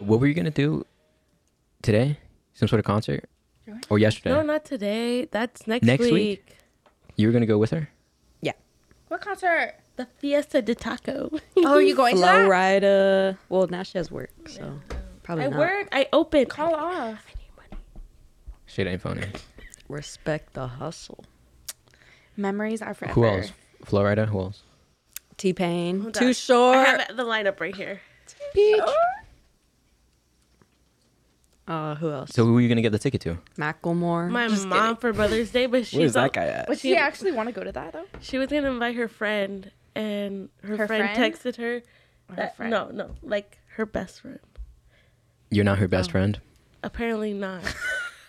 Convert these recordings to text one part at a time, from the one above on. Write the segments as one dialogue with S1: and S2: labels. S1: What were you gonna do today? Some sort of concert? Or yesterday?
S2: No, not today. That's next,
S1: Next
S2: week.
S1: week? You were gonna go with her?
S3: Yeah. What concert?
S2: The Fiesta de Taco.
S3: Oh, are you going to
S2: Flow
S3: that?
S2: Rider. Well, now she has work, so probably
S3: I
S2: not.
S3: work.
S2: I open.
S3: Call off.
S1: Shit ain't phony.
S2: Respect the hustle.
S3: Memories are forever.
S1: Who else? Florida? Who else?
S2: T Pain.
S3: on.
S2: Too short.
S3: I have the lineup right here.
S2: Uh, who else?
S1: So who were you gonna get the ticket to?
S2: Macklemore.
S3: My
S2: My
S3: Just
S2: mom
S3: mom.
S2: for Mother's Day, but she
S4: Where's that
S2: thought-
S4: guy at?
S3: Would she actually want to go to that though?
S2: She was gonna invite her friend, and her,
S3: Her
S2: friend,
S3: friend?
S2: texted her. that-
S3: friend?
S2: No, no, like her best friend.
S1: You're not her
S2: Oh.
S1: best friend.
S2: Apparently not.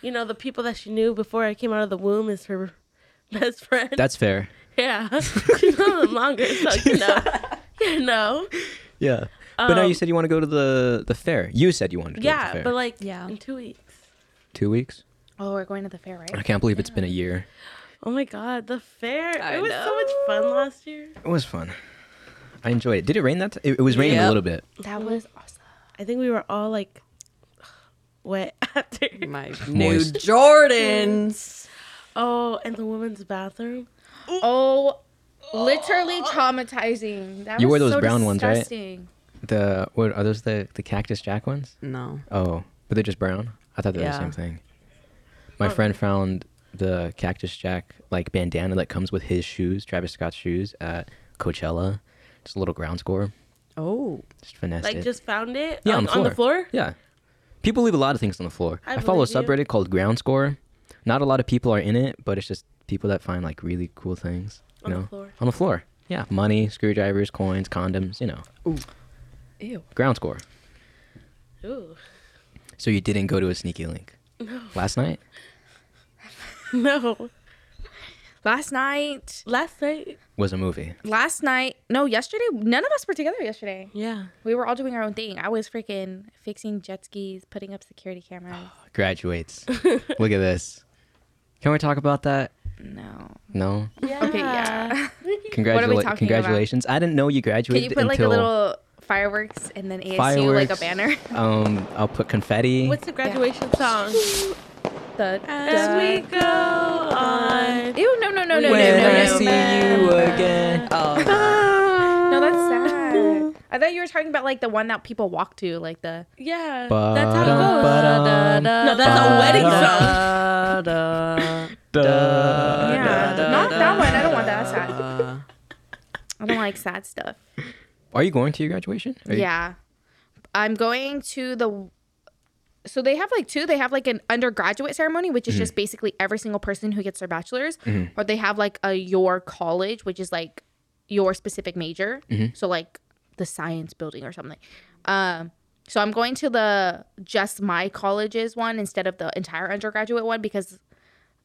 S2: you know the people that she knew before I came out of the womb is her best friend.
S1: That's fair.
S2: yeah, she's known them longer, so you know, you know.
S1: Yeah. but now you said you want to go to the the fair. You said you wanted to go to the
S2: Um, Yeah,
S1: fair.
S2: but like
S3: Yeah.
S2: in two weeks.
S1: two weeks?
S3: Oh, we're going to the fair,
S1: I
S3: right?
S1: can't believe it's been a year.
S2: Oh my god, the fair!
S3: I
S2: it was so much fun last year.
S1: It was fun. I enjoyed it. Did it rain that time? It, it was raining a
S2: Yep.
S1: little bit.
S3: That was awesome.
S2: I think we were all like wet after.
S5: My
S1: Moist.
S5: Jordans.
S2: Oh, and the women's bathroom.
S3: Oh, literally traumatizing. That
S1: You wore
S3: was
S1: those
S3: so
S1: brown ones, right?
S3: disgusting.
S1: The what are those the the cactus jack ones?
S5: No.
S1: Oh, but they're just brown. I thought they were the same thing. My friend found the cactus jack like bandana that comes with his shoes, Travis Scott's shoes at Coachella. Just a little ground score.
S5: Oh.
S1: Just finesse
S2: Like
S1: it.
S2: just found it
S1: yeah,
S2: on, on the floor.
S1: Yeah. People leave a lot of things on the floor.
S2: I
S1: I, follow a
S2: believe you.
S1: subreddit called Ground Score. Not a lot of people are in it, but it's just people that find like really cool things. You
S2: On the
S1: know?
S2: floor.
S1: On the floor. Yeah. Money, screwdrivers, coins, condoms, you know. Ooh.
S5: Ew.
S1: Ground score.
S2: Ooh.
S1: So you didn't go to a sneaky link. No. Last night?
S2: No.
S3: Last night,
S2: Last night.
S1: was a movie.
S3: last night, no, yesterday, none of us were together yesterday.
S2: Yeah.
S3: We were all doing our own thing. I was freaking fixing jet skis, putting up security cameras.
S1: Graduates. Look at this. Can we talk about that?
S3: No.
S1: No.
S3: Okay, yeah.
S1: Congratula-
S3: talking about?
S1: congratulations. I didn't know you
S3: Can
S1: graduated
S3: you put like a
S1: until
S3: little fireworks and then ASU like
S1: fireworks.
S3: a banner?
S1: um, I'll put confetti.
S2: What's the graduation song?
S3: the
S2: As we go on.
S3: Ew, no, no, no, no, no,
S1: when
S3: no,
S1: I
S3: no.
S1: see you again.
S3: No, that's sad. I thought you were talking about like the one that people walk to, like the.
S2: Yeah.
S1: Ba-dum,
S2: That's how it goes.
S1: ba-dum,
S2: No, that's a wedding song.
S1: ba-dum,
S3: Yeah,
S1: da.
S3: not that one. I don't want that. That's sad. I don't like sad stuff.
S1: Are you going to your graduation? Are you-
S3: Yeah, I'm going to the. So they have like two. They have like an undergraduate ceremony, which is
S1: Mm-hmm.
S3: just basically every single person who gets their bachelor's, or they have like a your college, which is like your specific major.
S1: Mm-hmm.
S3: So like the science building or something. Um, so I'm going to the just my college's one instead of the entire undergraduate one because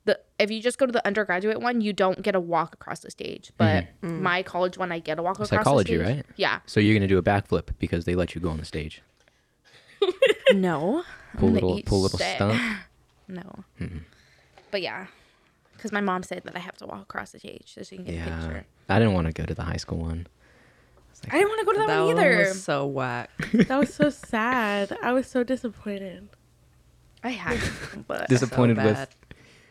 S3: the if you just go to the undergraduate one, you don't get a walk across the stage. But my college one, I get a walk across
S1: Mm-hmm. Psychology,
S3: the stage.
S1: right?
S3: Yeah.
S1: So you're gonna do a backflip because they let you go on the stage.
S3: No.
S1: Pull
S3: gonna
S1: little,
S3: eat
S1: pull little
S3: shit.
S1: stunt.
S3: No. But yeah, because my mom said that I have to walk across the stage so she can get a
S1: Yeah,
S3: picture.
S1: I didn't want to go to the high school one.
S3: I didn't want to go to that,
S5: That
S3: one
S5: one
S3: either.
S5: was so whack.
S2: That was so sad. I was so disappointed.
S3: I had, but
S1: disappointed with.
S5: bad.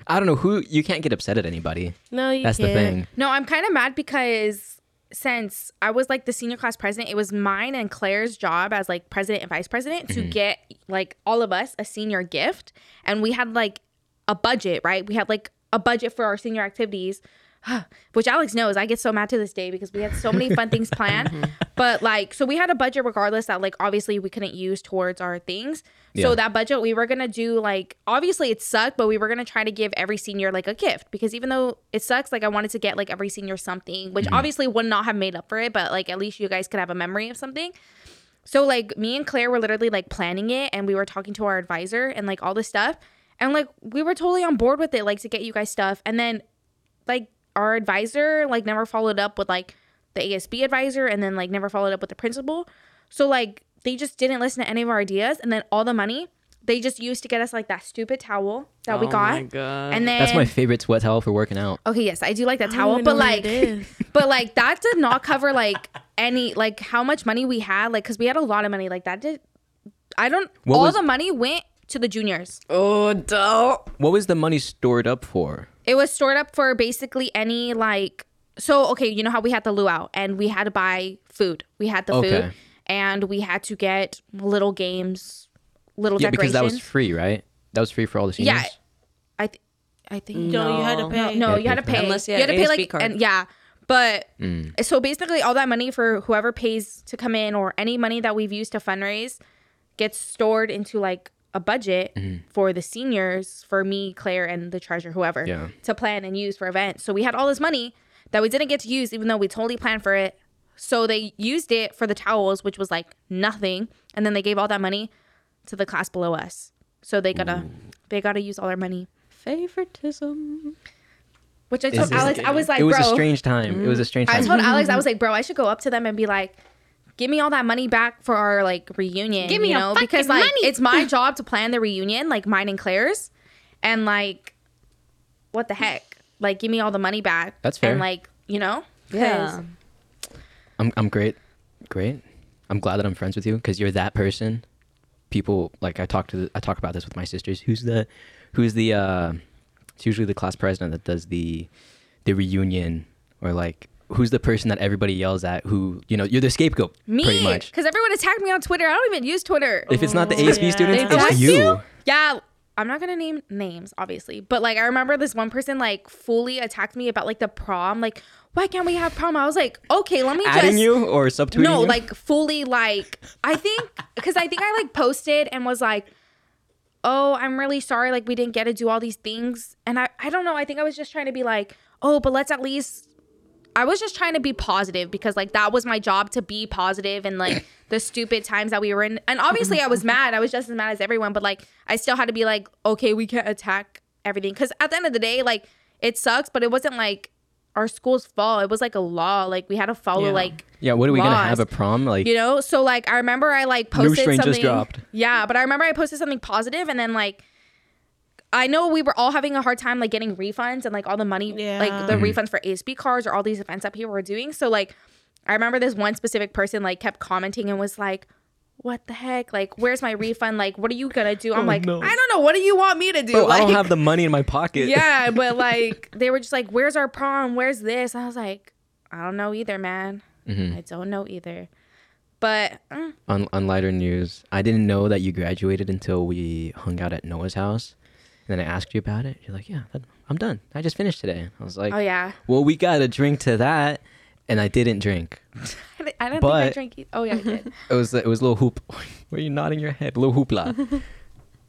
S1: I don't know who you can't get upset at anybody.
S2: No, you
S1: That's the
S2: can't.
S1: thing.
S3: no, I'm kind of mad because since I was like the senior class president, it was mine and Claire's job as like president and vice president to get like all of us a senior gift, and we had like a budget, right? We had like a budget for our senior activities. Which Alex knows, I get so mad to this day because we had so many fun things planned. But like, so we had a budget regardless that like obviously we couldn't use towards our things.
S1: Yeah.
S3: So that budget we were gonna do like obviously it sucked, but we were gonna try to give every senior like a gift because even though it sucks, like I wanted to get like every senior something, which obviously would not have made up for it, but like at least you guys could have a memory of something. So like me and Claire were literally like planning it and we were talking to our advisor and like all this stuff. And like we were totally on board with it, like to get you guys stuff. And then like our advisor like never followed up with like the ASB advisor and then like never followed up with the principal. So like they just didn't listen to any of our ideas and then all the money they just used to get us like that stupid towel that we
S5: Oh
S3: got.
S5: my God.
S3: And then
S1: That's my favorite sweat towel for working out.
S3: Okay, yes, I do like that
S2: I don't
S3: towel,
S2: even
S3: but
S2: know what
S3: like
S2: it is.
S3: but like that did not cover like any like how much money we had like cuz we had a lot of money like that did I don't
S1: What
S3: all
S1: was-
S3: the money went to the juniors.
S5: Oh, don't.
S1: What was the money stored up for?
S3: It was stored up for basically any like so okay, you know how we had the luau and we had to buy food. We had the
S1: Okay.
S3: food and we had to get little games, little
S1: Yeah, because
S3: decorations.
S1: that was free, right? That was free for all the seniors.
S3: Yeah. I th- I think
S2: No, you had
S5: No.
S2: to pay.
S3: No,
S1: Yeah,
S3: you had to
S1: pay for
S3: pay.
S5: Unless you
S3: you
S5: had
S3: had to pay Mm.
S5: ASB
S3: like
S5: card.
S3: and yeah, but so basically all that money for whoever pays to come in or any money that we've used to fundraise gets stored into like a budget for the seniors, for me, Claire, and the treasurer, whoever,
S1: Yeah.
S3: to plan and use for events. So we had all this money that we didn't get to use, even though we totally planned for it. So they used it for the towels, which was like nothing, and then they gave all that money to the class below us. So they gotta
S1: Mm.
S3: they gotta use all their money.
S5: favoritism.
S3: Which I told
S1: this-
S3: Alex, I was like,
S1: it was
S3: bro, Mm-hmm.
S1: a strange time. It was a strange
S3: I
S1: time.
S3: told Alex, I was like, bro, I should go up to them and be like, give me all that money back for our like reunion.
S5: Give me
S3: you
S5: your
S3: know?
S5: fucking
S3: because like
S5: money.
S3: it's my job to plan the reunion, like mine and Claire's, and like, what the heck? Like, give me all the money back.
S1: That's fair.
S3: And like, you know, 'Cause-
S5: Yeah.
S1: I'm I'm great, great. I'm glad that I'm friends with you because you're that person. People like I talk to the, I talk about this with my sisters. Who's the who's the uh, it's usually the class president that does the the reunion or like who's the person that everybody yells at who you know you're the scapegoat
S3: me,
S1: pretty much.
S3: because everyone attacked me on Twitter. I don't even use Twitter.
S1: If it's not
S3: Oh,
S1: the ASB
S2: yeah.
S5: They
S1: students, it's
S5: attack
S1: you.
S5: you?
S3: Yeah, I'm not gonna name names, obviously, but like I remember this one person like fully attacked me about like the prom. Like, why can't we have prom? I was like, okay, let me
S1: Adding
S3: just
S1: you or subtweeting
S3: no,
S1: you?
S3: like fully like I think because I think I like posted and was like, oh, I'm really sorry, like we didn't get to do all these things, and I I don't know, I think I was just trying to be like, oh, but let's at least. I was just trying to be positive because like that was my job to be positive and like the stupid times that we were in. And obviously I was mad. I was just as mad as everyone, but like I still had to be like, okay, we can't attack everything cuz at the end of the day like it sucks, but it wasn't like our school's fault. It was like a law. Like we had to follow
S5: Yeah.
S3: like
S1: yeah, what are we gonna
S3: laws.
S1: have a prom like?
S3: you know so like i remember i like posted
S1: strain just
S3: something
S1: dropped.
S3: yeah but i remember i posted something positive and then like i know we were all having a hard time like getting refunds and like all the money
S2: Yeah.
S3: like the refunds for asb cars or all these events up here were doing so like i remember this one specific person like kept commenting and was like what the heck like where's my refund like what are you gonna do i'm like i don't know what do you want me to do
S1: Bro, I
S3: like
S1: don't have the money in my pocket.
S3: yeah but like they were just like where's our prom where's this i was like i don't know either man
S1: Mm-hmm.
S3: i don't know either but mm,
S1: on, on lighter news, I didn't know that you graduated until we hung out at Noah's house. And then I asked you about it. You're like, yeah, that, I'm done. I just finished today. I was like,
S3: Oh, yeah.
S1: Well, we got a drink to that. And I didn't drink.
S3: I don't- I don't think
S1: But-
S3: I drank. Either. Oh yeah, I did.
S1: It was it was little hoop. Were you nodding your head? Little hoopla.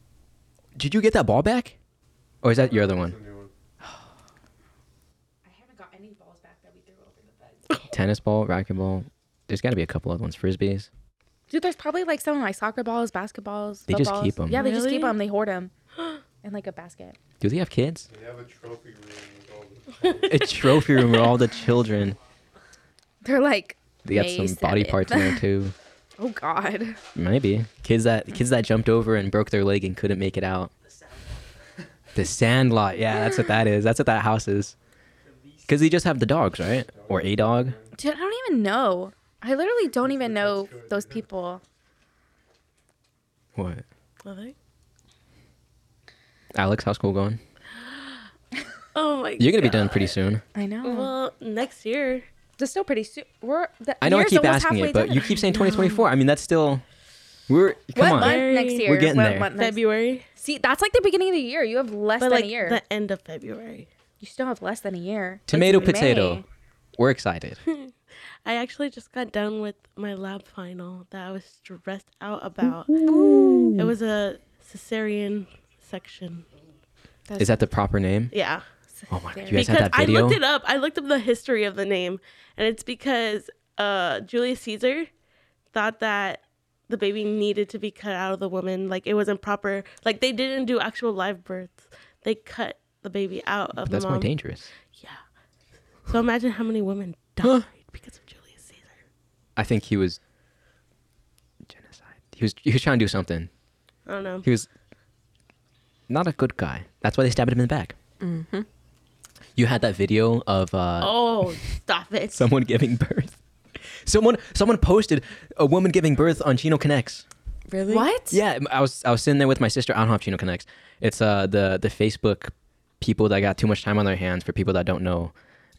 S1: Did you get that ball back, or is that your other one?
S3: I haven't got any balls back that we threw over the fence.
S1: Tennis ball, racquetball. There's got to be a couple other ones. Frisbees.
S3: Dude, there's probably like some like soccer balls, basketballs.
S1: They just
S3: footballs.
S1: keep 'em.
S3: Yeah, they just
S2: Really?
S3: keep them. They hoard them in like a basket.
S1: Do they have kids?
S4: They have a trophy room with all the
S1: a trophy room where all the children.
S3: They're like.
S1: They got
S3: May
S1: some body
S3: seventh.
S1: parts in there too.
S3: Oh God.
S1: Maybe kids that kids that jumped over and broke their leg and couldn't make it out. The Sandlot, yeah, that's what that is. That's what that house is. Because they just have the dogs, right? Or a dog.
S3: Dude, I don't even know. I literally don't even know those people.
S1: What?
S2: Well, they-
S1: Alex, how's school going?
S2: Oh my.
S1: You're gonna be done pretty soon.
S3: I know.
S2: Well, next year.
S3: That's still pretty soon. We're the
S1: I know I
S3: year's
S1: keep
S3: almost
S1: asking
S3: halfway
S1: it, but
S3: done.
S1: you keep saying 2024. I mean, that's still we're
S3: what
S1: come on.
S3: month next
S2: We're
S3: year?
S1: getting
S3: what
S1: there.
S3: Month next-
S2: February.
S3: See, that's like the beginning of the year. You have less
S2: But
S3: than
S2: like
S3: a year.
S2: the end of February.
S3: You still have less than a year.
S1: Tomato
S3: It's May.
S1: potato. We're excited.
S2: I actually just got done with my lab final that I was stressed out about. It was a cesarean section.
S1: Is that the proper name?
S2: Yeah.
S1: Oh my god, you guys
S2: because
S1: had that
S2: I
S1: video.
S2: looked it up. I looked up the history of the name, and it's because uh, Julius Caesar thought that the baby needed to be cut out of the woman. Like it wasn't proper. Like they didn't do actual live births. They cut the baby out of
S1: That's
S2: the
S1: more
S2: mom.
S1: dangerous.
S2: So imagine how many women died because of Julius Caesar.
S1: I think he was genocide. He was he was trying to do something.
S2: I don't know.
S1: He was not a good guy. That's why they stabbed him in the back. Mm-hmm. You had that video of uh,
S2: Oh, stop it.
S1: someone giving birth. Someone someone posted a woman giving birth on Chino Connects.
S5: Really?
S3: What?
S1: Yeah, I was I was sitting there with my sister. I don't have Chino Connects. It's uh the the Facebook people that got too much time on their hands for people that don't know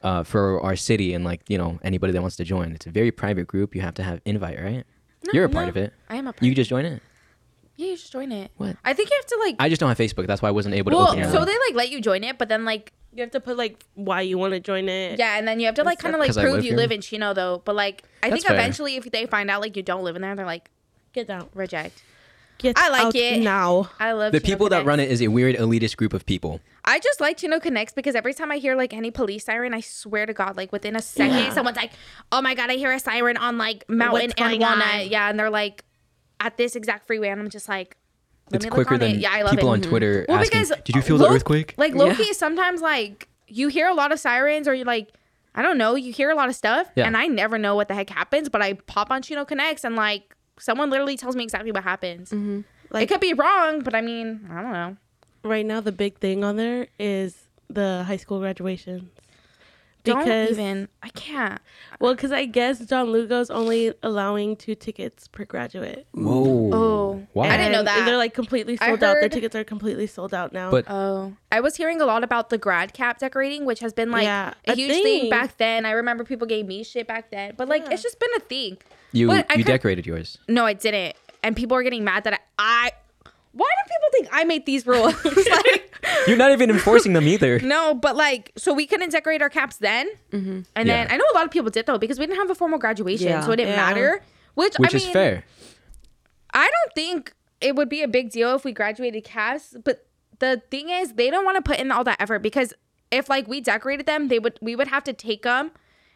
S1: uh, for our city and like you know anybody that wants to join. It's a very private group. You have to have invite, right? You're a part
S3: no,
S1: of it.
S3: I am a part
S1: You
S3: of
S1: just join it.
S3: Yeah, you just join it.
S1: What?
S3: I think you have to like.
S1: I just don't have Facebook. That's why I wasn't able to
S3: well,
S1: open it.
S3: so they like let you join it, but then like
S2: You have to put like why you want to join it.
S3: yeah, and then you have to like kind of like
S1: 'Cause I
S3: prove
S1: live
S3: you
S1: here?
S3: live in Chino though. But like, I
S1: That's
S3: think
S1: fair.
S3: eventually if they find out like you don't live in there, they're like
S2: Get out.
S3: reject.
S2: Get
S3: I like
S2: out
S3: it.
S2: now.
S3: I love
S1: the
S3: Chino
S1: people that
S3: Connects.
S1: run it is a weird elitist group of people.
S3: I just like Chino Connects because every time I hear like any police siren, I swear to God, like within a second, someone's like, "Oh my God, I hear a siren on like Mountain and
S2: going
S3: Walnut."
S2: on?
S3: Yeah, and they're like at this exact freeway, and I'm just like, Let
S1: It's
S3: me look
S1: quicker
S3: on it.
S1: than
S3: Yeah, I love
S1: people
S3: it.
S1: on
S3: Mhm.
S1: Twitter
S3: "Well,
S1: asking,
S3: because
S1: "Did you feel
S3: Loki-
S1: the earthquake?"
S3: Like Loki is sometimes like you hear a lot of sirens, or you like, I don't know, you hear a lot of stuff,
S1: Yeah.
S3: and I never know what the heck happens, but I pop on Chino Connects and like someone literally tells me exactly what happens. it
S2: Mm-hmm. Like-
S3: could be wrong, but I mean, I don't know.
S2: Right now, the big thing on there is the high school graduations.
S3: don't even. I can't.
S2: Well, because I guess John Lugo's only allowing two tickets per graduate.
S1: Whoa.
S3: Oh,
S1: Wow.
S3: I didn't know
S2: And
S3: that.
S2: They're like completely
S3: I
S2: sold out. Their
S3: heard-
S2: tickets are completely sold out now.
S1: But-
S3: Oh, I was hearing a lot about the grad cap decorating, which has been like
S2: Yeah,
S3: a,
S2: a
S3: huge thing.
S2: thing.
S3: back then. I remember people gave me shit back then, but like it's just been a thing.
S1: You
S3: But I
S1: you
S3: could-
S1: decorated yours.
S3: No, I didn't, and people are getting mad that I. I why do people think I made these rules? like,
S1: You're not even enforcing them either.
S3: no, but like, so we couldn't decorate our caps then, mm-hmm. and then
S1: Yeah.
S3: I know a lot of people did though because we didn't have a formal graduation,
S5: Yeah.
S3: so it didn't
S2: Yeah.
S3: matter. Which,
S1: Which
S3: I
S1: is
S3: mean,
S1: fair.
S3: I don't think it would be a big deal if we graduated Cavs, but the thing is, they don't want to put in all that effort because if like we decorated them, they would we would have to take them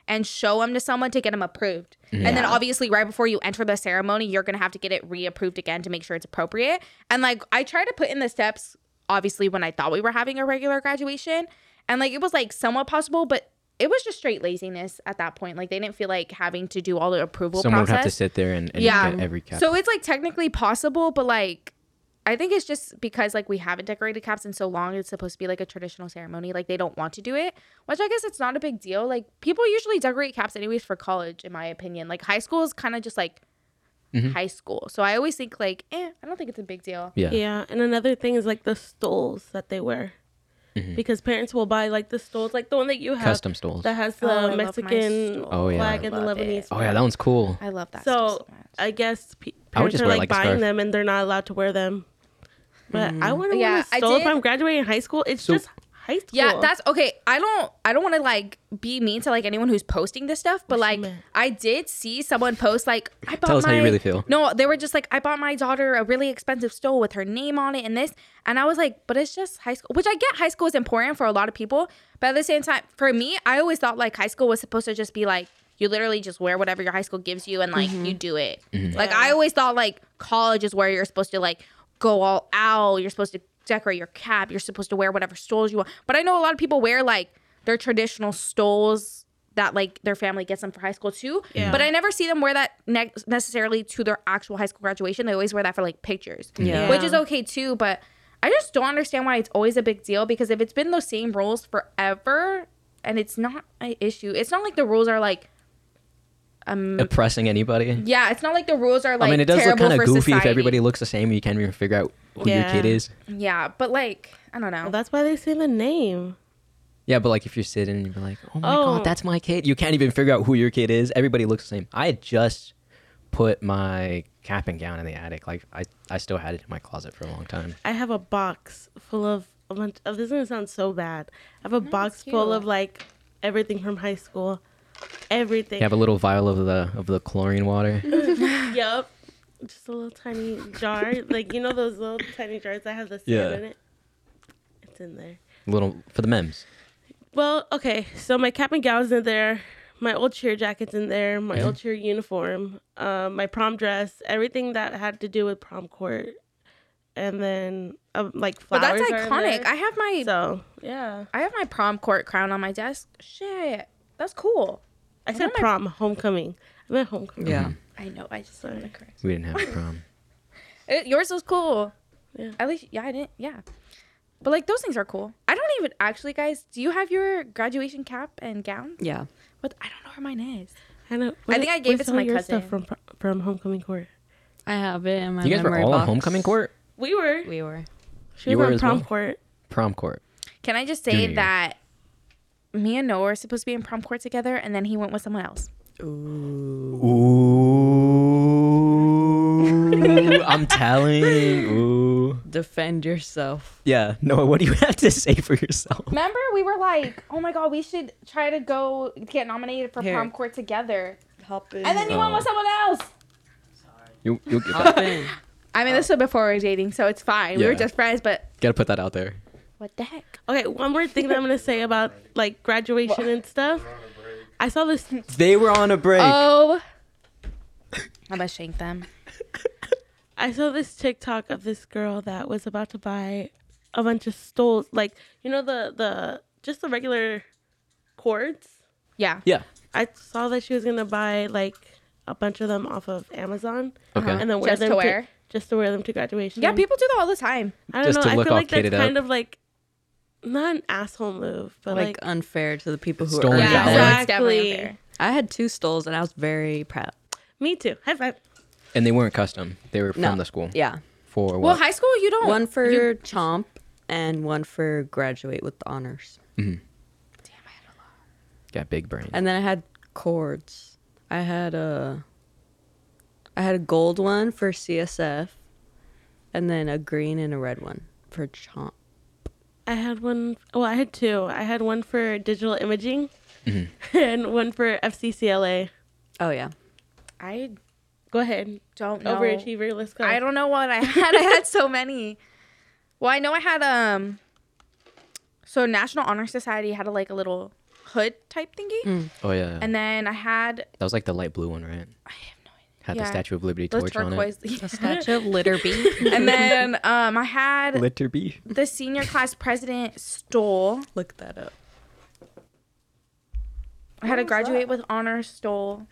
S3: and show them to someone to get them approved. And then obviously right before you enter the ceremony, you're going to have to get it reapproved again to make sure it's appropriate. And like I try to put in the steps obviously when I thought we were having a regular graduation and like it was like somewhat possible, but it was just straight laziness at that point. Like they didn't feel like having to do all the approval
S1: Someone
S3: process
S1: would have to sit there and, and get every cat.
S3: so it's like technically possible, but like I think it's just because like we haven't decorated caps in so long, it's supposed to be like a traditional ceremony. Like they don't want to do it, which I guess it's not a big deal. Like people usually decorate caps anyways for college, in my opinion. Like high school is kind of just like
S1: Mm-hmm.
S3: high school. So I always think like, eh, I don't think it's a big deal.
S1: yeah.
S2: yeah. And another thing is like the stoles that they wear. Because parents will buy like the stoles, like the one that you have.
S1: Mm-hmm. Custom stoles.
S2: That has
S3: Oh, I
S2: the
S3: love my
S2: Mexican
S1: Oh, yeah.
S2: flag and the
S3: Love it.
S2: Lebanese
S1: Oh yeah, that one's cool.
S3: I love that. stuff
S2: so
S3: so much.
S2: I guess pe-
S1: I would
S2: parents
S1: just
S2: are
S1: wear, like,
S2: like,
S1: a
S2: buying
S1: scarf.
S2: them and they're not allowed to wear them. But I wouldn't
S3: Mm-hmm. Yeah,
S2: want to
S3: I
S2: stole if
S3: did-
S2: I'm graduating high school. It's
S1: So-
S2: just high school.
S3: Yeah, that's okay. I don't I don't want to like be mean to like anyone who's posting this stuff, but like
S2: meant.
S3: I did see someone post like I bought
S1: us
S3: my
S1: how you really feel.
S3: No, they were just like I bought my daughter a really expensive stole with her name on it and this, and I was like, but it's just high school, which I get high school is important for a lot of people, but at the same time, for me, I always thought like high school was supposed to just be like you literally just wear whatever your high school gives you and like you do it.
S1: Mm-hmm.
S3: Like I always thought like college is where you're supposed to like go all out. You're supposed to decorate your cap. You're supposed to wear whatever stoles you want. But I know a lot of people wear like their traditional stoles that like their family gets them for high school too. But I never see them wear that ne- necessarily to their actual high school graduation. They always wear that for like pictures,
S5: Yeah.
S3: which is okay too. But I just don't understand why it's always a big deal because if it's been those same rules forever and it's not an issue, it's not like the rules are like.
S1: Oppressing anybody.
S3: Yeah, it's not like the rules are like.
S1: I mean, it does look
S3: terrible
S1: kind of
S3: for
S1: goofy if
S3: society.
S1: everybody looks the same. You can't even figure out who
S2: Yeah.
S1: your kid is.
S3: Yeah, but like I don't know.
S2: Well, that's why they say the name.
S1: Yeah, but like if you're sitting and you're like, oh my
S2: Oh.
S1: god, that's my kid. You can't even figure out who your kid is. Everybody looks the same. I had just put my cap and gown in the attic. Like I, I still had it in my closet for a long time.
S2: I have a box full of a bunch. Oh, this is gonna sound so bad. I have a box full of like everything from high school, everything.
S1: You have a little vial of the of the chlorine water.
S2: Yep. Just a little tiny jar. like, you know those little tiny jars that have the sand
S1: Yeah.
S2: in it? It's in there.
S1: little for the memes.
S2: Well, okay. So my cap and gown's in there. My old cheer jacket's in there. My old cheer uniform. Um, my prom dress. Everything that had to do with prom court. And then, um, like,
S3: But
S2: flowers.
S3: that's
S2: are in
S3: iconic.
S2: there.
S3: I have my
S2: so, yeah.
S3: I have my prom court crown on my desk. Shit, that's cool.
S2: I said prom, homecoming. I meant homecoming.
S6: Yeah.
S1: Mm-hmm.
S3: I know. I just wanted to correct.
S1: We didn't have a prom.
S3: It, yours was cool.
S2: Yeah.
S3: At least, yeah, I didn't. Yeah. But like those things are cool. I don't even actually, guys. Do you have your graduation cap and gown?
S6: Yeah.
S3: What I don't know where mine is.
S2: I, know.
S3: I think I gave
S2: where's
S3: it to
S2: all
S3: my
S2: your
S3: cousin.
S2: stuff from pro- from homecoming court.
S6: I have it in my
S1: You guys were
S6: memory
S1: all on
S6: box.
S1: homecoming court,
S2: We were.
S6: We were.
S2: She
S1: You
S2: was
S1: were
S2: on
S1: as
S2: prom
S1: well?
S2: court.
S1: prom court.
S3: Can I just say
S1: Junior year.
S3: that me and Noah were supposed to be in prom court together, and then he went with someone else.
S1: Ooh, I'm telling. Ooh.
S6: Defend yourself.
S1: Yeah. Noah, what do you have to say for yourself?
S3: Remember, we were like, "Oh my god, we should try to go get nominated for
S6: Here.
S3: prom court together,"
S6: Hop in.
S3: and then you went with someone else.
S1: You you'll get that.
S6: Hop in.
S3: I mean, this was before we were dating, so it's fine. We were
S1: Yeah.
S3: just friends, but
S1: Gotta put that out there.
S3: what the heck?
S2: Okay, one more thing that I'm gonna say about like graduation and stuff. I saw this.
S1: They were on a break.
S3: Oh, I'm gonna shank them.
S2: I saw this TikTok of this girl that was about to buy a bunch of stoles, like you know the the just the regular cords.
S3: Yeah.
S1: yeah.
S2: I saw that she was gonna buy like a bunch of them off of Amazon
S1: Okay.
S2: and then wear
S3: Just
S2: them
S3: to wear?
S2: just to wear them to graduation.
S3: Yeah, people do that all the time.
S2: I don't
S1: Just
S2: know.
S1: to
S2: I
S1: look
S2: feel
S1: all
S2: like that's
S1: kitted up.
S2: kind of like not an asshole move, but
S6: Like,
S2: like,
S6: unfair to the people who
S1: Stolen
S6: are.
S1: Yeah, valor.
S3: So it's definitely
S2: exactly.
S3: unfair.
S6: I had two stoles and I was very proud.
S2: me too. High five.
S1: And they weren't custom. They were from
S6: No.
S1: the school.
S6: Yeah.
S1: For what?
S3: Well, high school, you don't.
S6: One for
S3: you-
S6: chomp and one for graduate with the honors.
S1: Got big brain.
S6: And then I had cords. I had a I had a gold one for CSF and then a green and a red one for chomp.
S2: I had one. Well, I had two. I had one for digital imaging,
S1: Mm-hmm.
S2: and one for FCCLA.
S6: Oh yeah.
S3: I
S2: Go ahead,
S3: don't know.
S2: overachiever. Let's go.
S3: I don't know what I had. I had so many. Well, I know I had um. So National Honor Society had a, like a little hood type thingy,
S1: oh yeah.
S3: and then I had
S1: that was like the light blue one, right? I have no idea. Had
S3: Yeah.
S1: the Statue of Liberty
S3: the
S1: torch on it.
S3: turquoise,
S6: Statue of Litterby.
S3: and then um I had
S1: Litter B.
S3: the senior class president stole.
S6: Look that up.
S3: I had to graduate with honor stole.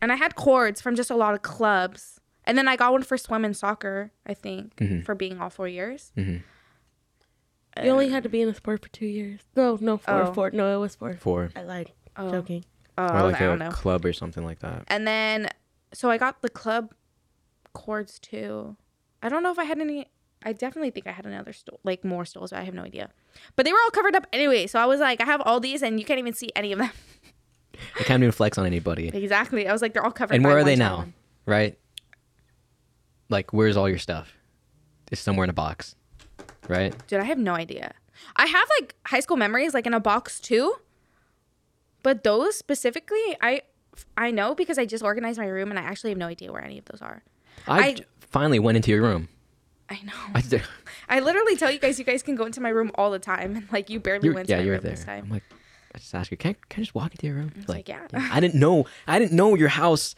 S3: And I had cords from just a lot of clubs. And then I got one for swim and soccer, I think, for being all four years.
S2: You only had to be in a sport for two years. No, no, four,
S3: Oh.
S2: four. No, it was four.
S1: For
S2: I lied. Joking.
S3: Oh,
S1: or like
S3: I don't
S1: a
S3: know.
S1: club or something like that.
S3: And then, so I got the club cords too. I don't know if I had any. I definitely think I had another stole, like more stoles, but I have no idea. But they were all covered up anyway. So I was like, I have all these, and you can't even see any of them.
S1: I can't even flex on anybody.
S3: exactly. I was like, they're all covered.
S1: And
S3: by
S1: where are they
S3: one
S1: now?
S3: stone.
S1: Right? Like, where's all your stuff? It's somewhere in a box, right?
S3: Dude, I have no idea. I have like high school memories like in a box too. But those specifically, I I know because I just organized my room and I actually have no idea where any of those are.
S1: I,
S3: I- Mm-hmm.
S1: j- finally went into your room.
S3: I know.
S1: I d-
S3: I literally tell you guys you guys can go into my room all the time and like you barely
S1: you,
S3: went
S1: yeah,
S3: to my
S1: you were
S3: room
S1: there.
S3: this
S1: I'm
S3: time.
S1: like, I just asked you, can I, can I just walk into your room? Like,
S3: like, yeah.
S1: I didn't know. I didn't know your house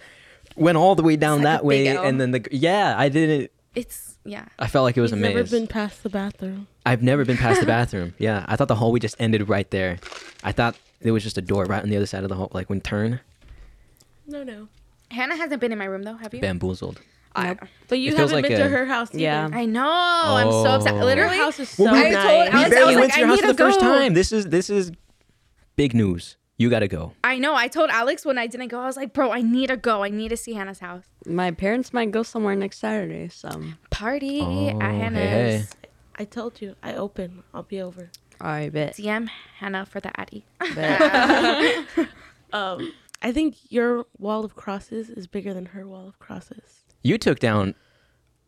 S1: went all the way down
S3: like a
S1: that way,
S3: big L.
S1: and then the yeah, I didn't.
S3: It's yeah.
S1: I felt like it was
S2: He's
S1: a
S2: never
S1: maze.
S2: been past the bathroom.
S1: I've never been past the bathroom. Yeah, I thought the hallway just ended right there. I thought there was just a door right on the other side of the hall, like when turn
S2: No, no.
S3: Hannah hasn't been in my room though, have you?
S1: bamboozled.
S3: I,
S2: But you
S1: It feels
S2: haven't
S1: like
S2: been
S1: a-
S2: to her house. Either.
S6: Yeah.
S3: I know. I'm so upset.
S1: Oh.
S3: Literally,
S2: Her house is so
S1: Well, we-
S3: I
S2: nice.
S3: told Alex, I was
S1: barely
S3: like,
S1: went to your
S3: I
S1: house
S3: need
S1: for
S3: to
S1: the first
S3: go.
S1: time. This is this is big news. You gotta go.
S3: I know. I told Alex when I didn't go, I was like, bro, I need to go. I need to see Hannah's house.
S6: My parents might go somewhere next Saturday, so
S3: Party
S1: Oh,
S3: at
S1: hey,
S3: Hannah's.
S1: hey.
S2: I told you, I open. I'll be over.
S6: I bet.
S3: DM Hannah for the Addy.
S1: Ah,
S6: bet.
S2: I think your wall of crosses is bigger than her wall of crosses.
S1: You took down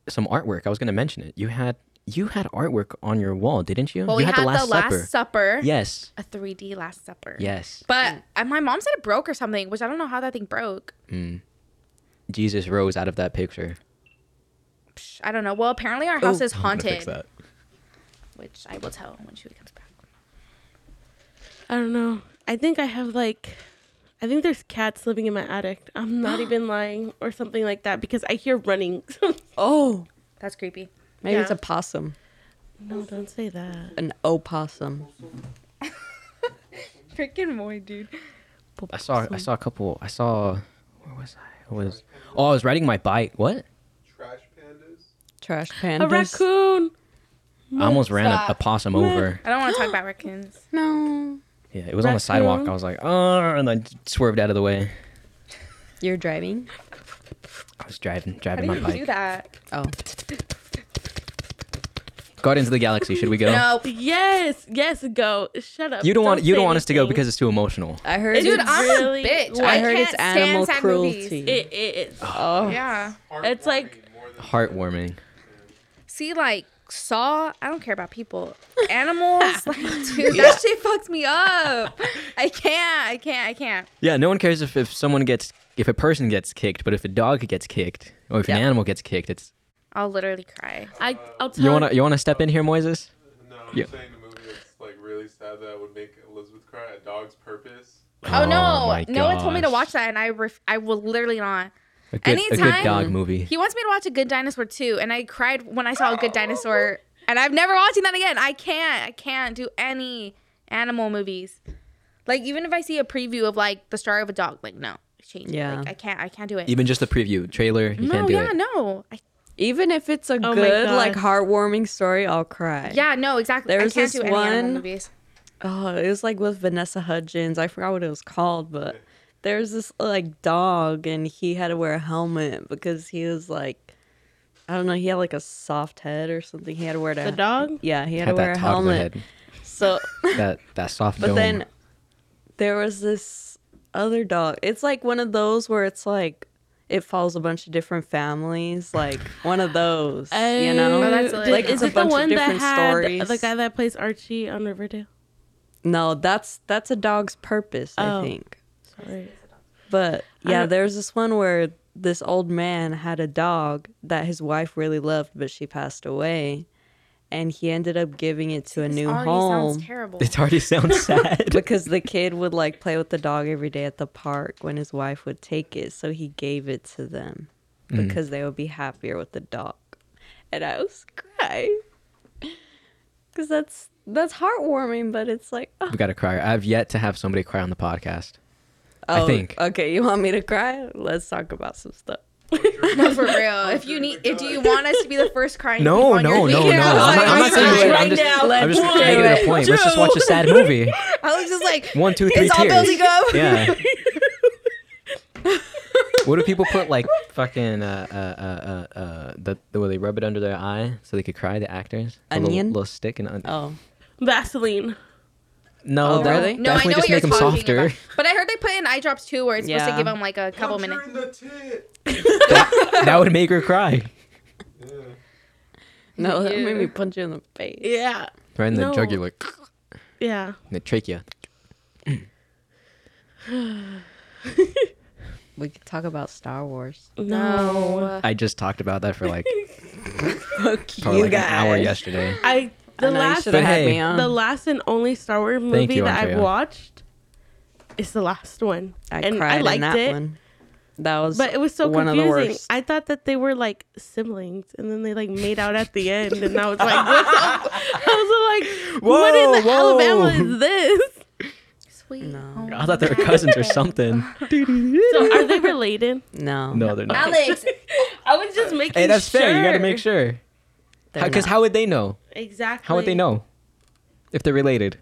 S1: some artwork. I was going to mention it. You had you had artwork on your wall, didn't you?
S3: Well,
S1: you
S3: we had, the Last Supper.
S1: Yes.
S3: A 3D Last Supper.
S1: Yes.
S3: But uh, my mom said it broke or something, which I don't know how that thing broke.
S1: Jesus rose out of that picture.
S3: Psh, I don't know. Well, apparently our house is
S1: Oh, I'm gonna fix
S3: haunted,
S1: that.
S3: which I will tell when she comes back.
S2: I don't know. I think I have like, I think there's cats living in my attic. I'm not even lying or something like that because I hear running.
S6: Oh,
S3: That's creepy.
S6: maybe it's
S2: Yeah.
S6: a possum,
S2: no, don't say that.
S6: an opossum.
S3: Freaking boy, dude.
S1: I saw I saw a couple. I saw where was I? I was Oh, I was riding my bike. What?
S4: Trash pandas?
S6: Trash
S2: A
S6: pandas.
S2: raccoon.
S1: I almost ran a, a
S3: Stop.
S1: possum over.
S3: I don't want to talk about raccoons.
S6: No,
S1: Yeah, it was on the sidewalk. I was like, "Oh," and I swerved out of the way.
S6: you're driving.
S1: I was driving driving
S3: How
S1: my
S3: do
S1: bike.
S3: you do that?
S6: Oh,
S1: Guardians of the Galaxy, should we go?
S3: No,
S2: Oh, Yes, yes, go. Shut up.
S1: You don't want you don't want us to go
S2: say
S1: because it's too emotional.
S6: I heard.
S2: Dude,
S3: dude,
S6: it's-
S3: I'm
S2: really
S3: a bitch.
S6: I
S3: I,
S6: heard
S3: can't
S6: it's animal
S3: stand sad
S6: cruelty.
S3: Movies.
S2: anything. it is.
S6: oh,
S3: Yeah.
S2: It's like
S4: More than
S1: Heartwarming.
S3: See, like saw. I don't care about people. Animals, like, dude, that shit fucks me up. I can't. I can't. I can't.
S1: Yeah, no one cares if, if someone gets if a person gets kicked, but if a dog gets kicked or if an animal gets kicked, it's
S3: I'll literally cry.
S2: I. I'll tell
S1: you wanna you wanna step in here, Moises?
S4: no, I'm
S1: Yeah.
S4: saying the movie that's like really sad that would make Elizabeth cry. A dog's purpose.
S3: Oh,
S1: my
S3: no! No one told me to
S1: gosh.
S3: watch that, and I ref- I will literally not.
S1: A good a good
S3: Anytime-
S1: dog movie.
S3: He wants me to watch A Good Dinosaur too, and I cried when I saw A Good Dinosaur, and I'm never watching that again. I can't. I can't do any animal movies. Like even if I see a preview of like the story of a dog, like no, change. it.
S6: Yeah.
S3: Like, I can't. I can't do it.
S1: Even just the preview trailer, you
S3: no,
S1: can't do
S3: yeah,
S1: it.
S3: no. I,
S6: even if it's a
S2: my
S6: good,
S2: God.
S6: like heartwarming story, I'll cry.
S3: yeah, no, exactly.
S6: There was
S3: I can't
S6: this
S3: do any
S6: one-
S3: animal movies.
S6: Oh, it was like with Vanessa Hudgens. I forgot what it was called, but there's this like dog, and he had to wear a helmet because he was like, I don't know, he had like a soft head or something. He had to wear
S2: the dog.
S6: Yeah, he had,
S1: Had
S6: to wear
S1: that
S6: a
S1: toddler
S6: helmet.
S1: head.
S6: So,
S1: That that soft
S6: but
S1: dome.
S6: then there was this other dog. It's like one of those where it's like it follows a bunch of different families, like one of those, you know?
S3: Oh, that's
S6: like it's
S3: hilarious.
S6: a bunch of different stories.
S2: the guy that plays Archie on Riverdale?
S6: No, that's that's a dog's purpose, I think.
S2: Sorry.
S6: But yeah,
S2: don't-
S6: there's this one where this old man had a dog that his wife really loved, but she passed away, and he ended up giving it to a new
S3: Already
S6: home
S3: sounds terrible.
S1: it already sounds sad.
S6: because the kid would like play with the dog every day at the park when his wife would take it, so he gave it to them because they would be happier with the dog. And I was crying because that's that's heartwarming, but it's like oh,
S1: we gotta cry. I've yet to have somebody cry on the podcast. I
S6: oh,
S1: think.
S6: okay, you want me to cry? Let's talk about some stuff.
S3: no, for real. If you need, if do you want us to be the first crying?
S1: No,
S3: people on
S1: no, no,
S3: your
S1: no.
S3: team? Yeah,
S1: I'm
S3: I was
S1: not,
S3: like,
S1: I'm not saying shit. I'm
S6: right
S1: just,
S6: now.
S1: I'm just
S6: Let's do
S1: making it
S6: it.
S1: a point. Let's just watch a sad movie.
S3: I was just like,
S1: One, two, three
S3: it's all
S1: tears.
S3: building up.
S1: Yeah. what do people put like fucking uh uh uh uh, uh the, the where they rub it under their eye so they could cry? The actors. The little-
S6: Onion?
S1: little, stick and on-
S6: Oh.
S2: Vaseline.
S1: no,
S6: Oh,
S1: they'll
S6: really?
S3: No, I
S1: definitely
S3: know
S1: just
S3: what you're
S1: make them
S3: talking
S1: softer.
S3: about. But I heard they put in eye drops too, where it's supposed
S6: Yeah.
S3: to give them like a couple minutes.
S4: In the tit.
S1: that would make her cry.
S6: No, that made me punch you in the face.
S2: Yeah.
S1: Right in the
S2: No.
S1: jugular,
S2: Yeah.
S1: the trachea.
S6: We could talk about Star Wars.
S3: No.
S1: I just talked about that for like
S6: Fuck you
S1: probably like an
S6: guys.
S1: hour yesterday.
S2: I the
S6: I know, you
S2: last
S6: should have
S1: But
S6: had
S1: hey,
S6: me on.
S2: the last and only Star Wars
S1: Thank
S2: movie
S1: you,
S2: that I've
S1: Andrea.
S2: watched is the last one.
S6: I
S2: and
S6: cried
S2: I liked
S6: in that
S2: it.
S6: one. That was
S2: But it was so
S6: one of the
S2: confusing.
S6: worst.
S2: I thought that they were like siblings and then they like made out at the end and I was like, what the I was like, what in the
S1: Whoa, whoa.
S2: Alabama is this?
S3: Sweet.
S1: I thought they were cousins or something.
S2: So are they related?
S6: no,
S1: No, they're not.
S3: Alex,
S2: I was just making
S1: Hey, that's fair. You gotta
S2: sure.
S1: make sure.
S6: they're
S1: Because
S6: not.
S1: how would they know?
S2: Exactly.
S1: How would they know if they're related?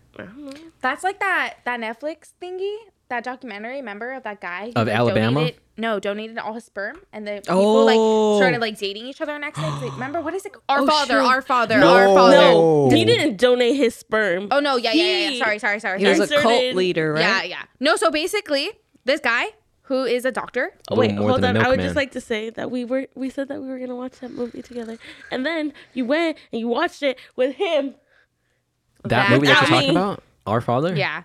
S3: that's like that that Netflix thingy that documentary, remember, of that guy who,
S1: Of Alabama?
S3: Donated, no, donated all his sperm, and the people like
S6: Oh.
S3: started like dating each other next night. 'Cause they- Remember what is it? Our
S6: Oh,
S3: father,
S6: shoot.
S3: our father,
S2: No,
S3: our father.
S2: no, he didn't donate his sperm.
S3: Oh no, yeah, yeah, yeah,
S2: He-
S3: yeah. Sorry, sorry, sorry.
S6: He was
S3: sorry.
S6: a cult
S2: Inserted-
S6: leader, right?
S3: Yeah, yeah. No, so basically, this guy who is a doctor.
S1: A little
S2: Wait,
S1: more
S2: hold
S1: than
S2: on.
S1: a
S2: I would
S1: milkman.
S2: just like to say that we were we said that we were gonna watch that movie together, and then you went and you watched it with him.
S1: that
S3: that
S1: movie that you're
S2: alley.
S1: talking about, Our Father.
S3: Yeah.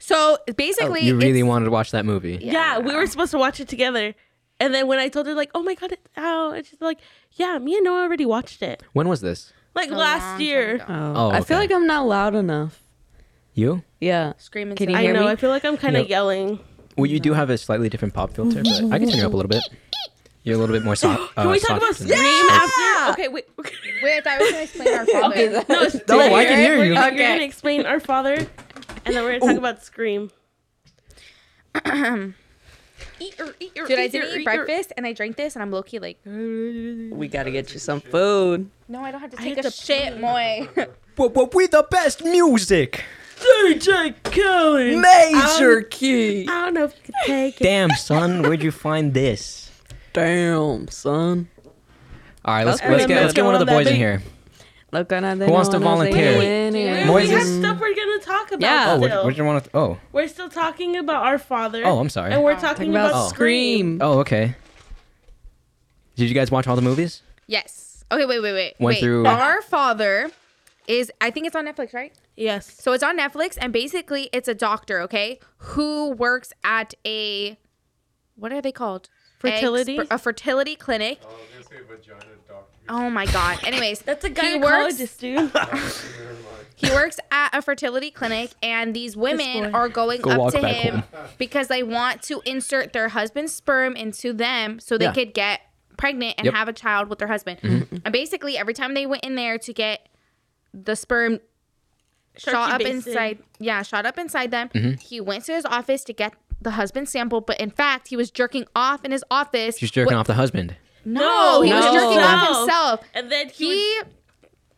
S3: So
S1: Oh,
S3: basically,
S1: you really
S3: it's-
S1: wanted to watch that movie.
S2: Yeah. we were supposed to watch it together, and then when I told her like, "Oh my god, it's out," and she's like, "Yeah, me and Noah already watched it
S1: When was this?
S2: like
S3: long
S2: last
S3: time
S2: year."
S3: ago.
S6: Oh,
S1: Oh,
S6: I feel
S1: okay.
S6: like I'm not loud enough.
S1: You?
S6: Yeah.
S3: Screaming.
S6: Can you
S2: I
S6: hear
S2: know.
S6: me?
S2: I feel like I'm kind of
S1: Yep.
S2: yelling.
S1: Well, you do have a slightly different pop filter, but I can turn you up a little bit. You're a little bit more uh, soft.
S2: Can we talk about
S1: than-
S2: Scream after? Okay, wait.
S3: Wait, I thought I was gonna explain our father.
S2: no, it's-
S1: No, I can
S2: we're-
S1: hear
S2: we're
S1: you.
S2: gonna- We're
S6: Okay.
S2: gonna explain our father, and then we're gonna talk about Scream.
S3: Dude, I didn't eat breakfast and I drank this and I'm low key like, no,
S6: We got to get you some food.
S3: I don't have to take a shit, Moy.
S1: But, but we the best music.
S2: DJ Kelly.
S6: Major key.
S2: I don't know if you can take it.
S1: Damn, son, where'd you find this?
S6: Damn, son.
S1: All right, let's
S6: That's
S1: let's get
S6: pretty
S1: let's get one of the
S2: good.
S1: boys in here.
S6: Look on
S1: Who wants to volunteer?
S2: We have
S1: Moises.
S2: stuff we're gonna talk about.
S6: Yeah.
S1: Oh,
S6: Oh,
S1: what,
S2: still.
S1: what do you want to? Oh,
S2: We're still talking about our father.
S1: Oh, I'm sorry.
S2: And we're talking, about,
S1: Oh.
S2: Scream.
S6: Scream.
S1: oh, okay. Did you guys watch all the movies?
S3: yes. Okay, wait, wait, wait.
S1: Went
S3: wait.
S1: through-
S3: Our father is, I think it's on Netflix, right?
S2: Yes.
S3: So it's on Netflix, and basically it's a doctor, okay, who works at a what are they called?
S2: Fertility?
S3: Exper- a fertility clinic.
S4: Oh, I was gonna say vagina doctor.
S3: Oh my god. Anyways,
S2: That's a
S3: He works.
S2: gynecologist, dude.
S3: He works at a fertility clinic, and these women
S2: boy.
S3: are going
S1: Go walk
S3: up to
S1: back
S3: him because they want to insert their husband's sperm into them so they
S1: Yeah.
S3: could get pregnant and
S1: Yep. Mm-hmm.
S3: have a child with their husband. And basically, every time they went in there to get the sperm shot
S2: Sharky
S3: up
S2: Basin.
S3: inside, yeah, shot up inside them,
S1: Mm-hmm.
S3: he went to his office to get the husband's sample, but in fact, he was jerking off in his office.
S1: She's jerking
S3: with-
S1: off the husband.
S3: No, he was
S6: No.
S3: jerking off
S2: No.
S3: himself.
S2: And then he, would-
S3: He
S1: Oh.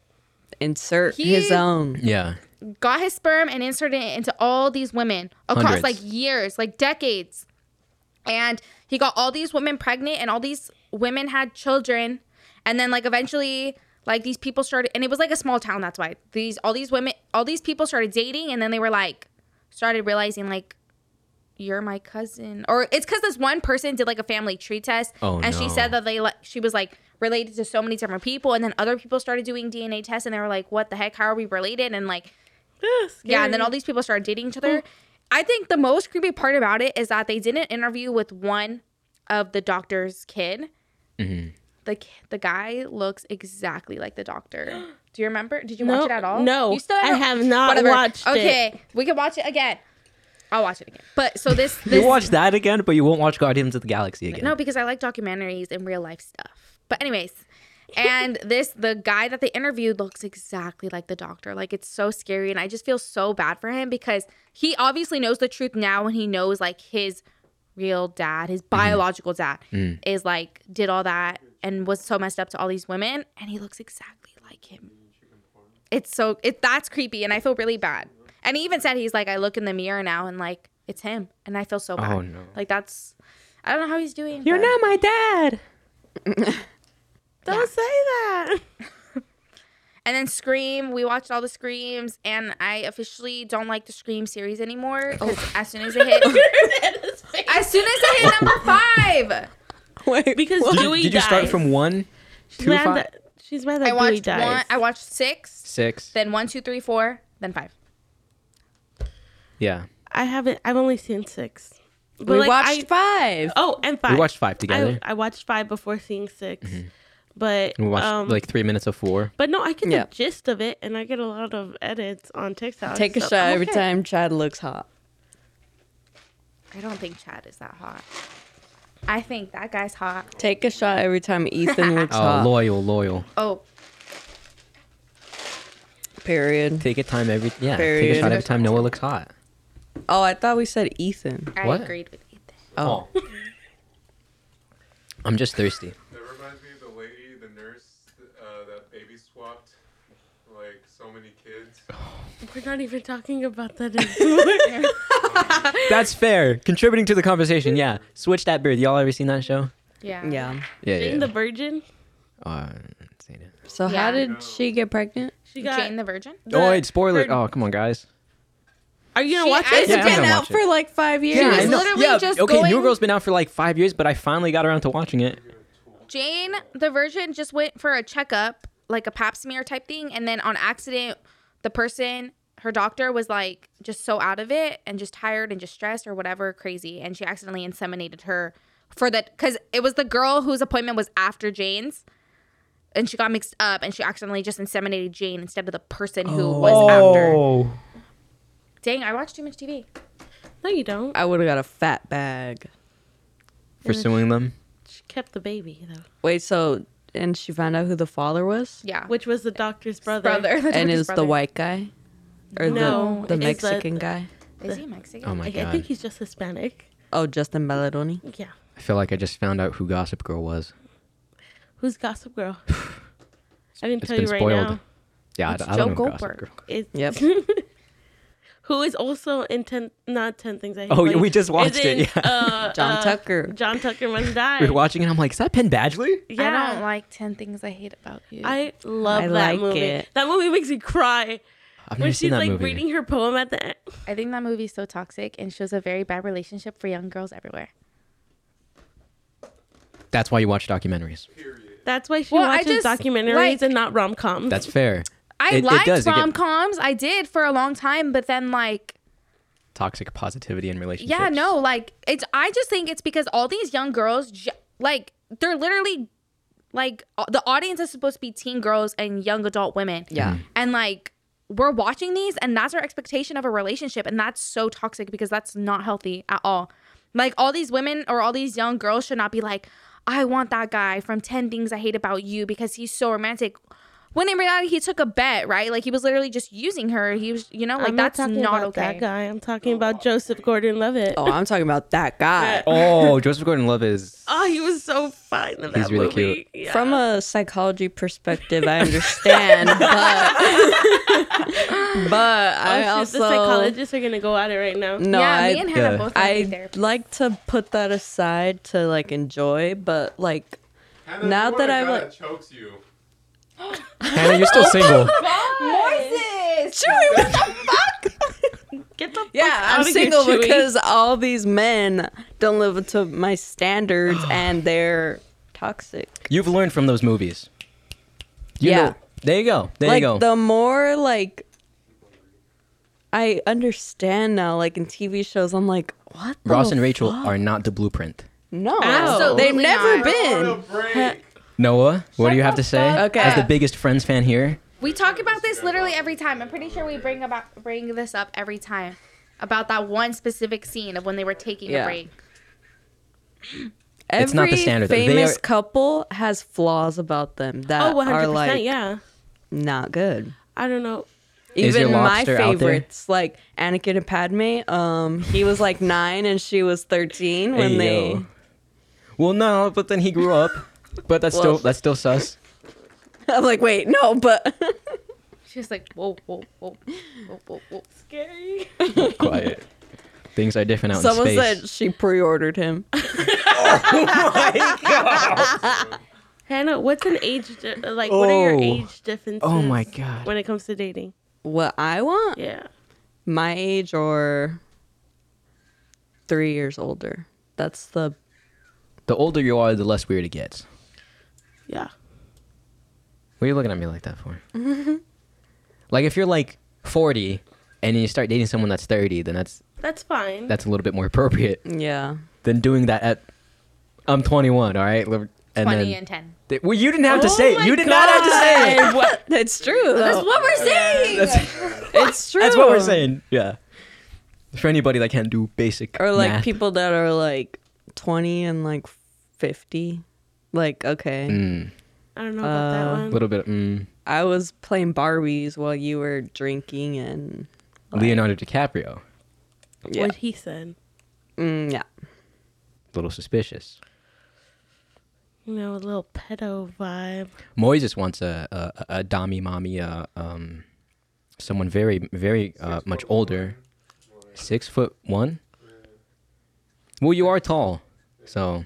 S6: Insert
S3: He-
S6: his own.
S1: Yeah.
S3: got his sperm and inserted it into all these women across
S1: Hundreds.
S3: like years, like decades. And he got all these women pregnant and all these women had children. And then like eventually like these people started and it was like a small town, that's why. These all these women all these people started dating and then they were like started realizing like you're my cousin or it's because this one person did like a family tree test
S1: Oh,
S3: and she
S1: no.
S3: said that they like she was like related to so many different people and then other people started doing dna tests and they were like what the heck how are we related and like yeah,
S2: Mm-hmm.
S3: and then all these people started dating each other. I think the most creepy part about it is that they did an interview with one of the doctor's kid. The ki- the guy looks exactly like the doctor. Do you remember? Did you watch
S2: No,
S3: it at all?
S2: no,
S3: you still
S2: I
S3: haven't-
S2: have not watched it.
S3: Okay, we can watch it again. I'll watch it again. But so this, this
S1: You watch that again, but you won't watch Guardians of the Galaxy again.
S3: no, because I like documentaries and real life stuff. But anyways, and this the guy that they interviewed looks exactly like the doctor. Like it's so scary and I just feel so bad for him because he obviously knows the truth now and he knows like his real dad, his
S1: Mm-hmm.
S3: biological dad
S1: Mm.
S3: is like did all that and was so messed up to all these women and he looks exactly like him. It's so it that's creepy and I feel really bad. And he even said he's like I look in the mirror now and like it's him and I feel so bad.
S1: Oh, no.
S3: Like that's I don't know how he's doing.
S6: You're
S3: but-
S6: not Oh, my dad.
S2: don't say that.
S3: And then Scream, we watched all the Screams, and I officially don't like the Scream series anymore. 'cause as soon as it hit, as soon as it hit number five,
S6: Wait.
S2: Because Dewey
S1: Did you start
S2: dies.
S1: from one,
S2: She's
S1: two,
S2: mad
S1: five,
S2: that- She's mad that
S3: I
S2: Dewey
S3: watched
S2: dies.
S3: one, I watched six,
S1: six?
S3: then one, two, three, four, then five.
S1: Yeah.
S2: I haven't. I've only seen six. But
S6: we
S2: like,
S6: watched
S2: I,
S6: five.
S2: Oh, and five.
S1: We watched five
S2: I,
S1: together. Mm-hmm.
S2: I watched five before seeing 6 but
S1: we watched
S2: um,
S1: like three minutes of four.
S2: But no, I get
S6: Yeah.
S2: the gist of it, and I get a lot of edits on TikTok.
S6: Take a
S2: so
S6: shot
S2: I'm
S6: every
S2: okay.
S6: time Chad looks hot.
S3: I don't think Chad is that hot. I think that guy's hot.
S6: Take a shot every time Ethan looks
S1: Oh,
S6: hot.
S1: loyal, loyal.
S3: Oh,
S6: Period.
S1: Take a time every yeah. Take
S6: Period.
S1: a shot every time Noah looks hot.
S6: Oh, I thought we said Ethan.
S3: I
S1: What?
S3: agreed with Ethan.
S6: Oh.
S1: I'm just thirsty.
S4: That reminds me of the lady, the nurse uh, that baby swapped like so many kids.
S2: We're not even talking about that anymore.
S1: That's fair. Contributing to the conversation. Yeah. Switch that beard. Y'all ever seen that show?
S3: Yeah.
S6: Yeah.
S1: Yeah.
S2: Jane the Virgin.
S1: Oh, I haven't seen it.
S6: So
S3: Yeah.
S6: how did she get pregnant?
S2: She got.
S3: Jane the Virgin.
S2: the-
S1: oh, wait, spoiler.
S2: her-
S1: Oh, come on, guys.
S2: Are you gonna
S3: She
S2: watch
S3: asked-
S2: it?
S1: Yeah, I'm
S6: been
S1: gonna
S6: out
S1: watch it.
S6: for like five years.
S3: I know. literally
S1: yeah,
S3: just
S1: okay, New
S3: going-
S1: Girl's been out for like five years, but I finally got around to watching it.
S3: Jane the Virgin just went for a checkup, like a pap smear type thing, and then on accident, the person, her doctor, was like just so out of it and just tired and just stressed or whatever, crazy, and she accidentally inseminated her for that because it was the girl whose appointment was after Jane's. And she got mixed up, and she accidentally just inseminated Jane instead of the person who was after. Dang, I watch too much TV.
S2: No, you don't.
S6: I would have got a fat bag.
S1: Pursuing them.
S2: She kept the baby though,
S6: Wait, so and she found out who the father was,
S3: Yeah,
S2: which was the doctor's brother.
S3: brother?
S1: Oh
S3: The
S6: and
S3: doctor's
S6: it was the
S3: brother.
S6: white guy or
S2: No,
S6: the the
S2: it's the-
S6: Mexican guy.
S3: Is he Mexican?
S1: Oh my
S2: Like, I
S1: god.
S2: think he's just Hispanic.
S6: Oh, Justin Belladoni.
S2: Yeah.
S1: I feel like I just found out who Gossip Girl was.
S2: Who's Gossip Girl? I can
S1: It's
S2: tell
S1: been
S2: you right
S1: spoiled.
S2: now.
S1: Yeah, I-
S3: It's
S1: I,
S3: Joe
S1: don't know Gossip
S3: Goldberg.
S1: Girl.
S2: It's,
S6: Yep.
S2: Who is also in ten, not ten things I hate.
S1: Oh,
S2: but
S1: we just
S2: is
S1: watched it,
S2: in,
S1: yeah.
S2: uh,
S6: John
S2: uh,
S6: Tucker.
S2: John Tucker must die.
S1: We were watching it. I'm like, is that Penn Badgley?
S2: yeah,
S3: I don't like ten things I hate about you.
S2: I love
S6: I
S2: that
S6: like
S2: movie.
S6: it.
S2: That movie makes me cry.
S1: I've never
S2: When
S1: seen
S2: she's
S1: that
S2: like
S1: movie.
S2: reading her poem at the e-, end.
S3: I think that movie's so toxic and shows a very bad relationship for young girls everywhere.
S1: That's why you watch documentaries.
S2: That's why she
S3: Well, I
S2: watches
S3: just,
S2: documentaries
S3: like-
S2: and not rom coms.
S1: That's fair.
S3: I
S1: It- it
S3: liked
S1: does, it get-
S3: rom coms. I did for a long time, but then like
S1: Toxic positivity in relationships.
S3: yeah, no, like it's. I just think it's because all these young girls, j- like they're literally, like uh, the audience is supposed to be teen girls and young adult women.
S6: Yeah.
S3: and like we're watching these, and that's our expectation of a relationship, and that's so toxic because that's not healthy at all. Like all these women or all these young girls should not be like, I want that guy from Ten Things I Hate About You because he's so romantic. When in reality, he took a bet, right? Like he was literally just using her. He was, you know, like
S2: I'm
S3: that's
S2: not talking
S3: not
S2: about
S3: okay.
S2: that guy. I'm talking about Joseph Gordon-Levitt.
S6: Oh, I'm talking about that guy.
S1: Oh, Joseph Gordon-Levitt is.
S2: Oh, he was so fine in that
S1: He's really
S2: movie. Yeah.
S6: From a psychology perspective, I understand, but but
S2: oh,
S6: I
S2: shit,
S6: also
S2: the psychologists are gonna go at it right now.
S6: no,
S3: yeah,
S6: I,
S3: me and Hannah
S1: yeah.
S3: both went to
S6: I
S3: therapy.
S6: like to put that aside to like enjoy, but like
S4: Hannah,
S6: Now
S4: you
S6: that
S4: are a
S6: I've,
S4: guy
S6: like-
S4: that chokes you.
S1: Hannah, you're still single.
S6: Moises, Chewy, what the fuck?
S2: Get the
S6: Yeah,
S2: fuck
S6: I'm
S2: outta here,
S6: single
S2: Chewie.
S6: because all these men don't live up to my standards and they're toxic.
S1: You've learned from those movies. You
S6: Yeah.
S1: know- there you go. There
S6: like
S1: you go.
S6: the more like I understand now, like in TV shows, I'm like, what? The
S1: Ross and Rachel are not the blueprint.
S6: No,
S3: Absolutely
S6: they've never
S3: not.
S6: been.
S4: On a break.
S1: Noah, what do you have to say?
S6: Okay.
S1: As the biggest Friends fan here,
S3: We talk about this literally every time. I'm pretty sure we bring about bring this up every time about that one specific scene of when they were taking a
S6: Yeah.
S3: break.
S6: Every
S1: It's not the standard, though. They
S6: famous
S1: are-
S6: couple has flaws about them that
S2: Oh, 100%.
S6: are like
S2: yeah.
S6: not good.
S2: I don't know.
S1: Is
S6: Even
S1: your
S6: my
S1: lobster out there?
S6: favorites, like Anakin and Padme, um, he was like nine and she was thirteen when
S1: Hey,
S6: they.
S1: yo. Well, no, but then he grew up. But that's still
S6: Well-
S1: that's still sus.
S6: I'm like, wait, no, but
S3: She was like, whoa, whoa, whoa, whoa, whoa, whoa.
S2: Scary.
S1: Quiet. Things are different out
S6: someone
S1: in space.
S6: said she pre-ordered him.
S2: Hannah, what's an age di- uh, like? What are your
S1: Oh.
S2: age differences?
S1: oh my god.
S2: When it comes to dating,
S6: What I want,
S2: yeah.
S6: my age or three years older. That's the
S1: The older you are, the less weird it gets.
S2: Yeah.
S1: What are you looking at me like that for? like if you're like 40 and you start dating someone that's 30, then that's
S2: That's fine.
S1: that's a little bit more appropriate
S6: yeah.
S1: than doing that at I'm 21, all right? And
S3: 20
S1: then-
S3: and 10.
S1: Th- well, you didn't have to
S6: Oh
S1: say it.
S6: my
S1: You did not have to say it.
S6: God. What? That's true. That's what we're saying. it's true.
S1: That's what we're saying. Yeah. For anybody that can't do basic
S6: Or like
S1: math.
S6: people that are like twenty and like fifty. Like okay,
S1: Mm.
S2: I don't know about that
S1: a
S2: one.
S1: little bit. Mm,
S6: I was playing Barbies while you were drinking, and
S1: Leonardo DiCaprio,
S6: yeah,
S2: What he said.
S6: Mm, yeah.
S1: a little suspicious.
S2: you know, a little pedo vibe.
S1: Moises wants a a, a dommy mommy, uh, um, someone very very uh, much older, six foot one. Well, you are tall, so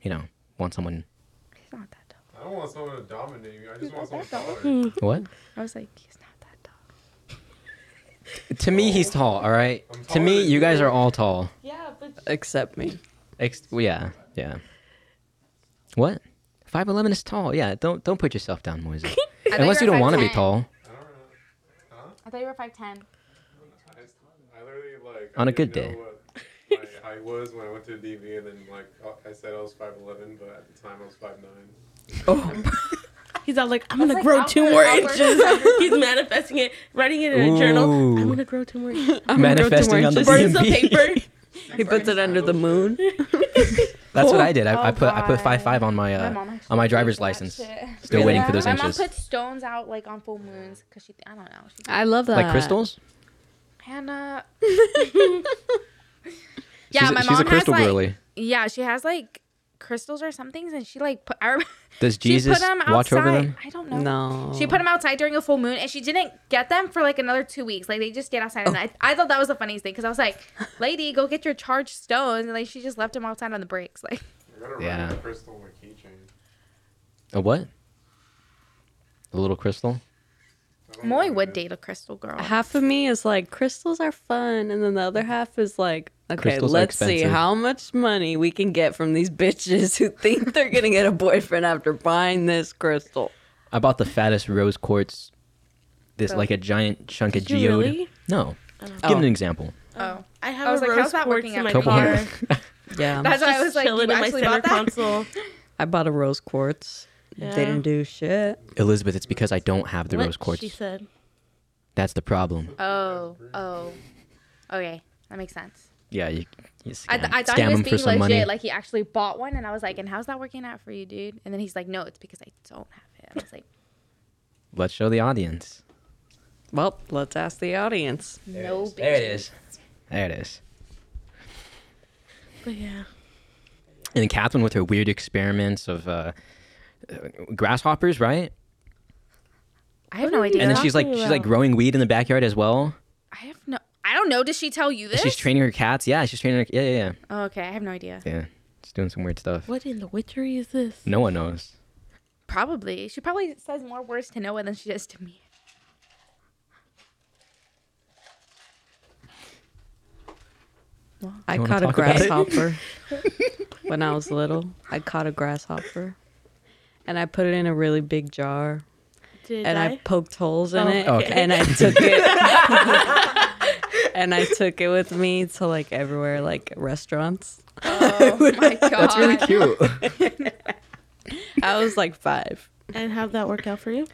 S1: you know want someone.
S3: He's not that tall.
S4: I don't want someone to dominate me. I just want someone taller.
S1: What?
S3: I was like, he's not that tall.
S1: To me, he's tall. All right. To me, you guys are all tall.
S2: Yeah, but
S6: Except me.
S1: Ex- well, yeah, yeah. What? Five eleven is tall. Yeah, don't don't put yourself down, Moises.
S3: I thought
S1: Unless you
S3: were
S1: don't want to be
S3: 5'10".
S1: tall.
S3: I thought you were five ten.
S4: I literally like
S1: On
S4: I
S1: a good
S4: didn't
S1: day.
S4: know What my height was when I went to DV, and then like uh, I- I said I was five eleven, but at the time I was five nine.
S2: he's all like, I'm gonna
S3: like
S2: grow two
S3: outward-
S2: more
S3: outward-
S2: inches. he's manifesting it, writing it in a journal.
S1: Ooh.
S2: I'm gonna grow two more inches.
S1: Manifesting on the
S2: Burns the
S1: DMV.
S2: paper.
S6: He puts it under the moon.
S1: That's what I did. I, I
S3: Oh,
S1: put I put
S3: God.
S1: five five on my
S3: My
S1: uh,
S3: mom actually
S1: on my
S3: did
S1: driver's
S3: that
S1: license.
S3: shit.
S1: Still waiting for those
S3: My mom
S1: inches.
S3: puts stones out like on full moons because she, I don't know. She's
S6: I love that.
S1: like crystals.
S3: Hannah. yeah,
S1: She's, a-
S3: my
S1: she's
S3: mom
S1: a crystal
S3: has like
S1: girly.
S3: yeah, she has like crystals or some things, and she like put. I remember,
S1: Does
S3: she put
S1: Jesus
S3: 'em
S1: watch over
S3: outside.
S1: them?
S3: I don't know.
S6: No.
S3: She put them outside during a full moon, and she didn't get them for like another two weeks. Like they just stayed outside, and I, I thought that was the funniest thing because I was like, "Lady, go get your charged stones," and like she just left them outside on the breaks. Like
S4: I gotta write
S1: Yeah.
S4: a crystal on my keychain.
S1: A what? A little crystal.
S4: I don't
S3: Moy
S4: know,
S3: would
S4: man.
S3: date a crystal girl.
S6: half of me is like crystals are fun and then the other half is like okay
S1: Crystals are
S6: let's see
S1: expensive.
S6: how much money we can get from these bitches who think they're gonna get a boyfriend after buying this crystal
S1: I bought the fattest rose quartz. This
S3: Oh.
S1: like a giant chunk of
S2: you
S1: geode.
S2: really?
S1: No. Give an example.
S3: Oh,
S2: I have
S3: I was
S2: a
S3: like,
S2: rose
S3: "How's that
S2: quartz
S3: working
S2: in
S3: out
S2: my
S3: for
S1: Couple
S3: you?"
S2: car.
S1: hundred.
S6: yeah
S3: that's why I was like,
S2: chilling
S3: "You
S2: in my
S3: actually
S2: center
S3: bought that?"
S2: console.
S6: i bought a rose quartz
S2: Yeah.
S6: they didn't do shit
S1: Elizabeth, it's because I don't have the
S2: What
S1: rose quartz.
S2: She said.
S1: That's the problem.
S3: Oh, oh, okay, that makes sense.
S1: Yeah, you, you
S3: I,
S1: scam,
S3: th- I thought
S1: scam
S3: he was
S1: them
S3: being
S1: for some
S3: legit.
S1: money.
S3: Like he actually bought one, and I was like, "And how's that working out for you, dude?" And then he's like, "No, it's because I don't have it." I was like,
S1: Let's show the audience.
S6: well let's ask the audience
S3: "No, bitch."
S1: There it is. There it is.
S2: But yeah.
S1: And then Catherine with her weird experiments of uh, uh, grasshoppers, right?
S3: I have no idea.
S1: And then she's like
S2: Talking
S1: she's like
S2: about-
S1: growing weed in the backyard as well.
S3: I have no. I don't know. Does she tell you
S1: And
S3: this?
S1: She's training her cats. Yeah, she's training her. Yeah, yeah, yeah.
S3: Oh, okay, I have no idea.
S1: Yeah, she's doing some weird stuff.
S2: What in the witchery is this?
S1: No one knows.
S3: Probably. She probably says more words to Noah than she does to me.
S6: i
S1: You wanna
S6: caught a
S1: talk about it?
S6: grasshopper when i was little i caught a grasshopper and i put it in a really big jar
S2: Did
S6: and I?
S2: I?
S6: poked holes in
S2: Oh,
S6: it,
S1: okay.
S6: and I took it, and I took it with me to like everywhere, like restaurants.
S3: Oh my god. That's really cute.
S6: I was like five.
S2: and how'd that work out for you?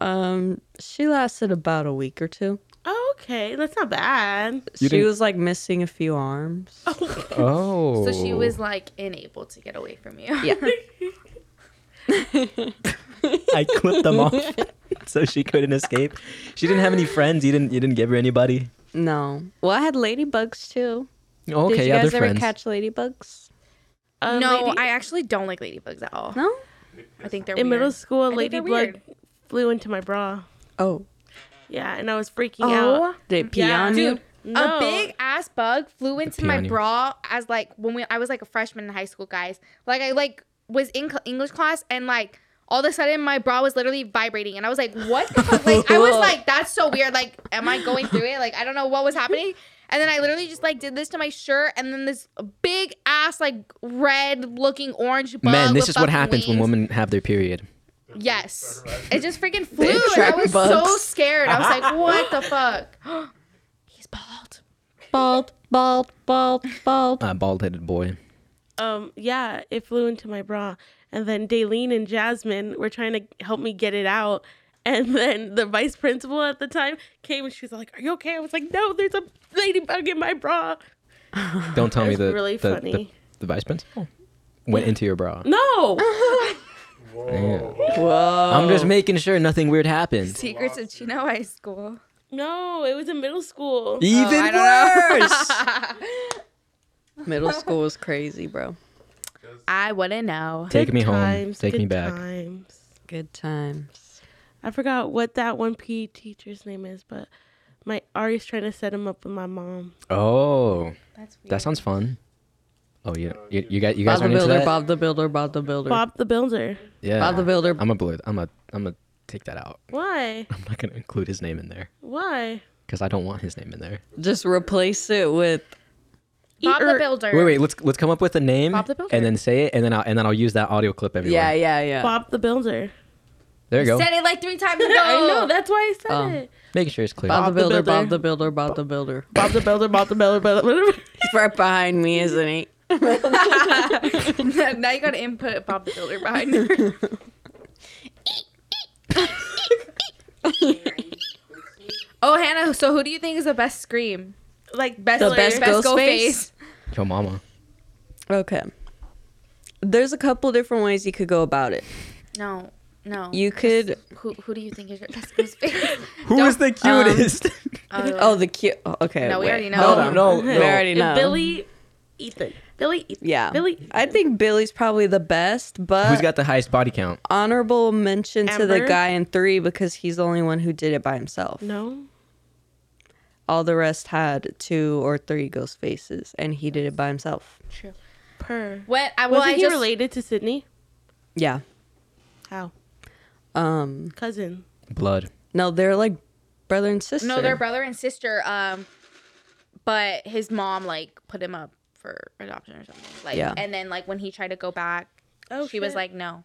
S6: Um, she lasted about a week or two.
S2: Oh, okay. That's not bad.
S6: she
S1: didn't-
S6: was like missing a few arms.
S1: Oh.
S3: So she was like unable to get away from you.
S6: Yeah,
S1: I clipped them off so she couldn't escape. She didn't have any friends. You didn't. You didn't give her anybody.
S6: no. Well, I had ladybugs too.
S1: Oh, okay,
S6: Did you
S1: yeah,
S6: guys
S1: they're
S6: ever
S1: friends.
S6: catch ladybugs?
S2: Um,
S3: no,
S2: lady-
S3: I actually don't like ladybugs at all.
S6: No.
S3: I think they're
S2: in
S3: weird.
S2: middle school, a
S3: I think they're
S2: ladybug
S3: weird.
S2: flew into my bra.
S6: Oh.
S2: Yeah, and I was freaking
S6: Oh.
S2: out.
S6: Did it pee
S2: Yeah.
S6: on you?
S3: Dude,
S2: No.
S3: a big ass bug flew into
S1: pee
S3: my
S1: on you.
S3: bra as like when we I was like a freshman in high school, guys. Like I like was in cl- English class and like all of a sudden my bra was literally vibrating and I was like, "What?" The fuck? Like I was like, "That's so weird." Like, am I going through it? Like I don't know what was happening. And then I literally just like did this to my shirt, and then this big ass like red looking orange bug.
S1: Men,
S3: with
S1: this is what
S3: fucking
S1: happens when
S3: wings.
S1: women have their period.
S3: Yes, it just freaking flew. And I
S6: attract
S3: was so
S6: bugs.
S3: scared. I was like, "What the fuck?" He's bald.
S6: Bald, bald, bald, bald.
S1: Uh, bald-headed boy.
S2: Um, yeah, it flew into my bra. And then Daleen and Jasmine were trying to help me get it out. And then the vice principal at the time came and she was like, Are you okay? I was like, No, there's a ladybug in my bra.
S1: Don't tell me
S2: was
S1: the
S2: really
S1: the, the-
S2: funny.
S1: the vice
S3: Oh.
S1: principal went into your bra.
S2: No.
S1: Yeah.
S3: Oh.
S1: I'm just making sure nothing weird happens.
S3: Secrets of Chino High School.
S2: no, it was in middle school.
S3: oh,
S1: Even worse.
S6: Middle school was crazy, bro.
S3: I wouldn't know.
S1: Take me home.
S2: Times,
S1: Take me
S2: good
S1: back.
S2: Times.
S6: Good times.
S2: I forgot what that one PE teacher's name is, but my Ari's trying to set him up with my mom.
S1: Oh,
S3: That's weird.
S1: that sounds fun. Oh yeah, you, you guys, you guys
S6: Bob the
S1: aren't into
S6: Builder,
S1: that.
S6: Bob the Builder, Bob the Builder.
S2: Bob the Builder.
S1: yeah,
S6: Bob the Builder.
S1: I'm a blue. I'm a. I'm a take that out.
S2: Why?
S1: I'm not gonna include his name in there
S2: Why?
S1: because I don't want his name in there.
S6: Just replace it with
S3: Bob
S6: Er,
S3: the
S2: Eater-
S3: Builder.
S1: Wait, wait. Let's let's come up with a name
S3: Bob the Builder.
S1: and then say it, and then I'll and then I'll use that audio clip everywhere.
S6: yeah, yeah, yeah.
S2: Bob the Builder.
S1: There you go.
S3: Said it like three times ago.
S2: I know. That's why I said
S1: Um.
S6: Oh.
S2: it.
S1: Making sure it's clear.
S2: Bob
S6: Bob, the
S2: the
S6: Builder, Bob
S2: Builder.
S6: the Builder, Bob the Builder.
S2: Bob the Builder. Bob the Builder. Bob the Builder.
S6: He's right behind me, isn't he?
S3: now you gotta input Bob the Builder behind her. oh, Hannah. So who do you think is the best scream?
S2: like
S3: Best,
S6: The best ghost face?
S1: Yo, mama.
S6: Okay. There's a couple different ways you could go about it.
S3: No, no.
S6: You could
S3: Who, who do you think is your best ghost face?
S1: Who is the cutest?
S6: Oh, the cute. Oh, okay.
S3: No, we
S6: wait.
S3: already know.
S6: Hold
S3: No,
S6: on.
S1: no,
S6: we
S1: no.
S6: already know.
S2: Billy Ethan. Billy Ethan.
S6: Yeah.
S2: Billy.
S6: I think Billy's probably the best, but
S1: Who's got the highest body count?
S6: honorable mention to the
S2: Amber?
S6: guy in three because he's the only one who did it by himself.
S2: No.
S6: All the rest had two or three ghost faces, and he did it by himself.
S2: Per.
S3: What? I, well,
S2: Wasn't
S3: I
S2: he
S3: just,
S2: related to Sydney?
S6: Yeah.
S2: How?
S6: Um.
S2: Cousin.
S1: Blood.
S6: No, they're like brother and sister.
S3: No, they're brother and sister. Um, but his mom like put him up for adoption or something. Like,
S6: Yeah.
S3: and then like when he tried to go back,
S2: Oh,
S3: she was
S2: shit.
S3: like, no.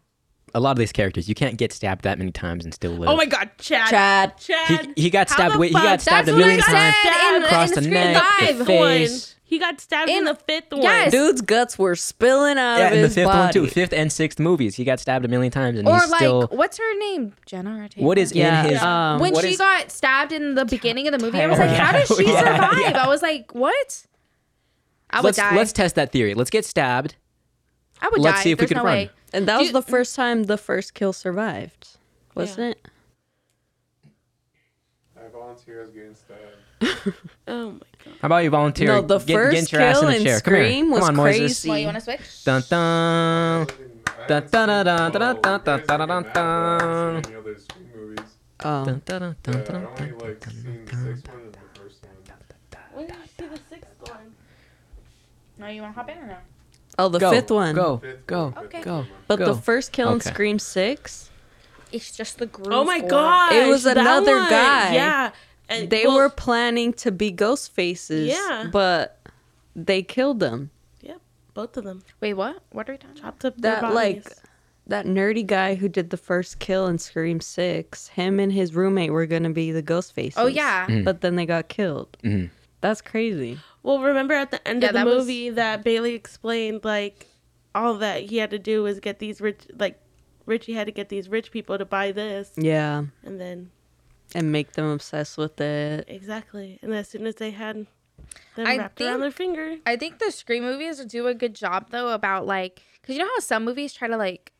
S1: A lot of these characters, you can't get stabbed that many times and still live.
S2: Oh my God, Chad.
S6: Chad.
S2: Chad.
S1: He, he got
S2: How
S1: stabbed.
S2: the
S1: Wait, he got
S2: fuck?
S1: stabbed a
S3: That's what I
S1: million
S3: said
S1: times.
S3: in the-
S1: Across
S3: in
S1: the
S3: the
S1: neck,
S3: Scream
S1: the
S3: five
S1: face.
S2: One. He got stabbed in,
S3: In-
S2: the fifth one.
S3: Yes.
S6: Dude's guts were spilling out
S1: Yeah,
S6: of
S1: and the
S6: his
S1: fifth
S6: body.
S1: one too. Fifth and sixth movies, he got stabbed a million times, and
S3: Or
S1: he's
S3: like,
S1: still.
S3: what's her name? Jenna Ortega.
S1: What is
S6: Yeah.
S1: in his?
S6: Um,
S3: when
S1: what
S3: she
S1: is-
S3: got stabbed in the beginning of the movie, I was like,
S6: Tyra.
S3: how does she
S1: Yeah,
S3: survive?
S1: yeah.
S3: I was like, what? I would
S1: let's
S3: die.
S1: let's test that theory. Let's get stabbed.
S3: I would
S1: let's
S3: die.
S1: see if we
S3: There's
S1: can
S3: no
S1: run.
S3: way.
S6: And that
S3: Do
S6: was
S3: you-
S6: the first time the first kill survived, wasn't it?
S4: I volunteer as getting stabbed.
S2: Oh my God.
S1: How about you volunteer?
S6: No, the
S1: get,
S6: first
S1: get your ass
S6: kill
S1: in a
S6: in
S1: chair. Come here.
S6: Scream was
S1: Come on,
S6: crazy.
S1: Moises.
S3: Well, you want to switch?
S1: Dun dun.
S4: I
S1: Dun,
S4: haven't
S1: dun,
S4: seen-
S1: dun, dun,
S4: Oh,
S1: dun, dun, dun, dun. Dun,
S6: Oh.
S4: you guys are getting mad, but I haven't seen any other Scream movies.
S1: dun, dun, dun,
S4: Yeah, I
S1: dun,
S4: only
S1: dun.
S4: like seen the sixth one and the first one.
S2: When did you see the sixth one?
S3: No, you want to hop in or no?
S6: Oh, the
S1: Go,
S6: fifth one.
S1: Go,
S4: Fifth
S1: go,
S4: one, fifth
S1: go.
S4: one.
S6: But
S1: go.
S6: the first kill in
S1: Okay.
S6: Scream Six,
S3: It's just the groove.
S2: Oh my
S3: or-
S2: God.
S6: It was another guy.
S2: Yeah. And
S6: they
S2: well,
S6: were planning to be ghost faces.
S2: Yeah.
S6: But they killed them.
S2: Yep. Both of them
S3: Wait, what? What are we talking about?
S2: chopped up their
S6: That like
S2: bodies.
S6: that nerdy guy who did the first kill in Scream Six, him and his roommate were gonna be the ghost faces.
S3: Oh, yeah.
S1: Mm-hmm.
S6: But then they got killed. That's crazy.
S2: Well, remember at the end
S3: Yeah,
S2: of the
S3: that was-
S2: movie that Bailey explained like all that he had to do was get these rich like Richie had to get these rich people to buy this
S6: Yeah.
S2: and then
S6: And make them obsessed with it.
S2: exactly and as soon as they had them
S3: I
S2: wrapped around
S3: think-
S2: their finger
S3: I think the Scream movies do a good job though about like because you know how some movies try to like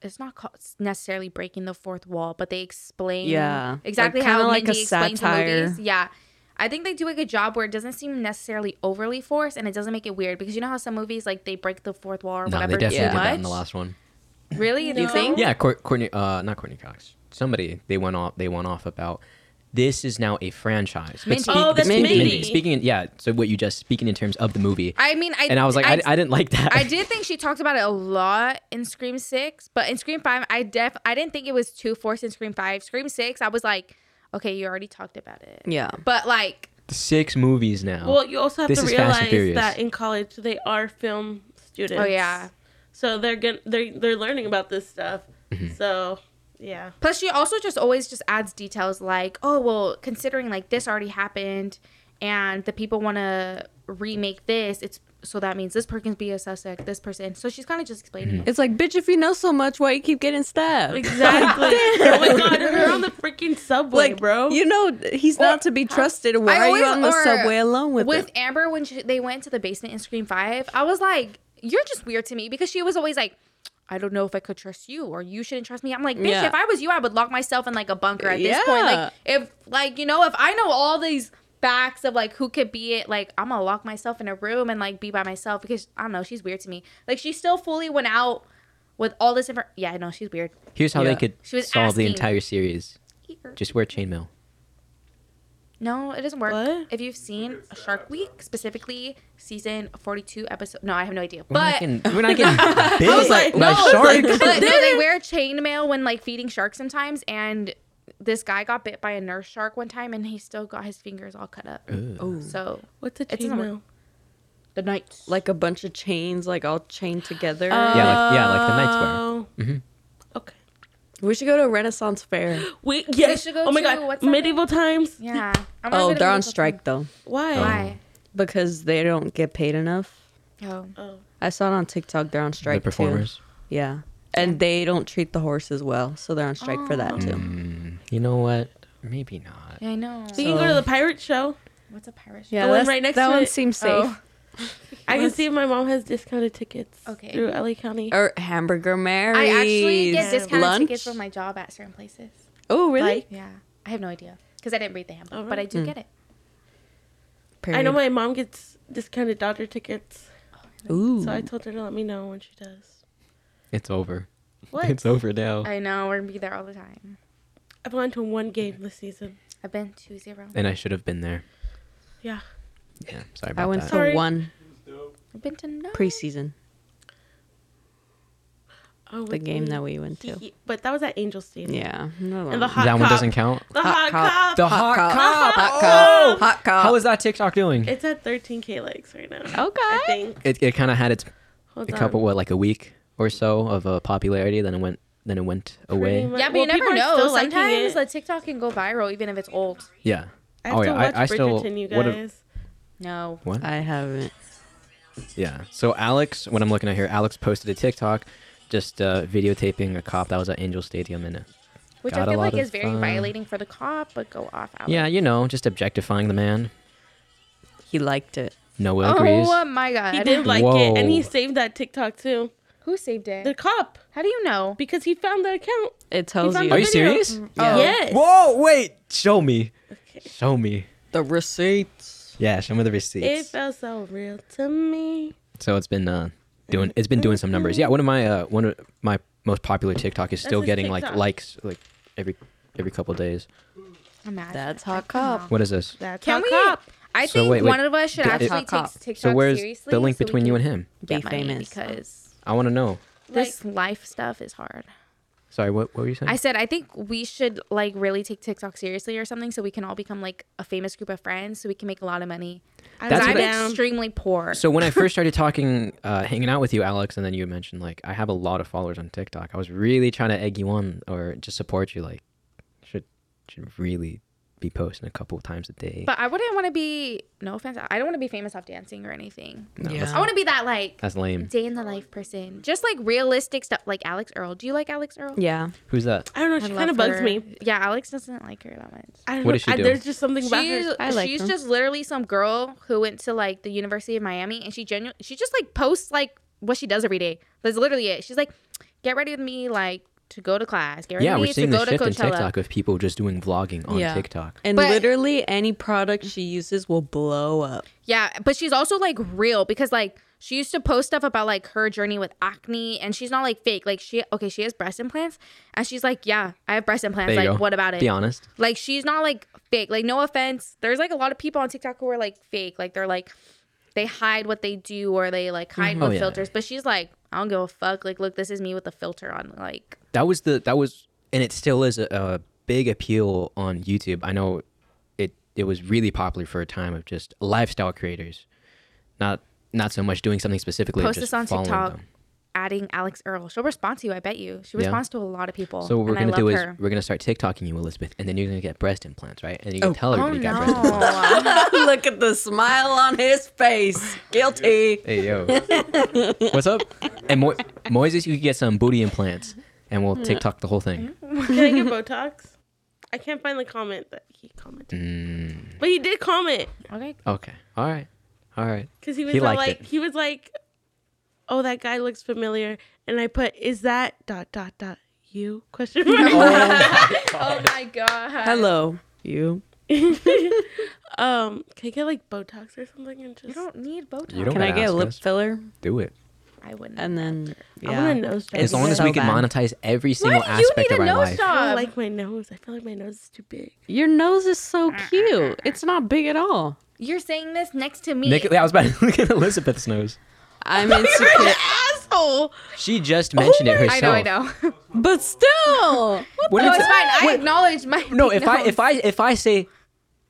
S3: it's not called, it's necessarily breaking the fourth wall, but they explain
S6: Yeah. Like,
S3: exactly
S6: kinda
S3: how
S6: like a
S3: like Mindy explains the
S6: satire.
S3: movies. Yeah, I think they do a good job where it doesn't seem necessarily overly forced and it doesn't make it weird because you know how some movies like they break the fourth wall or
S1: No, they
S3: whatever
S1: definitely
S3: too
S1: did
S3: much.
S1: that in the last one.
S3: Really, you think?
S1: Yeah, Cour- Courtney, uh, not Courtney Cox. Somebody they went off. They went off about this is now a franchise. But
S3: Mindy.
S1: speak-
S3: Oh,
S1: but
S2: that's
S1: speaking-
S2: Mindy.
S1: Speaking, in, yeah. So what you just speaking in terms of the movie,
S3: I mean, I
S1: and I was like, I, I didn't like that.
S3: I did think she talked about it a lot in Scream Six, but in Scream Five, I def I didn't think it was too forced in Scream Five. Scream Six, I was like, okay, you already talked about it.
S6: Yeah.
S3: But like,
S1: six movies now.
S6: Oh,
S2: well you also have
S1: This
S2: to
S1: is Fast and
S2: realize
S1: Furious.
S2: that in college they are film students
S3: oh yeah.
S2: so they're gonna they're, they're learning about this stuff
S6: Mm-hmm.
S2: so yeah
S3: Plus, she also just always just adds details like, oh well, considering like this already happened, and the people want to remake this, it's so that means this person can be a suspect, this person. So she's kind of just explaining it.
S6: It's like, bitch, if you know so much, why you keep getting stabbed?
S2: exactly oh my god they're on the freaking subway
S6: like,
S2: bro
S6: You know, he's not to be trusted. Why
S3: I
S6: are you
S3: always-
S6: on the
S3: or
S6: subway alone with,
S3: with
S6: him?
S3: Amber when she, they went to the basement in Scream Five. I was like, "You're just weird to me," because she was always like, "I don't know if I could trust you, or you shouldn't trust me." I'm like, "Bitch,
S6: Yeah.
S3: if I was you, I would lock myself in like a bunker at this point.
S6: Yeah.
S3: Like, if like you know, if I know all these backs of like who could be it. Like I'm gonna lock myself in a room and like be by myself because I don't know. She's weird to me. Like she still fully went out with all this. Infor- yeah, I know she's weird.
S1: Here's how
S6: Yeah.
S1: they could
S3: She was
S1: solve the
S3: asking-
S1: entire series. Just wear chainmail.
S3: No, it doesn't work.
S2: What?
S3: If you've seen Shark Week, specifically season 42 episode, no, I have no idea.
S1: We're not
S3: But
S1: getting- we're not getting big.
S2: like,
S1: by
S3: no,
S1: sharks.
S3: but no, they wear chainmail when like feeding sharks sometimes. And this guy got bit by a nurse shark one time, and he still got his fingers all cut up.
S6: Oh.
S3: So
S2: What's a
S3: It's not-
S2: chainmail?
S3: the night,
S6: Like a bunch of chains, like all chained together.
S3: Uh,
S1: yeah, like yeah, like the knights wear.
S2: Oh. Okay.
S6: we should go to a Renaissance fair.
S2: We yes.
S3: should go
S2: oh my
S3: to- what's
S2: god.
S3: that
S2: Medieval times.
S3: yeah. I'm gonna
S6: Oh,
S3: go to
S6: they're on
S3: Universal
S6: strike though
S2: Why?
S3: Why?
S6: because they don't get paid enough.
S3: Oh.
S6: I saw it on TikTok. They're on strike
S1: The performers.
S6: too. Yeah, and they don't treat the horses well, so they're on strike for that too.
S1: Mm. You know what? Maybe not.
S3: Yeah, I know.
S2: We can go to the pirate show.
S3: What's a pirate ship?
S6: Yeah,
S2: The one
S6: that's-
S2: right next
S6: that
S2: to
S6: one
S2: it.
S6: seems safe.
S3: Oh.
S2: I can see if my mom has discounted tickets.
S3: Okay.
S2: Through LA County.
S6: Or hamburger Mary's.
S3: I actually get discounted
S6: Lunch?
S3: tickets from my job at certain places.
S6: Oh, really?
S3: Like, yeah. I have no idea because I didn't read the handbook, but I do get it.
S2: I know my mom gets discounted Dodger tickets,
S6: Ooh.
S2: so I told her to let me know when she does.
S1: It's over.
S2: What?
S1: It's over now.
S3: I know we're gonna be there all the time.
S2: I've gone to one game this season.
S3: I've been to zero.
S1: And I should have been there.
S2: Yeah.
S1: Yeah. Sorry about
S6: I went
S1: that.
S2: Sorry.
S6: to one
S3: I've been to no.
S6: preseason,
S2: Oh,
S6: the game that we went to.
S2: But that was at Angel Stadium.
S6: Yeah. no,
S2: And
S6: no.
S2: the hot
S1: that one
S2: cop.
S1: doesn't count.
S2: The hot, cop.
S1: The hot
S6: cop. Hot Oh!
S1: Oh!
S6: cop. Hot cop.
S1: How is that TikTok doing?
S2: It's at 13k likes right now. I
S6: okay?
S2: think.
S1: It, it kind of had its
S2: Hold
S1: a
S2: on.
S1: couple what like a week or so of uh, popularity. Then it went then it went away.
S2: much.
S3: Yeah, but
S2: Well,
S3: you never
S2: people are
S3: know.
S2: still liking
S3: Sometimes
S2: it.
S3: like TikTok can go viral even if it's old.
S1: Yeah.
S2: I have
S1: oh
S2: to
S1: yeah.
S2: watch
S1: I, I still
S2: Bridgerton, you
S1: what a-
S2: guys.
S3: No.
S1: what?
S6: I haven't.
S1: Yeah. So Alex, what I'm looking at here, Alex posted a TikTok just uh, videotaping a cop that was at Angel Stadium and. uh,
S3: Which
S1: Got a
S3: I feel
S1: lot
S3: like is
S1: of,
S3: very
S1: uh,
S3: violating for the cop, but go off. Alex.
S1: Yeah, you know, just objectifying the man.
S6: He liked it.
S1: Noah agrees.
S3: Oh my god.
S2: He did like it, and he
S1: Whoa.
S2: saved that TikTok too.
S3: Who saved
S2: The
S3: it?
S2: cop,
S3: How do you know?
S2: because he found that account.
S6: It tells
S2: found
S6: you.
S2: the
S1: Are you
S2: video.
S1: serious?
S6: Yeah.
S2: Yes.
S1: Whoa, wait. Show me. Show me.
S6: The receipts.
S1: Yeah, show me the receipts.
S2: It felt so real to me.
S1: So it's been uh, doing it's been doing some numbers. Yeah, one of my uh, one of my most popular TikTok is still
S2: his
S1: getting like
S2: TikTok.
S1: likes like every every couple days.
S3: Imagine.
S6: That's hot cop.
S1: What is this?
S2: That's
S3: Can
S2: how
S3: we?
S2: cop.
S3: I
S1: So
S3: think
S1: wait, wait.
S3: one of us should
S1: That's
S3: actually
S6: hot
S3: take
S6: cop.
S3: TikTok
S1: so where's
S3: seriously.
S1: the link
S3: so we
S1: between
S3: can
S1: you and him?
S3: get
S6: Be
S3: money
S6: famous.
S3: because
S1: I want to know.
S3: this life stuff is hard.
S1: Sorry, what what were you saying?
S3: I said I think we should like really take TikTok seriously or something, so we can all become like a famous group of friends, so we can make a lot of money.
S1: That's
S3: Because
S1: what
S3: I'm
S1: I-
S3: extremely poor.
S1: so when I first started talking, uh, hanging out with you, Alex, and then you mentioned like I have a lot of followers on TikTok. I was really trying to egg you on or just support you. Like, should should really be posting a couple of times a day.
S3: but I wouldn't want to be. No offense, I don't want to be famous off dancing or anything.
S6: Yeah.
S3: I want to be that like
S1: That's lame.
S3: day in the life person, just like realistic stuff, like Alex Earl. Do you like Alex Earl?
S6: Yeah.
S1: Who's that?
S2: I don't know. She kind of bugs me.
S3: Yeah, Alex doesn't like her that much.
S2: I don't
S1: What
S2: know.
S1: does she
S2: I-
S1: do?
S2: There's just something about
S3: She's,
S2: her.
S6: I like
S3: she's
S6: her.
S3: just literally some girl who went to like the University of Miami and she genu- she just like posts like what she does every day. That's literally it. She's like, get ready with me like to go to class. Get ready
S1: Yeah,
S3: with
S1: we're
S3: me
S1: seeing
S3: to
S1: the
S3: go to
S1: shift in
S3: Coachella.
S1: TikTok of people just doing vlogging on
S6: Yeah.
S1: TikTok.
S6: And
S3: But-
S6: literally any product she uses will blow up.
S3: Yeah, but she's also like real because like she used to post stuff about like her journey with acne and she's not like fake. Like she okay, she has breast implants and she's like, yeah, I have breast implants.
S1: There you
S3: like
S1: go.
S3: what about it?
S1: Be honest.
S3: Like she's not like fake. Like no offense, there's like a lot of people on TikTok who are like fake. Like they're like they hide what they do or they like hide
S1: Mhm.
S3: with
S1: Oh, yeah,
S3: filters. But she's like, I don't give a fuck. Like look, this is me with a filter on. Like
S1: that was the that was and it still is a, a big appeal on YouTube. I know it it was really popular for a time of just lifestyle creators, not not so much doing something specifically.
S3: post
S1: just
S3: this on
S1: following
S3: TikTok.
S1: them.
S3: Adding Alex Earl, she'll respond to you. I bet you. She
S1: Yeah.
S3: responds to a lot of people.
S1: So what we're
S3: and I
S1: gonna do
S3: love
S1: is
S3: her.
S1: we're gonna start TikToking you, Elizabeth, and then you're gonna get breast implants, right? And you can tell
S3: Oh
S1: everybody you got breast implants.
S3: no.
S6: Look at the smile on his face. Guilty.
S1: Hey yo, what's up? And Mo- Moises, you can get some booty implants, and we'll TikTok the whole thing.
S2: Can I get Botox? I can't find the comment that he commented,
S1: Mm.
S2: but he did comment
S3: okay.
S1: Okay, all right, all right.
S2: because he was
S1: He
S2: all
S1: liked
S2: like,
S1: it.
S2: he was like, "Oh, that guy looks familiar," and I put, "Is that dot dot dot you?" Question mark.
S3: Oh my god.
S6: Hello. You.
S2: Um, can I get like Botox or something and just
S3: You don't need Botox.
S1: You don't
S6: Can I
S1: gotta
S6: get a
S1: ask
S6: lip
S1: us.
S6: filler?
S1: Do it.
S3: I wouldn't.
S6: And then
S2: I
S6: yeah.
S2: want a nose job.
S6: It's
S1: As long as
S6: so
S1: we can
S6: bad.
S1: monetize every
S3: Why
S1: single
S3: do Oh, you
S1: aspect
S3: need
S1: of
S3: a
S1: our
S3: nose
S1: life.
S2: I don't
S3: job?
S2: like my nose. I feel like my nose is too big.
S6: Your nose is so cute. It's not big at all.
S3: You're saying this next to me.
S1: Nick, I was about to look at Elizabeth's nose.
S6: I'm insecure,
S2: Asshole.
S1: She just mentioned it
S3: I
S1: herself.
S3: know, I know.
S6: but still,
S1: What
S3: no,
S1: if-
S3: it's fine. I
S1: Wait,
S3: acknowledge my.
S1: No, if I
S3: nose.
S1: if I if I say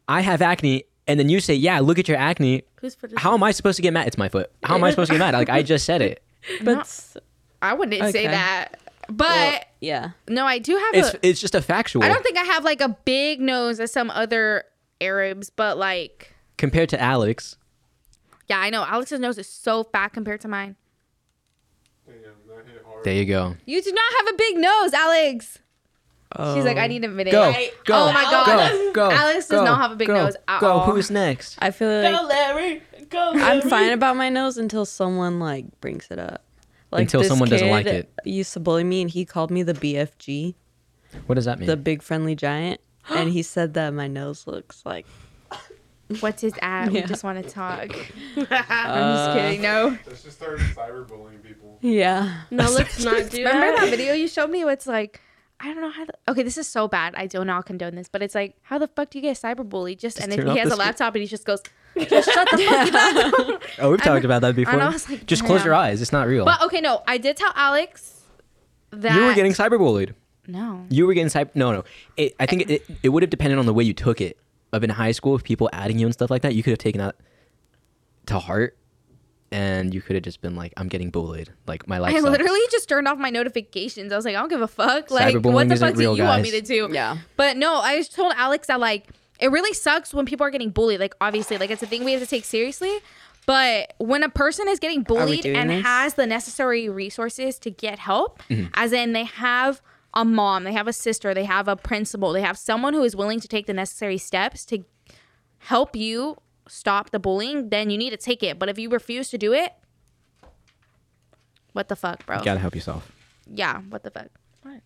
S1: I have acne and then you say, "Yeah, look at your acne."
S2: Whose foot is
S1: How am I supposed to get mad? It's my foot. How am I supposed to get mad? Like I just said it.
S6: but s-
S3: I wouldn't say
S6: Okay.
S3: that. But
S6: yeah,
S3: no, I do have
S1: It's
S3: a.
S1: it's just a factual
S3: I don't think I have like a big nose as some other Arabs, but like,
S1: compared to Alex.
S3: yeah, I know. Alex's nose is so fat compared to mine.
S4: Damn, that hit hard.
S1: There you go.
S3: You do not have a big nose, Alex. She's like, I need a minute.
S1: Oh. Go,
S3: I-
S1: go,
S3: oh my
S1: go,
S3: god.
S1: go,
S3: Alex does
S1: go,
S3: not have a big
S1: go,
S3: nose at
S1: Go.
S3: all.
S1: Who's next?
S6: I feel like
S2: Go, Larry. Go.
S6: I'm
S2: Larry.
S6: fine about my nose until someone like brings it up. Like
S1: Until
S6: this
S1: someone doesn't like
S6: kid
S1: it.
S6: Used to bully me, and he called me the BFG,
S1: What does that mean?
S6: the Big Friendly Giant, and he said that my nose looks like.
S3: What's his at? We just want to talk. I'm
S1: Uh,
S3: just kidding. No.
S4: Let's just start cyberbullying people.
S6: Yeah,
S2: No, let's not do
S3: Remember
S2: that.
S3: that video you showed me? It's like, I don't know how. The, okay, this is so bad. I do not condone this, but it's like, how the fuck do you get cyberbully? Just, and
S1: turn
S3: if he
S1: off the
S3: has a
S1: screen.
S3: laptop and he just goes, just shut the fuck up.
S1: oh, we've talked about that
S3: I
S1: before.
S3: know, I was like,
S1: just close
S3: damn.
S1: your eyes. It's not real.
S3: But okay, no, I did tell Alex that
S1: you were getting cyberbullied.
S3: no.
S1: You were getting cyber. No, no. It, I think it, it would have depended on the way you took it. Of in high school, if people adding you and stuff like that, you could have taken that to heart, and you could have just been like, "I'm getting bullied. Like my life."
S3: I
S1: sucks."
S3: literally just turned off my notifications. I was like, I don't give a fuck. Like,
S1: Cyberbullying
S3: what the
S1: isn't
S3: fuck do
S1: real,
S3: you want me to
S1: guys.
S3: do?
S6: Yeah.
S3: But no, I just told Alex that like it really sucks when people are getting bullied. Like obviously, like it's a thing we have to take seriously. But when a person is getting bullied
S6: doing
S3: and
S6: this?
S3: has the necessary resources to get help,
S1: Mm-hmm.
S3: as in they have a mom, they have a sister, they have a principal, they have someone who is willing to take the necessary steps to help you stop the bullying, then you need to take it. But if you refuse to do it, what the fuck, bro?
S1: gotta help yourself.
S3: yeah, what the fuck?
S2: What? I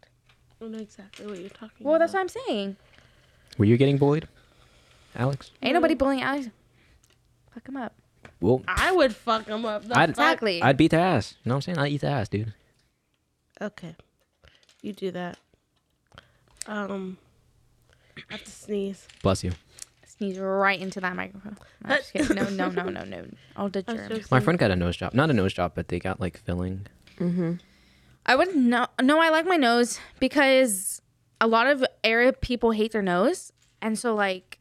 S2: don't know exactly what you're talking
S3: Well,
S2: about.
S3: that's what I'm saying.
S1: Were you getting bullied, Alex?
S3: Ain't nobody bullying Alex. Fuck him up.
S1: Well,
S2: I would fuck him up. The
S1: I'd-
S2: fuck?
S3: Exactly.
S1: I'd beat their ass. You know what I'm saying? I'd eat their ass, dude.
S2: Okay. You do that. Um, I have to sneeze.
S1: Bless you.
S3: Sneeze right into that microphone. No, just kidding. no, no, no, no, no. All the
S2: I was
S3: germs.
S1: My
S2: joking.
S1: friend got a nose job. Not a nose job, but they got like filling.
S3: I would no, no. I like my nose because a lot of Arab people hate their nose, and so like,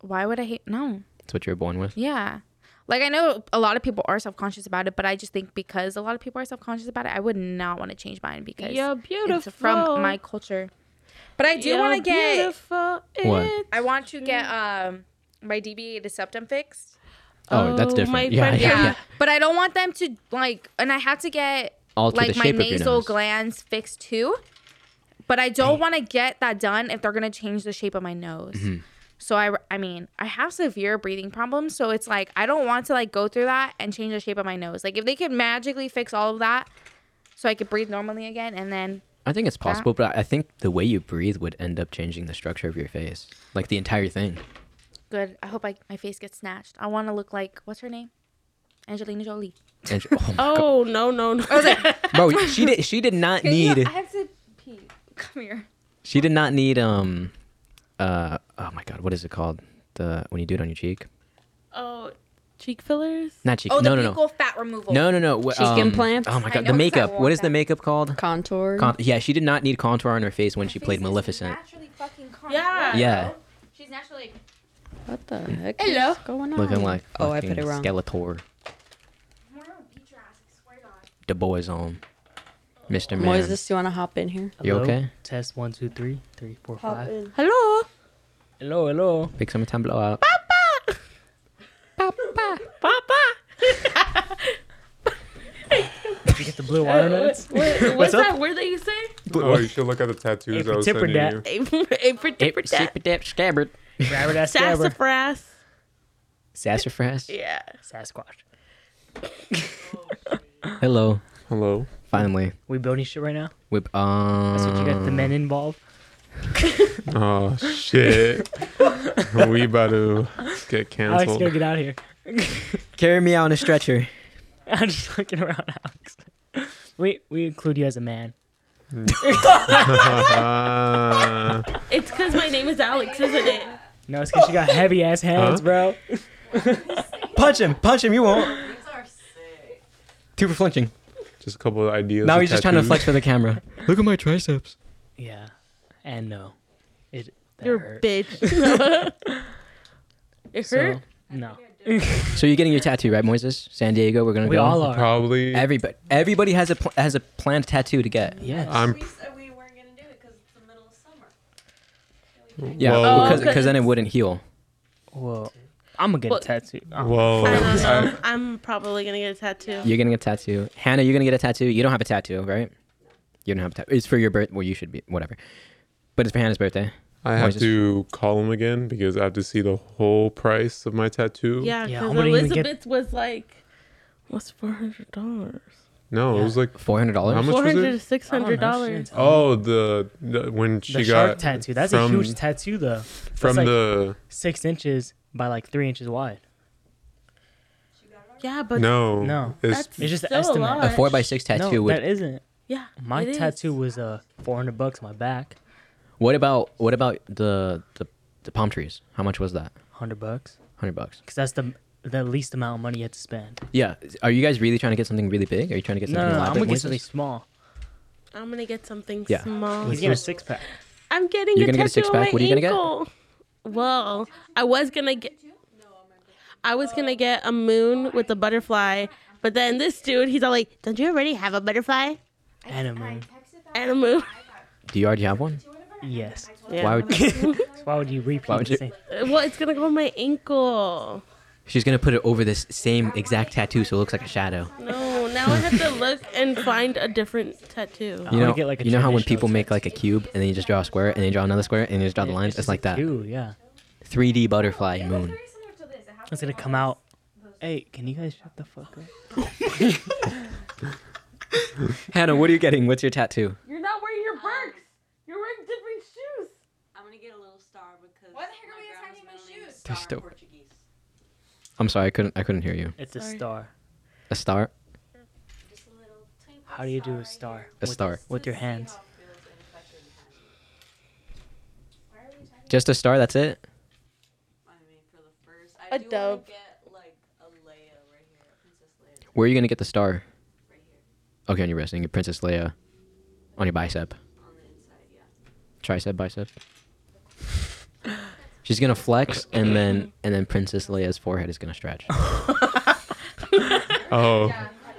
S3: why would I hate? No,
S1: That's what you were born with.
S3: yeah. Like I know a lot of people are self conscious about it, but I just think because a lot of people are self conscious about it, I would not want to change mine because
S2: You're
S3: it's from
S2: beautiful.
S3: my culture. But I do
S2: You're
S3: want to get.
S2: beautiful.
S1: What?
S2: It's-
S3: I want to get um my deviated septum fixed.
S1: Oh, that's
S2: Oh,
S1: different.
S2: my
S1: yeah, yeah,
S2: friend
S1: yeah,
S2: got-
S3: But I don't want them to like and I have to get
S1: Alter
S3: like
S1: the
S3: my
S1: shape of your
S3: nasal
S1: nose.
S3: glands fixed too. But I don't want to get that done if they're going to change the shape of my nose.
S1: Mm-hmm.
S3: So I I mean, I have severe breathing problems, so it's like I don't want to like go through that and change the shape of my nose. Like if they could magically fix all of that so I could breathe normally again and then
S1: I think it's possible, but I think the way you breathe would end up changing the structure of your face, like the entire thing.
S3: good. I hope I, my face gets snatched. I want to look like what's her name? Angelina Jolie.
S1: And, oh, my God.
S2: Oh no no no!
S1: bro, she did. She did not need.
S3: I have to pee. Come here.
S1: She did not need. Um. Uh. Oh my God. What is it called? The when you do it on your cheek.
S2: oh, cheek fillers.
S1: Not cheek.
S3: Oh, the
S1: no, no,
S3: fecal
S1: no.
S3: fat removal.
S1: No, no, no. wh-
S6: Cheek implants?
S1: Oh my
S3: I
S1: God.
S3: know
S1: The
S3: it's that
S1: makeup.
S3: wall
S1: What is the
S3: thing.
S1: makeup called?
S6: contour.
S1: Con- yeah, she did not need contour on her face when she played
S3: She's just
S1: Maleficent.
S3: Naturally fucking contour,
S2: Yeah.
S1: Yeah.
S3: bro. She's naturally.
S6: what the heck
S3: Hello.
S6: is going on?
S1: Looking like
S6: oh, I put
S1: fucking
S6: it wrong.
S1: Skeletor,
S3: I'm gonna beat your ass, I swear to God.
S1: the boy's own, Mr. Man.
S6: Moises, you want to hop in here?
S1: You okay?
S7: Test one, two, three, three, four, five.
S6: Hello.
S7: Hello, hello.
S1: Big summertime blowout.
S7: Did you get the blue ornaments?
S2: Wait, what's that word that you say?
S4: Oh, you should look at the tattoos I was
S7: Tipper
S4: sending
S7: dat.
S4: you.
S2: April
S1: Dip, sip, dip, scabbard.
S7: Grabber that scabber.
S2: sassafras.
S1: Sassafras.
S2: Yeah.
S7: Sasquatch.
S1: Hello.
S4: Hello.
S1: Finally.
S7: We building shit right now?
S1: Whip.
S7: That's what
S1: Um.
S7: you got the men involved.
S4: Oh shit. we about to
S7: Alex,
S4: get canceled.
S7: gotta get out of here.
S1: Carry me out on a stretcher.
S7: I'm just fucking around, Alex. We we include you as a man.
S2: It's because my name is Alex, isn't it?
S7: No, it's because you got heavy ass hands,
S4: Huh?
S7: bro.
S1: Punch him. Punch him. You won't. Two for flinching.
S4: just a couple of ideas.
S1: Now
S4: of
S1: he's just trying to
S4: tattoos.
S1: flex for the camera. Look at my triceps.
S7: Yeah, and no, it that
S2: You're a
S7: hurt.
S2: bitch. it hurt.
S7: So, no,
S1: So you're getting your tattoo, right, Moises? San Diego. We're gonna
S7: we
S1: go.
S7: all are.
S4: Probably.
S1: Everybody. Everybody has a pl- has a planned tattoo to get.
S7: Yes.
S4: I'm.
S6: we weren't going to do it because it's the middle of summer.
S1: Yeah,
S4: Whoa.
S1: because
S2: okay.
S1: because then it wouldn't heal.
S7: well, I'm gonna get
S2: Well-
S7: a tattoo.
S4: Whoa.
S2: I don't
S4: I-
S2: know. I'm probably gonna get a tattoo.
S1: You're getting a tattoo. Hannah, you're gonna get a tattoo. You don't have a tattoo, right? You don't have a tattoo. It's for your birth. Well, you should be whatever. But it's for Hannah's birthday.
S4: I have
S1: Moises.
S4: to call him again because I have to see the whole price of my tattoo.
S2: Yeah,
S7: Yeah,
S2: because
S7: I'm gonna even get-
S2: Elizabeth was like, "What's four hundred dollars?
S4: No, it was like
S1: Four hundred
S4: How
S1: dollars.
S4: much
S2: Four
S4: was it?
S2: hundred to six hundred dollars."
S7: The
S4: oh the, the when she got
S7: shark tattoo. That's a
S4: from-
S7: huge tattoo, though. That's
S4: from
S7: like
S4: the
S7: six inches by like three inches wide.
S2: Yeah, but
S4: Oh, no
S7: No.
S4: it's
S2: that's
S7: It's just an
S2: still
S7: estimate.
S2: A lot.
S1: A four by six tattoo.
S7: no,
S1: would,
S7: that isn't.
S2: yeah,
S7: My
S2: it is.
S7: tattoo was uh 400 bucks. My back,
S1: what about what about the, the the palm trees? How much was that?
S7: 100 bucks.
S1: Hundred bucks.
S7: Because that's the the least amount of money you have to spend.
S1: Yeah. Are you guys really trying to get something really big? Are you trying to get
S7: No, no,
S1: something?
S7: no, I'm
S1: elaborate?
S7: gonna get
S1: Moises?
S7: something small.
S2: I'm gonna get something
S1: Yeah.
S2: small.
S7: He's getting a six pack.
S2: I'm getting
S1: You're
S2: a
S1: gonna get a
S2: tattoo
S1: six
S2: on
S1: pack?
S2: my
S1: What are you gonna get?
S2: ankle. Well, I was gonna get. I was gonna get a moon with a butterfly, but then this dude, he's all like, "Don't you already have a butterfly
S7: And a moon.
S2: and a moon?"
S1: Do you already have one?
S7: Yes.
S2: Yeah. Uh,
S1: Why would
S7: Why would you repeat
S1: would
S7: the
S1: you-
S7: same?
S2: Well, it's gonna go on my ankle.
S1: she's gonna put it over this same exact tattoo so it looks like a shadow?
S2: No, now I have to look and find a different tattoo.
S1: You
S7: wanna
S1: know,
S7: get, like, a
S1: you know how when
S7: traditional
S1: people make like a cube and then you just draw a square and then you draw another square and you just draw the lines. It's
S7: just
S1: like
S7: a
S1: that.
S7: Two, yeah.
S1: 3D butterfly moon.
S7: It's gonna come out. Hey, can you guys shut the fuck up?
S1: Hannah, what are you getting? What's your tattoo?
S2: You're not wearing your Birks. You're wearing different shoes.
S5: I'm gonna get a little star because.
S8: Why the heck are we attacking my shoes?
S1: They're still- I'm sorry, I couldn't. I couldn't hear you.
S7: It's a star.
S1: A star.
S7: How do you do a star?
S1: A star.
S7: With your hands.
S1: Just a star. That's it.
S2: A dove.
S1: Where are you gonna get the star? Okay, on your wrist. And your Princess Leia. On your bicep. Tricep, bicep. She's gonna flex, and then and then Princess Leia's forehead is gonna stretch.
S4: oh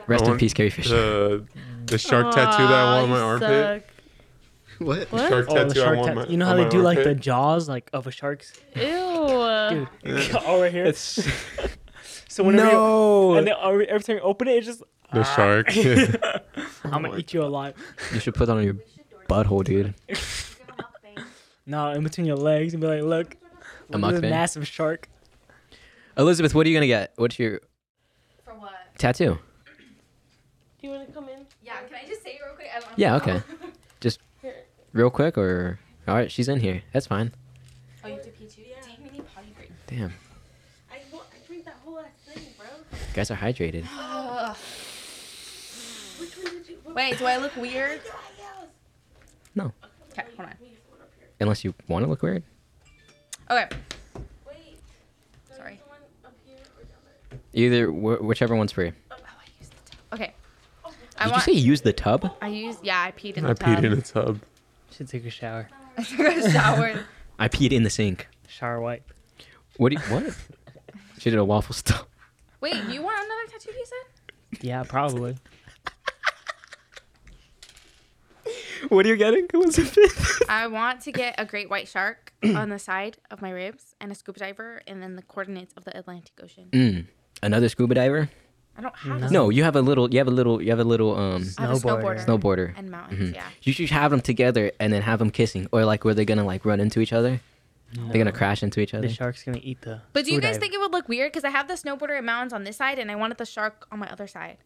S1: Rest in
S4: want
S1: peace, Carrie Fisher.
S4: the the shark tattoo that I want on my armpit
S1: What?
S4: the shark
S7: Oh,
S4: tattoo
S7: the shark
S4: I want on
S7: tat-
S4: my
S7: You know how
S4: on
S7: they
S4: my
S7: do like the
S4: armpit?
S7: jaws like of a shark's?
S2: Ew.
S7: oh, right here.
S1: It's
S7: So whenever you, and then every, every time you open it, it's just
S4: the shark
S7: I'm gonna eat you alive.
S1: you should put that on your butthole, dude.
S7: No, in between your legs and be like, look,
S1: A
S7: look at this
S1: mukbang?
S7: massive shark.
S1: Elizabeth, what are you gonna get? What's your
S8: For what?
S1: tattoo?
S2: Do you want to come in?
S8: Yeah, can I just say it real quick? I don't
S1: Yeah. Okay. Just real quick, or all right, she's in here. That's fine.
S8: Oh, you have to pee too? Dang, we need potty break.
S1: Damn,
S2: I, wa- I drink that whole ass thing, bro.
S1: you guys are hydrated.
S2: Which one did you? What
S8: Wait, do I look weird?
S1: No,
S8: Okay, hold on.
S1: unless you want to look weird.
S8: Okay.
S2: Wait. do I
S8: Sorry.
S2: need someone up here or down there?
S1: Either wh- whichever one's free.
S8: Okay. I
S1: Did
S8: want.
S1: you say use the tub?
S8: I used. Yeah, I peed in the
S4: I
S8: tub.
S4: peed in a tub
S7: Should take a shower.
S8: I took a shower.
S1: I peed in the sink.
S7: Shower wipe.
S1: What? Do you, what? she did a waffle stop.
S8: Wait, you want another tattoo? You said.
S7: Yeah, probably.
S1: What are you getting, Elizabeth?
S3: I want to get a great white shark on the side of my ribs and a scuba diver and then the coordinates of the Atlantic Ocean.
S1: Mm. Another scuba diver?
S3: I don't have a
S1: No, you have a little. You have a little. You have a little um
S3: I have a
S7: Snowboarder.
S3: snowboarder.
S1: snowboarder.
S3: And mountains, yeah.
S1: You should have them together and then have them kissing, or like where they're gonna like run into each other. They're gonna crash into each
S7: The
S1: other.
S7: shark's gonna eat the.
S3: But do you
S7: food
S3: guys
S7: I-
S3: think it would look weird? Because I have the snowboarder and mountains on this side and I wanted the shark on my other side.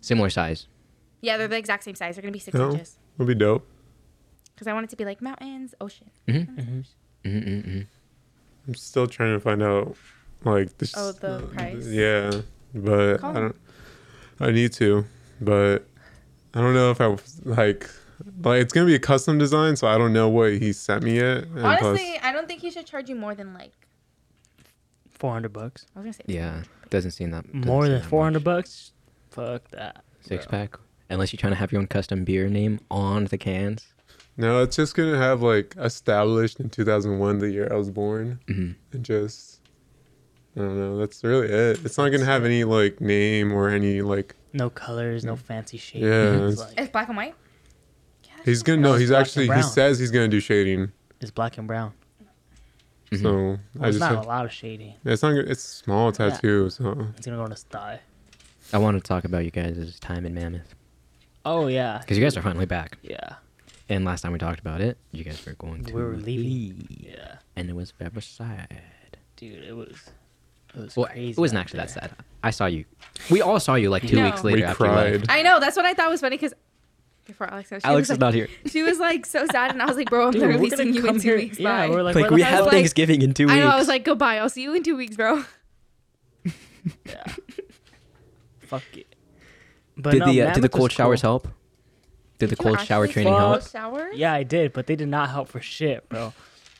S1: Similar size.
S3: Yeah, they're the exact same size. They're going to be six
S4: No.
S3: inches.
S4: would be dope
S1: Mm-hmm,
S3: Because I want it to be like mountains, ocean.
S1: Mm-mm-mm.
S4: I'm still trying to find out, like this.
S8: Oh, the price?
S4: Yeah, but
S8: Call
S4: I
S8: him.
S4: don't. I need to, but I don't know if I like. Like it's gonna be a custom design, so I don't know what he sent me yet. And plus-
S3: Honestly, I don't think he should charge you more than like
S7: Four hundred bucks.
S3: I was gonna say
S1: Yeah, doesn't seem that doesn't
S7: More
S1: seem
S7: than
S1: that
S7: four hundred bucks. Fuck that.
S1: six pack. Unless you're trying to have your own custom beer name on the cans.
S4: no, it's just gonna have like established in 2001, the year I was born,
S1: Mhm.
S4: and just I don't know. That's really it. It's not gonna have any like name or any like.
S7: No colors, no fancy shading.
S4: Yeah,
S7: It's
S4: it's-
S7: like
S3: it's black and white.
S4: He's gonna no. He's
S7: black
S4: actually.
S7: and
S4: He
S7: brown.
S4: says he's gonna do shading.
S7: it's black and brown.
S4: So
S7: Well,
S4: I
S7: it's
S4: just.
S7: not
S4: have-
S7: a lot of shading.
S4: Yeah, It's not. good- It's small
S7: Yeah.
S4: tattoo. So
S7: It's gonna go in a sty.
S1: I want to talk about you guys' time in Mammoth
S7: Oh yeah.
S1: because you guys are finally back.
S7: Yeah.
S1: And last time we talked about it, you guys were going to
S7: We were leaving.
S1: leave,
S7: Yeah.
S1: and it was very sad.
S7: Dude, it was it was
S1: Well,
S7: crazy.
S1: it wasn't
S7: out
S1: actually that
S7: there.
S1: sad. I saw you. We all saw you like two
S8: No.
S1: weeks later.
S4: We
S1: after you left.
S4: cried.
S8: I know. That's what I thought was funny because before Alex, she
S1: Alex
S8: was
S1: is
S8: like,
S1: not here.
S8: She was like so sad, and I was like, bro, I'm
S7: Dude,
S8: literally
S7: we're gonna
S8: seeing you
S7: come
S8: in two
S7: here-
S8: weeks.
S7: Yeah,
S8: bye.
S7: we're like,
S1: Like
S7: what
S1: we
S7: the hell?
S1: have
S8: like-
S1: Thanksgiving in two weeks.
S8: I know. I was like, goodbye. I'll see you in two weeks, bro.
S7: fuck it. But
S1: did
S7: no,
S1: the uh,
S7: Mammoth
S1: did the
S7: was
S1: cold showers
S7: cool.
S1: help? Did the
S3: You
S1: cold shower
S3: actually
S1: training
S3: take a
S1: help?
S7: Fuck.
S3: Shower?
S7: Yeah, I did, but they did not help for shit, bro. I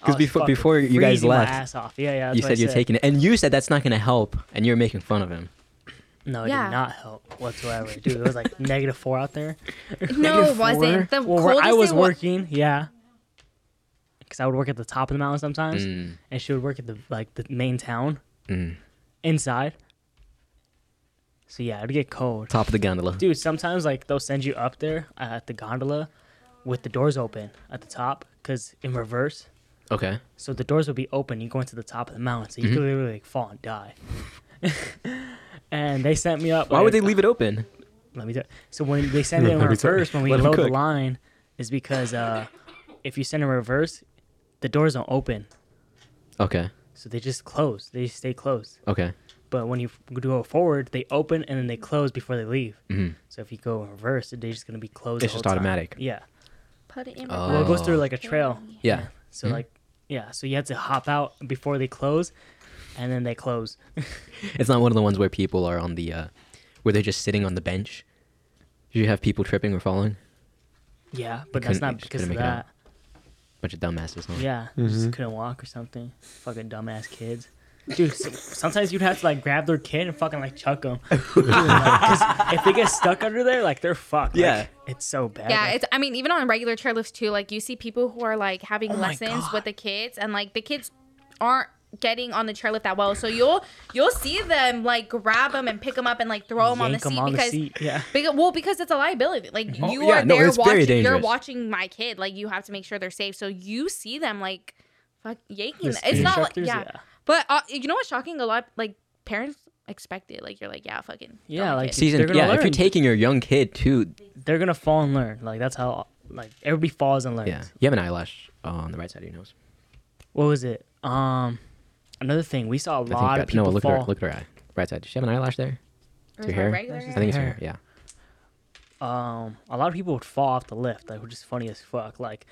S1: Because
S7: was
S1: before
S7: fucking
S1: before you guys
S7: freezing my
S1: left,
S7: ass off. Yeah, yeah. that's
S1: you
S7: what I
S1: said you're taking it, and you said that's not going to help, and you're making fun of him.
S7: No, it
S3: Yeah.
S7: did not help whatsoever, dude. It was like negative four out there.
S3: No,
S7: Negative
S3: it wasn't.
S7: four?
S3: The
S7: well, where I
S3: coldest
S7: was
S3: it wa-
S7: working, yeah. Because I would work at the top of the mountain sometimes,
S1: Mm.
S7: and she would work at the like the main town
S1: Mm.
S7: inside. So yeah, it'd get cold,
S1: Top of the gondola.
S7: dude. Sometimes like they'll send you up there at the gondola with the doors open at the top, cause in reverse,
S1: Okay. Mm-hmm.
S7: so the doors would be open. You go into the top of the mountain, so you could literally like, fall and die. and they sent me up.
S1: Why would they
S7: like-
S1: leave it open?
S7: let me tell So when they send it in
S4: Let me tell-
S7: reverse, when we
S1: let 'em
S7: load the
S1: cook.
S7: line, is because uh, if you send in reverse, the doors don't open,
S1: Okay.
S7: so they just close. They stay closed.
S1: Okay.
S7: But when you f- go forward, they open and then they close before they leave. So if you go in reverse, they're just gonna be closed. the
S1: Mm-hmm. It's
S7: whole
S1: just
S7: time.
S1: automatic.
S7: Yeah.
S3: Put it in.
S1: Oh.
S7: Well, it goes through like a trail.
S1: Yeah. Mm-hmm.
S7: So like, yeah. So you have to hop out before they close, and then they close.
S1: It's not one of the ones where people are on the, uh, where they're just sitting on the bench. Did you have people tripping or falling?
S7: yeah, but
S1: couldn't-
S7: that's
S1: you
S7: not
S1: just
S7: because of
S1: couldn't make it out.
S7: that.
S1: Bunch of dumbasses. Huh?
S7: Yeah, just couldn't walk or something. Fucking dumbass kids. Dude, s- sometimes you'd have to like grab their kid and fucking like chuck them. if they get stuck under there, like they're fucked. Like,
S1: Yeah.
S7: it's so bad.
S3: Yeah,
S7: Like,
S3: it's. I mean, even on regular chairlifts too. Like you see people who are like having
S7: Oh my
S3: lessons
S7: God.
S3: with the kids, and like the kids aren't getting on the chairlift that well. So you'll you'll see them like grab them and pick them up and like throw them on the
S7: yank 'em
S3: seat
S7: on the
S3: because.
S7: seat. Yeah.
S3: Because, well, because it's a liability. Like
S1: Oh,
S3: you
S1: yeah,
S3: are
S1: no,
S3: there
S1: it's very
S3: watching. You're
S1: dangerous.
S3: watching my kid. Like you have to make sure they're safe. So you see them like, fuck, yanking.
S7: The
S3: Them. It's
S7: speed
S3: not like
S7: instructors,
S3: yeah.
S7: yeah.
S3: But uh, you know what's shocking? A lot like parents expect it. Like you're like yeah, fucking throw
S7: Yeah,
S3: my
S7: like,
S3: kid.
S1: Season.
S7: They're gonna
S1: Yeah. If you're
S7: learn.
S1: taking your young kid too.
S7: They're gonna fall and learn. Like that's how like everybody falls and learns.
S1: Yeah. You have an eyelash on the right side of your nose.
S7: What was it? Um, another thing we saw a
S1: I
S7: lot
S1: that-
S7: of people
S1: no, look
S7: fall.
S1: at her. Look at her eye. Right side. Does she have an eyelash there?
S3: Or
S1: It's your
S3: is my
S1: hair.
S3: regular
S1: I
S3: hair?
S1: think it's your
S7: Hair.
S1: hair. Yeah.
S7: um, a lot of people would fall off the lift, like which is funny as fuck. Like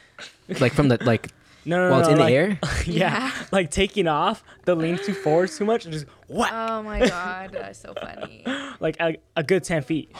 S1: Like from the like.
S7: no, no, no
S1: while it's
S7: no,
S1: in the
S7: like-
S1: air.
S7: yeah,
S3: Yeah.
S7: like taking off, the lean too forward too much, and just what?
S3: Oh my god, that's so funny.
S7: like a, a good 10 feet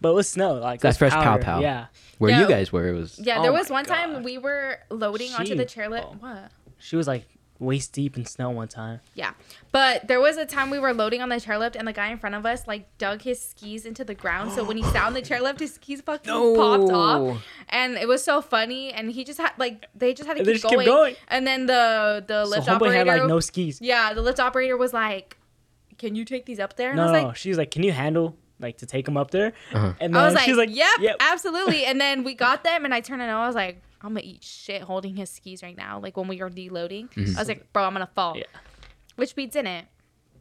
S7: but it was snow like it
S1: That
S7: was
S1: fresh pow
S7: powder,
S1: pow.
S7: yeah
S1: Where
S3: Yeah.
S1: you guys were, it was.
S3: Yeah,
S7: Oh
S3: there
S7: my
S3: was one time
S7: God.
S3: we were loading onto the
S7: She-
S3: chairlift.
S7: oh.
S3: What?
S7: she was like waist deep in snow one time
S3: Yeah, but there was a time we were loading on the chairlift, and the guy in front of us like dug his skis into the ground. So when he sat on the chairlift, his skis fucking popped off, and it was so funny. And he just had like they just had to
S7: And they
S3: keep
S7: just
S3: going.
S7: kept going.
S3: And then the the
S7: so
S3: lift
S7: homeboy
S3: operator,
S7: had like no skis
S3: yeah, the lift operator was like, "Can you take these up there?" And
S7: no
S3: I was like,
S7: no she was like can you handle like to take him up there and
S3: I was like,
S7: she's like
S3: yep, absolutely. And then we got them, and I turned and I was like, I'm gonna eat shit holding his skis right now. Like when we were deloading, I was like, bro, I'm gonna fall.
S7: Mm-hmm. Yeah.
S3: Which we didn't.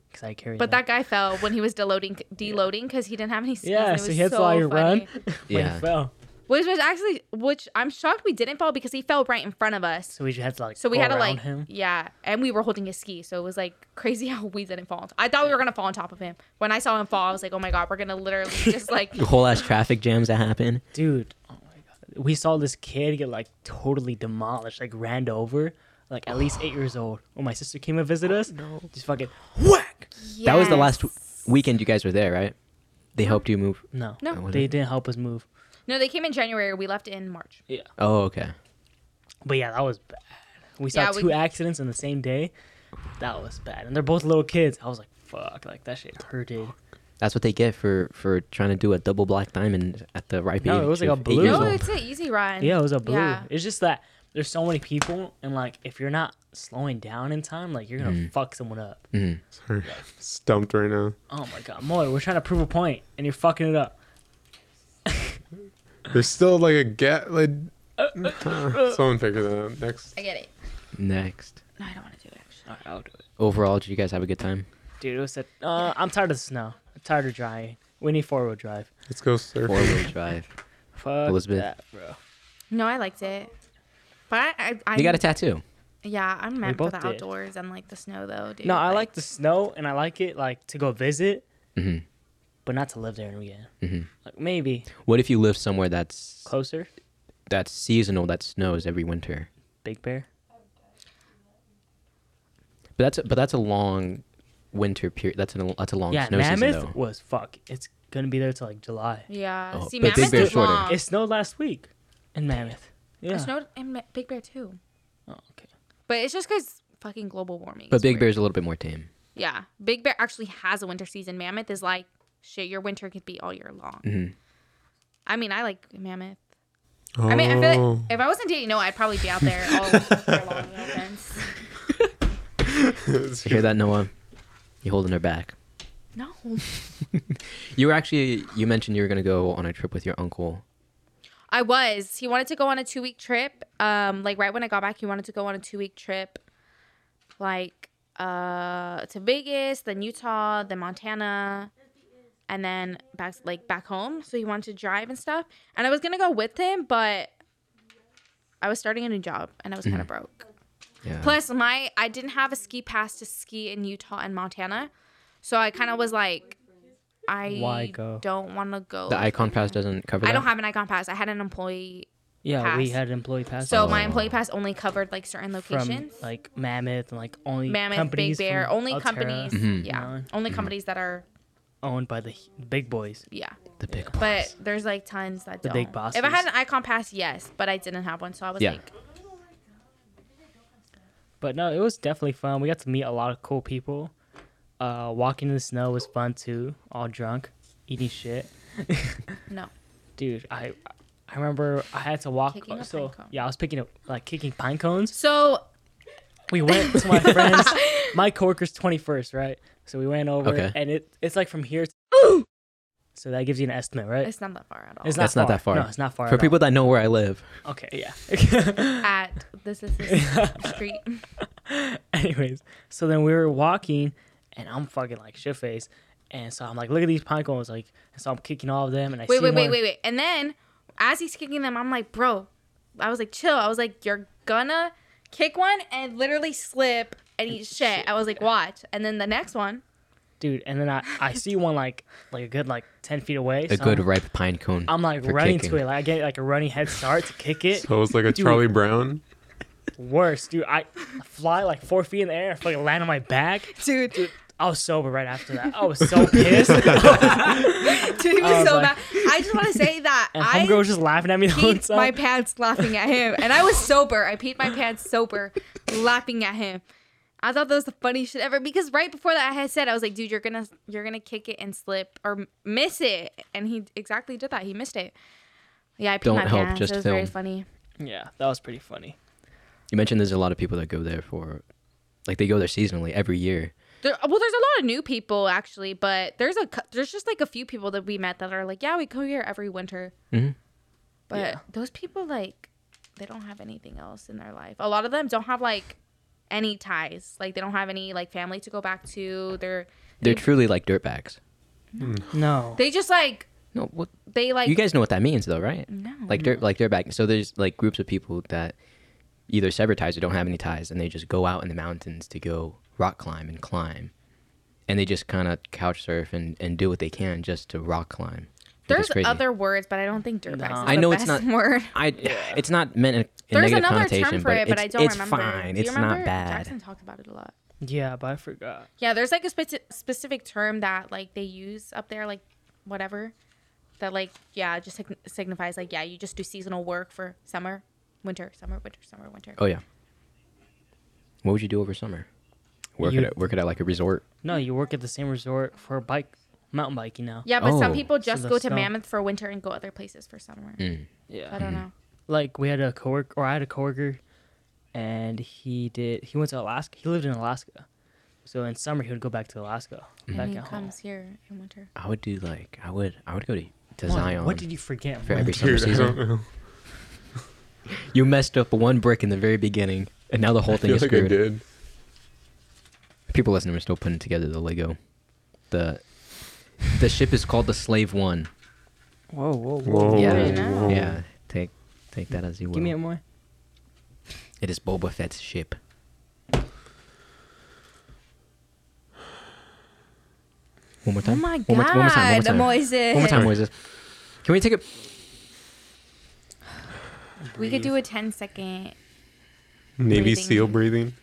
S7: because i carried
S3: But
S7: him.
S3: that guy fell when he was deloading, deloading because he didn't have any skis. and
S7: yeah
S3: it
S7: so
S3: was
S7: he had to
S3: so
S7: like run
S3: funny.
S7: when
S1: Yeah.
S7: he fell
S3: Which was actually, which I'm shocked we didn't fall because he fell right in front of us.
S7: so we just had to like
S3: So we
S7: go
S3: had to
S7: around
S3: like,
S7: him
S3: yeah, and we were holding his ski, so it was like crazy how we didn't fall. On top. I thought we were gonna fall on top of him. When I saw him fall, I was like, oh my god, we're gonna literally just like
S1: The whole ass traffic jams that happened.
S7: dude oh my god we saw this kid get like totally demolished like ran over like at least eight years old. When my sister came and visited us, just fucking whack.
S1: That was the last w- weekend you guys were there, right? They helped you move.
S7: No,
S3: No.
S1: Oh, was
S7: they
S1: it?
S7: didn't help us move.
S3: No, they came in January. We left in March.
S7: Yeah,
S1: Oh, okay.
S7: but yeah, that was bad. We saw
S3: Yeah, we-
S7: two accidents in the same day. That was bad, and they're both little kids. I was like, fuck, like that shit hurted.
S1: That's what they get for for trying to do a double black diamond at the ripe
S7: No,
S1: age
S7: it was like
S1: of
S7: a
S1: eight
S7: blue.
S1: years
S7: No,
S1: old.
S3: It's an easy run.
S7: Oh. Yeah, it was a blue.
S3: Yeah.
S7: It's just that there's so many people, and like if you're not slowing down in time, like you're gonna fuck someone up.
S4: Sorry. Stumped right now.
S7: Oh my god, Moy, we're trying to prove a point, and you're fucking it up.
S4: There's still like a gap. Like,
S7: Uh,
S4: someone figure that out next.
S3: I get it.
S1: Next.
S3: No, I don't want to do it. Actually.
S7: All right, I'll do it,
S1: Overall, did you guys have a good time?
S7: dude. It was a, uh, I'm tired of the snow. I'm tired of drying. We need four wheel drive.
S4: Let's go
S1: Four
S4: surfing.
S1: wheel drive.
S7: Fuck
S1: Elizabeth.
S7: that, bro.
S3: No, I liked it. But I, I,
S1: You got a tattoo.
S3: yeah, I'm mad for
S7: both
S3: the
S7: did.
S3: outdoors and like the snow though, dude.
S7: No, I like the snow, and I like it like to go visit, but not to live there and again. Like maybe
S1: What if you live somewhere that's
S7: closer.
S1: that's seasonal that snows every winter?
S7: Big Bear.
S1: But that's a, but that's a long winter period. That's a that's a long
S7: yeah,
S1: snow
S7: Mammoth
S1: season though.
S7: was fuck. It's gonna be there till like July.
S3: Yeah.
S1: Oh,
S3: See,
S1: but Big
S3: Mammoth
S1: Bear's
S3: is
S1: shorter.
S3: long.
S7: It snowed last week in Mammoth. Yeah.
S3: It snowed in Ma- Big Bear too.
S7: Oh, okay.
S3: But it's just because fucking global warming.
S1: But
S3: is
S1: Big
S3: weird.
S1: Bear's a little bit more tame.
S3: Yeah. Big Bear actually has a winter season. Mammoth is like, shit, your winter could be all year long.
S1: Mm-hmm.
S3: I mean, I like Mammoth. I mean, I feel
S4: Oh.
S3: like if I wasn't dating, no, I'd probably be out there all year long. No offense.
S4: Oh.
S1: You hear that, Noah? You holding her back.
S3: No.
S1: You were actually you mentioned you were gonna go on a trip with your uncle.
S3: I was. He wanted to go on a two week trip. Um, like right when I got back, he wanted to go on a two week trip, like uh, to Vegas, then Utah, then Montana, and then back like back home. So he wanted to drive and stuff. And I was gonna go with him, but I was starting a new job and I was kind of broke.
S1: Yeah.
S3: Plus, my I didn't have a ski pass to ski in Utah and Montana, so I kind of was like, I
S7: Why go?
S3: don't want to go.
S1: the Icon Pass doesn't cover that.
S3: I don't have an icon pass. I had an employee
S7: Yeah, we
S3: Pass.
S7: had an employee pass.
S3: so my employee pass only covered like certain
S7: from
S3: locations.
S7: like Mammoth and like only
S3: Mammoth, Big
S7: companies
S3: Bear,
S7: from
S3: only
S7: Altera
S3: companies. Yeah.
S7: Mhm.
S3: Only companies that are
S7: owned by the h- big boys.
S3: yeah.
S1: the big
S3: But there's like tons that
S7: The
S3: don't.
S7: big
S3: If I
S7: bosses.
S3: had an icon pass, yes, but I didn't have one, so I was
S1: Yeah.
S3: like,
S7: But no, it was definitely fun. We got to meet a lot of cool people. Uh, walking in the snow was fun too. All drunk, eating shit,
S3: no.
S7: dude. I I remember I had to walk.
S3: Kicking a
S7: so
S3: pine cone.
S7: yeah, I was picking up like kicking pine cones.
S3: So
S7: we went to my friend's my coworker's 21st right so we went over
S1: Okay.
S7: and it it's like from here to so that gives you an estimate right
S3: it's not that far at all.
S7: It's
S1: That's not that far.
S7: no it's not far
S1: For
S7: at
S1: people
S7: all.
S1: that know where I live.
S7: okay yeah
S3: at this is this street.
S7: anyways so then we were walking and i'm fucking like shit faced and so i'm like look at these pine cones like and so i'm kicking all of them and i
S3: Wait,
S7: see
S3: wait, wait,
S7: one-
S3: wait, wait. And then as he's kicking them, I'm like, bro, I was like, chill. I was like, you're gonna kick one and literally slip and eat shit. I was like, watch. And then the next one,
S7: dude and then i i see one like like a good like 10 feet away
S1: A
S7: so
S1: good
S7: I'm,
S1: ripe pine cone.
S7: I'm like
S1: for
S7: running
S1: kicking.
S7: to it like i get like a running head start to kick it
S4: So it's like a Charlie Brown.
S7: worse, dude. I fly like four feet in the air, fucking land on my back.
S3: dude,
S7: I was sober right after that. I was so pissed. and
S3: Dude, he was,
S7: was
S3: so
S7: like-
S3: mad. I just want to say that I
S7: homegirl was just laughing at me the whole
S3: peed
S7: time.
S3: my pants laughing at him, and I was sober. I peed my pants sober, laughing at him. I thought that was the funniest shit ever because right before that I had said I was like, "Dude, you're gonna you're gonna kick it and slip or m- miss it," and he exactly did that. He missed it. Yeah, I peed
S1: Don't
S3: my
S1: help,
S3: pants.
S1: just
S3: it was very
S1: film.
S3: funny.
S7: yeah, that was pretty funny.
S1: You mentioned there's a lot of people that go there for, like they go there seasonally every year.
S3: There, well, there's a lot of new people actually, but there's a cou- there's just like a few people that we met that are like, "Yeah, we go here every winter."
S1: Mm-hmm.
S3: But those people like they don't have anything else in their life. A lot of them don't have like any ties. Like they don't have any like family to go back to. They're
S1: They're truly like dirtbags.
S7: No.
S3: they just like
S1: No, what
S3: they like
S1: you guys know what that means though, right? No. Like dirt, like dirtbag. So there's like groups of people that either sever ties or don't have any ties, and they just go out in the mountains to go rock climb and climb, and they just kind of couch surf and and do what they can just to rock climb. That's
S3: There's
S1: crazy.
S3: other words, but I don't think dirtbag.
S1: I know it's not
S3: word.
S1: I it's not meant in, in
S3: There's
S1: negative
S3: another
S1: connotation,
S3: term for it, but
S1: it's,
S3: I don't
S1: it's
S3: remember.
S1: fine.
S3: Do you
S1: it's
S3: remember?
S1: not bad.
S3: Jackson talked about it a lot.
S7: Yeah, but I forgot.
S3: Yeah, there's like a speci- specific term that like they use up there, like whatever, that like yeah, just sign- signifies like yeah, you just do seasonal work for summer, winter, summer, winter, summer, winter.
S1: Oh yeah. What would you do over summer? Work
S7: You-
S1: at a, work at a, like a resort.
S7: No, you work at the same resort for a bike, mountain biking now.
S3: Yeah, but some
S1: Oh.
S3: people
S7: So
S3: just
S7: the
S3: go to
S7: snow-
S3: Mammoth for winter and go other places for summer.
S7: Yeah.
S3: I don't know.
S7: Like we had a coworker, or I had a coworker, and he did. He went to Alaska. He lived in Alaska, so in summer he would go back to Alaska.
S3: And
S7: back
S3: he
S7: at home.
S3: comes here in winter.
S1: I would do like I would I would go to, to
S7: What-
S1: Zion.
S7: what did you forget?
S1: for every
S7: Dude,
S1: summer
S7: I
S1: season?
S4: know.
S1: You messed up one brick in the very beginning, and now the whole
S4: I
S1: thing
S4: feel
S1: is
S4: like I
S1: screwed.
S4: did.
S1: People listening are still putting together the Lego. The the ship is called the Slave One.
S7: Whoa, whoa, whoa!
S4: Whoa.
S1: yeah,
S3: Very nice.
S1: yeah. Take take that as you will.
S7: Give me a more.
S1: It is Boba Fett's ship. One more time.
S3: my
S1: one more, one more time. One more
S8: Oh God,
S1: time.
S8: Moises.
S1: One more time, Moises. Can we take a?
S3: We could do a 10 second.
S4: Navy
S3: Breathing.
S4: SEAL breathing.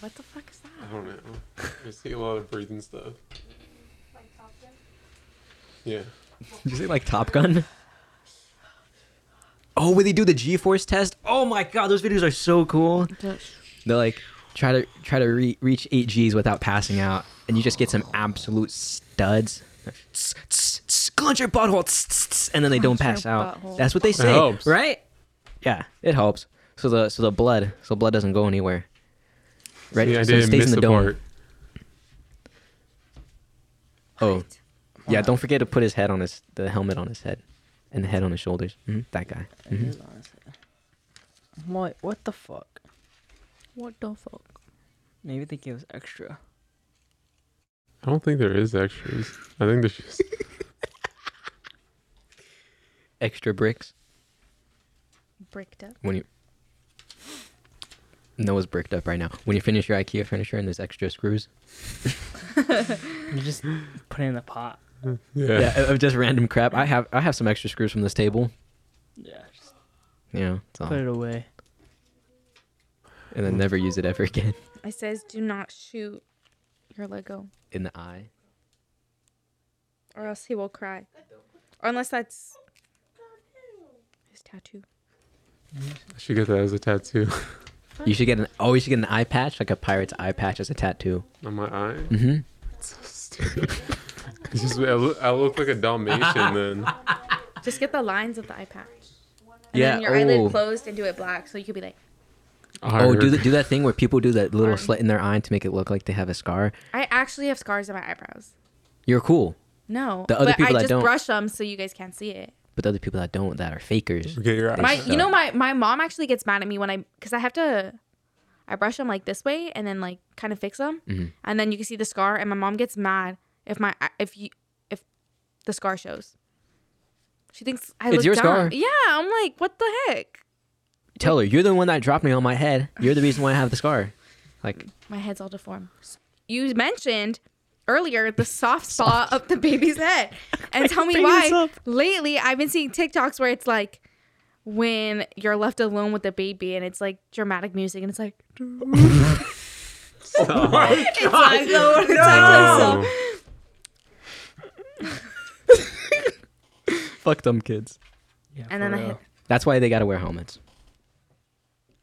S3: What the fuck is that?
S4: I don't know. I see a lot of breathing stuff. Yeah.
S1: Did you say like Top Gun? Oh, where they do the G-force test? Oh my God, those videos are so cool. They like try to try to re- reach eight Gs without passing out, and you just get some absolute studs. Tss, tss, tss, Clench your butthole, tss, tss, tss, and then they don't
S3: Clench
S1: pass
S3: your
S1: out.
S3: butthole.
S1: That's what they say,
S4: helps.
S1: right? Yeah, it helps. So the so the blood so blood doesn't go anywhere. Right?
S4: Yeah, I
S1: so it
S4: didn't
S1: stays
S4: miss
S1: in the
S4: the
S1: dome.
S4: part.
S1: Oh, yeah. Don't forget to put his head on his the helmet on his head, and the head on his shoulders. Mhm, That guy. Mhm.
S7: What? What the fuck?
S3: What the fuck?
S7: Maybe they gave us extra.
S4: I don't think there is extras. I think there's just
S1: Extra bricks
S3: Bricked up.
S1: when you. Noah's bricked up right now. When you finish your IKEA furniture and there's extra screws,
S7: You just put it in the pot.
S4: yeah.
S1: yeah, of just random crap. I have I have some extra screws from this table.
S7: Yeah, just
S1: You know, it's all-
S7: put it away.
S1: and then never use it ever again
S3: It says do not shoot your Lego
S1: in the eye.
S3: or else he will cry. Or unless that's his tattoo.
S4: I should get that as a tattoo
S1: You should get an oh, you should get an eye patch like a pirate's eye patch as a tattoo.
S4: on my eye.
S1: Mm-hmm.
S4: It's so stupid. It's just, I, look, I look like a Dalmatian then.
S3: Just get the lines of the eye patch. And
S1: Yeah.
S3: then your
S1: oh.
S3: eyelid closed and do it black so you could be like,
S1: Oh,
S4: Hard.
S1: do the, do that thing where people do that little slit in their eye to make it look like they have a scar.
S3: I actually have scars on my eyebrows.
S1: You're cool,
S3: No.
S1: The other
S3: but
S1: people
S3: I
S1: that
S3: just
S1: don't-
S3: brush them so you guys can't see it.
S1: but the other people that don't that are fakers.
S4: Get your
S3: My,
S4: eyes.
S3: you know, my, my mom actually gets mad at me when I, because I have to, I brush them like this way and then like kind of fix them.
S1: Mm-hmm.
S3: And then you can see the scar. And my mom gets mad if my, if you, if the scar shows. She thinks I
S1: It's
S3: look
S1: your
S3: dumb.
S1: scar.
S3: Yeah. I'm like, what the heck?
S1: Tell her you're the one that dropped me on my head. You're the reason why I have the scar. Like
S3: My head's all deformed. You mentioned earlier the soft spot of the baby's head. And tell me why. Lately, I've been seeing TikToks where it's like when you're left alone with the baby and it's like dramatic music and it's like. it's like the- it's like the-
S4: Oh.
S1: fuck them kids.
S7: Yeah,
S3: And then I hit.
S1: That's why they gotta wear helmets.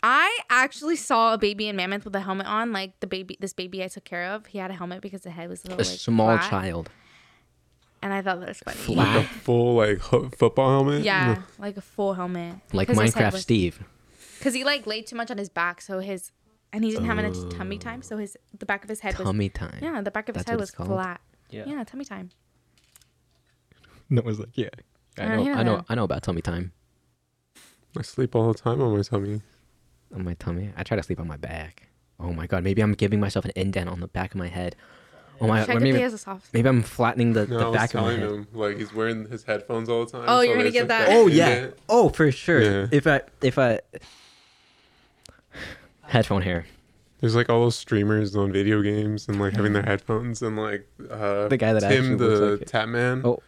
S3: I actually saw a baby in Mammoth with a helmet on. Like the baby, this baby I took care of, he had a helmet because the head was a
S1: A
S3: little like,
S1: small
S3: flat.
S1: child.
S3: And I thought that was funny.
S4: Like a full like ho- football helmet.
S3: Yeah, like a full helmet.
S1: Like
S3: 'Cause his head
S1: Minecraft
S3: was-
S1: Steve.
S3: because he like laid too much on his back, so his and he didn't have enough tummy time, so his the back of his head
S1: Oh. Tummy time.
S3: was yeah, the back of his
S1: That's
S3: head
S1: what
S3: was
S1: it's called?
S3: flat.
S7: Yeah.
S3: Yeah, tummy time.
S1: No one's like, yeah. I
S3: I
S1: know
S3: hear
S1: I know
S3: that.
S1: I know about tummy time.
S4: I sleep all the time on my tummy.
S1: On my tummy. I try to sleep on my back. Oh my god, maybe I'm giving myself an indent on the back of my head. Oh my
S3: Check
S1: or
S3: if he
S1: maybe,
S3: has a soft.
S1: maybe I'm flattening the,
S4: No,
S1: the
S4: I was
S1: back of my
S4: telling
S1: head.
S4: him like he's wearing his headphones all the time.
S3: Oh, you're gonna
S4: there's,
S3: get
S4: like,
S3: that-
S1: Oh
S4: in
S1: yeah.
S4: it.
S1: Oh for sure.
S4: Yeah.
S1: If I if I headphone hair.
S4: There's like all those streamers on video games and like having their headphones and like uh
S1: The guy that
S4: Tim
S1: actually
S4: the
S1: looks like it.
S4: Tap Man.
S1: Oh.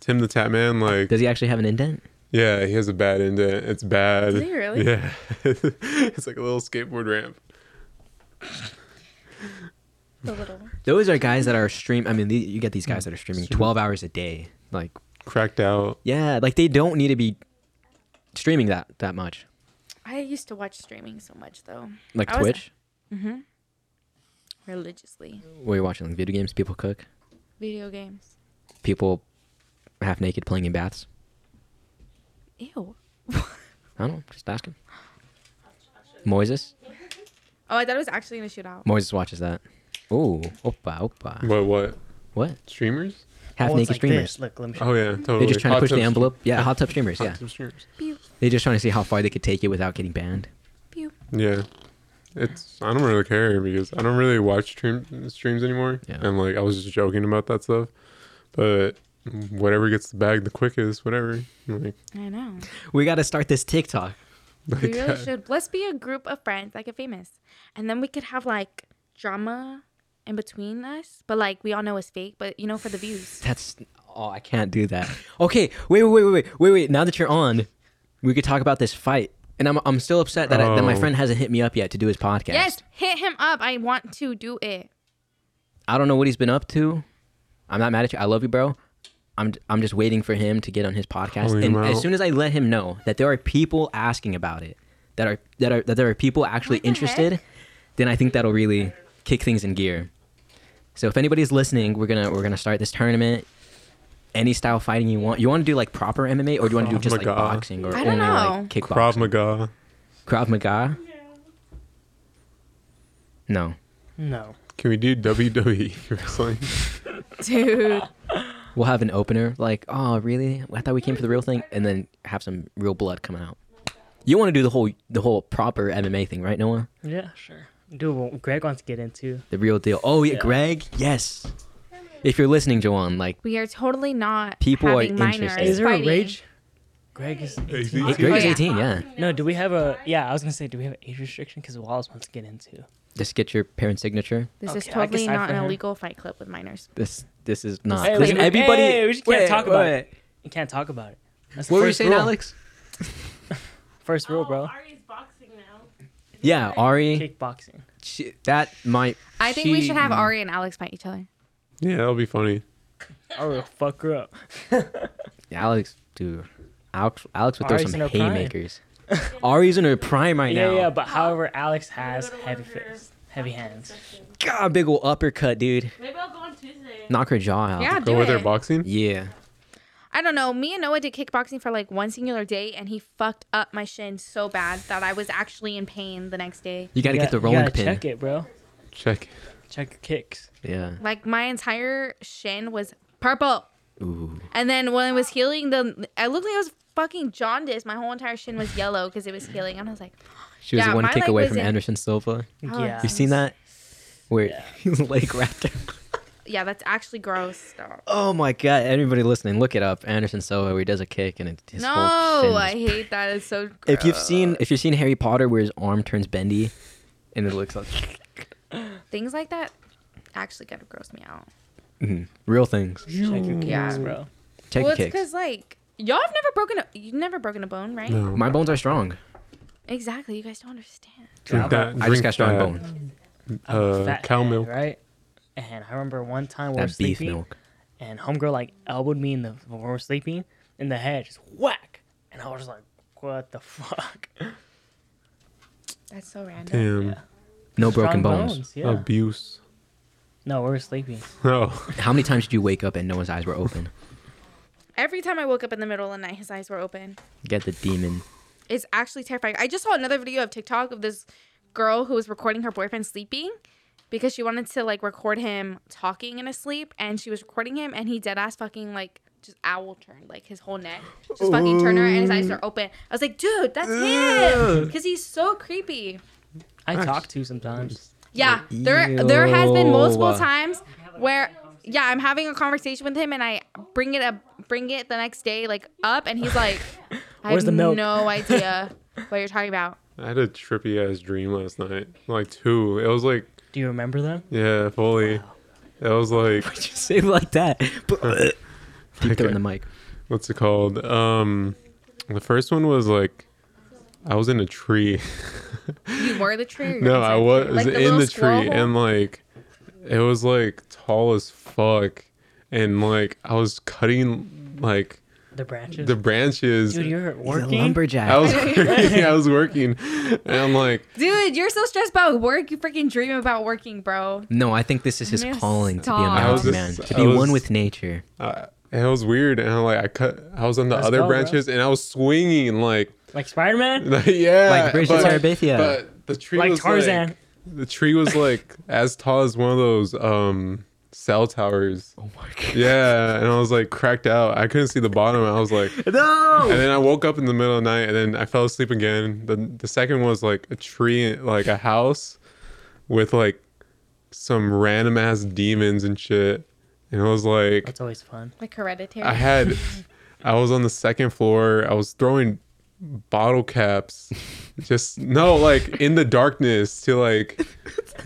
S4: Tim the Tap Man, like
S1: Does he actually have an indent?
S4: Yeah, he has a bad indent. It's bad.
S3: Does he really?
S4: Yeah. it's like a little skateboard ramp.
S3: The little.
S1: Those are guys that are stream. I mean, the, you get these guys that are streaming twelve hours a day, like
S4: cracked out.
S1: Yeah, like they don't need to be streaming that that much.
S3: I used to watch streaming so much though.
S1: Like
S3: I
S1: Twitch?
S3: Mhm. Religiously.
S1: Where you're watching like, video games, people cook,
S3: Video games.
S1: people half naked playing in baths.
S3: Ew. Oh,
S1: I don't know, just asking. Moises,
S3: Oh, I thought it was actually gonna shoot out.
S1: Moises watches that. Ooh, opa, opa.
S4: What? What?
S1: What?
S4: Streamers?
S1: Half
S7: Oh, it's
S1: naked
S7: like
S1: streamers.
S7: this. Look, let me show
S4: Oh
S7: you.
S4: yeah, totally.
S1: They're just trying
S4: Hot
S1: to push
S4: tub
S1: the
S4: stre-
S1: envelope. Yeah, hot tub streamers.
S4: Hot
S1: yeah,
S4: tub streamers.
S1: they're just trying to see how far they could take it without getting banned.
S4: Yeah. It's I don't really care because I don't really watch stream, streams anymore.
S1: Yeah.
S4: And like I was just joking about that stuff. But whatever gets the bag the quickest, whatever. Like
S3: I know.
S1: We got to start this TikTok.
S3: We
S4: uh,
S3: really should. Let's be a group of friends that get famous, and then we could have like drama in between us. But like we all know it's fake. But you know, for the views.
S1: That's oh, I can't do that. Okay, wait, wait, wait, wait, wait, wait. Now that you're on, we could talk about this fight. And I'm I'm still upset that I, that my
S4: Oh.
S1: friend hasn't hit me up yet to do his podcast.
S3: Yes, hit him up. I want to do it.
S1: I don't know what he's been up to. I'm not mad at you. I love you, bro. I'm I'm just waiting for him to get on his podcast.
S4: Calling
S1: and
S4: him
S1: as
S4: out.
S1: soon as I let him know that there are people asking about it, that are that are that there are people actually interested, then I think that'll really kick things in gear. So if anybody's listening, we're gonna we're gonna start this tournament. Any style fighting you want. You want to do like proper MMA, or do you want to do
S4: Krav
S1: just like
S4: Maga.
S1: boxing or
S3: I
S1: only
S3: don't
S1: like kickboxing?
S4: Krav Maga.
S1: Krav Maga. No.
S7: No.
S4: Can we do E WWE wrestling?
S3: Dude.
S1: We'll have an opener, like, oh, really? I thought we came for the real thing, and then have some real blood coming out. You want to do the whole the whole proper MMA thing, right, Noah?
S7: Yeah, sure. Dude, what Greg wants to get into.
S1: The real deal. Oh yeah,
S7: Yeah.
S1: Greg. Yes. If you're listening, Joanne, like
S3: We are totally not
S1: People are
S3: having minors
S1: interested. Is
S7: Is there a
S3: fighting.
S7: rage? Greg is.
S4: Hey,
S1: Greg is
S3: yeah.
S1: 18. Yeah.
S7: No, do we have a? Yeah, I was gonna say, do we have an age restriction? Because Wallace wants to get into.
S1: Just get your parents' signature.
S3: This is
S7: Okay, I can
S3: totally
S7: sign
S3: not
S7: for
S3: an
S7: her.
S3: illegal fight club with minors.
S1: This this is not.
S7: Hey,
S1: Listen,
S7: we-
S1: everybody.
S7: hey, we just can't
S1: wait,
S7: talk about
S1: wait.
S7: it. You can't talk about it. That's the
S1: What were you
S7: first
S1: saying,
S7: rule.
S1: Alex?
S7: First rule, bro.
S2: Ari's boxing now.
S1: Yeah, Ari.
S7: Kickboxing.
S1: She, that might.
S3: I think we
S1: she- Mm.
S3: should have Ari and Alex fight each other.
S4: yeah, that'll be funny.
S7: I will fuck her up.
S1: Alex, dude. Alex, Alex would throw
S7: Ari's in
S1: some
S7: her prime.
S1: haymakers. Ari's in her prime right
S7: Yeah,
S1: now.
S7: yeah, but however, Alex has heavy fists, heavy hands.
S1: God, big ol' uppercut, dude.
S2: Maybe I'll go on Tuesday.
S1: Knock her jaw out.
S3: Yeah,
S4: Go
S3: do
S4: Oh, with her
S3: it.
S4: boxing?
S1: Yeah.
S3: I don't know. Me and Noah did kickboxing for like one singular day, and he fucked up my shin so bad that I was actually in pain the next day.
S1: You gotta
S7: You
S1: get the
S7: got-
S1: rolling
S7: you gotta
S1: pin.
S7: Check it, bro.
S4: Check.
S7: Check your kicks.
S1: Yeah.
S3: Like my entire shin was purple.
S1: Ooh.
S3: And then when it was healing, the I looked like I was fucking jaundiced. My whole entire shin was yellow because it was healing. And I was like,
S1: She was
S3: Yeah,
S1: one
S3: my
S1: kick
S3: leg
S1: away
S3: was
S1: from
S3: in-
S1: Anderson Silva.
S7: Yeah.
S1: You seen that? Where he's leg wrapped. around-
S3: yeah, that's actually gross. Stop.
S1: Oh my god! Everybody listening, look it up. Anderson Silva, where he does a kick and it, his
S3: No,
S1: whole shin. is-
S3: I hate that. It's so. Gross.
S1: If you've seen, if you've seen Harry Potter, where his arm turns bendy, and it looks like
S3: things like that, actually gotta gross me out.
S1: real things.
S7: Check your kicks,
S3: Yeah.
S7: bro.
S1: Check
S3: well,
S1: the
S3: it's
S1: kicks.
S3: because like y'all have never broken a you've never broken a bone, right?
S1: My bones are strong.
S3: Exactly. You guys don't understand.
S4: Drink that.
S1: I just
S4: drink
S1: got strong
S4: that,
S1: bones.
S7: I'm a
S4: Uh,
S7: fat
S4: cow
S7: guy,
S4: milk.
S7: right? And I remember one time we were
S1: That beef
S7: sleeping,
S1: milk.
S7: and homegirl like elbowed me in the when we were sleeping in the head, just whack, and I was like, "What the fuck?"
S3: That's so random.
S4: Damn.
S1: No broken
S7: Strong
S1: bones.
S7: yeah.
S4: Abuse.
S7: no, we were sleeping.
S4: Oh.
S1: How many times did you wake up and no one's eyes were open?
S3: Every time I woke up in the middle of the night, his eyes were open.
S1: Get the demon.
S3: It's actually terrifying. I just saw another video of TikTok of this girl who was recording her boyfriend sleeping because she wanted to like record him talking in his sleep, and she was recording him, and he dead ass fucking like just owl turned like his whole neck, just fucking turned her, and his eyes are open. I was like, dude, that's him, because he's so creepy.
S7: I talk to sometimes.
S3: Yeah, there there has been multiple
S1: Yo.
S3: times where yeah, I'm having a conversation with him and I bring it up bring it the next day like up and he's like I
S7: Where's
S3: have
S7: the milk?
S3: no idea what you're talking about.
S4: I had a trippy ass dream last night. Like two. It was like
S7: Do you remember them?
S4: yeah, fully. It was like
S1: Just say it like that. Keep throwing the mic.
S4: What's it called? Um, the first one was like, I was in a tree.
S8: You were the tree. or you were
S4: no,
S8: inside
S4: I
S8: the
S4: was
S8: tree? Like
S4: in
S8: little
S4: the tree,
S8: squirrel hole?
S4: and like, it was like tall as fuck, and like I was cutting like
S7: The branches?
S4: The branches.
S7: Dude, you're He's a working?
S1: lumberjack.
S4: I was working. I was working, and I'm like,
S8: Dude, you're so stressed about work. You freaking dream about working, bro.
S1: No, I think this is his
S8: Miss
S1: calling to be a
S8: Tom.
S4: I was
S1: mountain
S4: just-
S1: man, to
S4: I
S1: be one
S4: was-
S1: with nature.
S4: uh, and it was weird, and I'm like, I cut. I was on the
S7: Let's
S4: other
S7: go, bro.
S4: branches, and I was swinging like,
S7: Like Spider Man?
S4: like, yeah,
S1: Like Bridge to
S4: but-
S1: Terabithia.
S4: But the tree
S7: Like
S4: was
S7: Tarzan.
S4: like, the tree was like as tall as one of those um cell towers. Oh my god. Yeah, and I was like cracked out. I couldn't see the bottom. I was like,
S1: No.
S4: and then I woke up in the middle of the night, and then I fell asleep again. The the second was like a tree, like a house, with like some random ass demons and shit. And it was like
S7: That's always fun.
S8: Like hereditary.
S4: I had, I was on the second floor. I was throwing bottle caps, just no, like in the darkness to like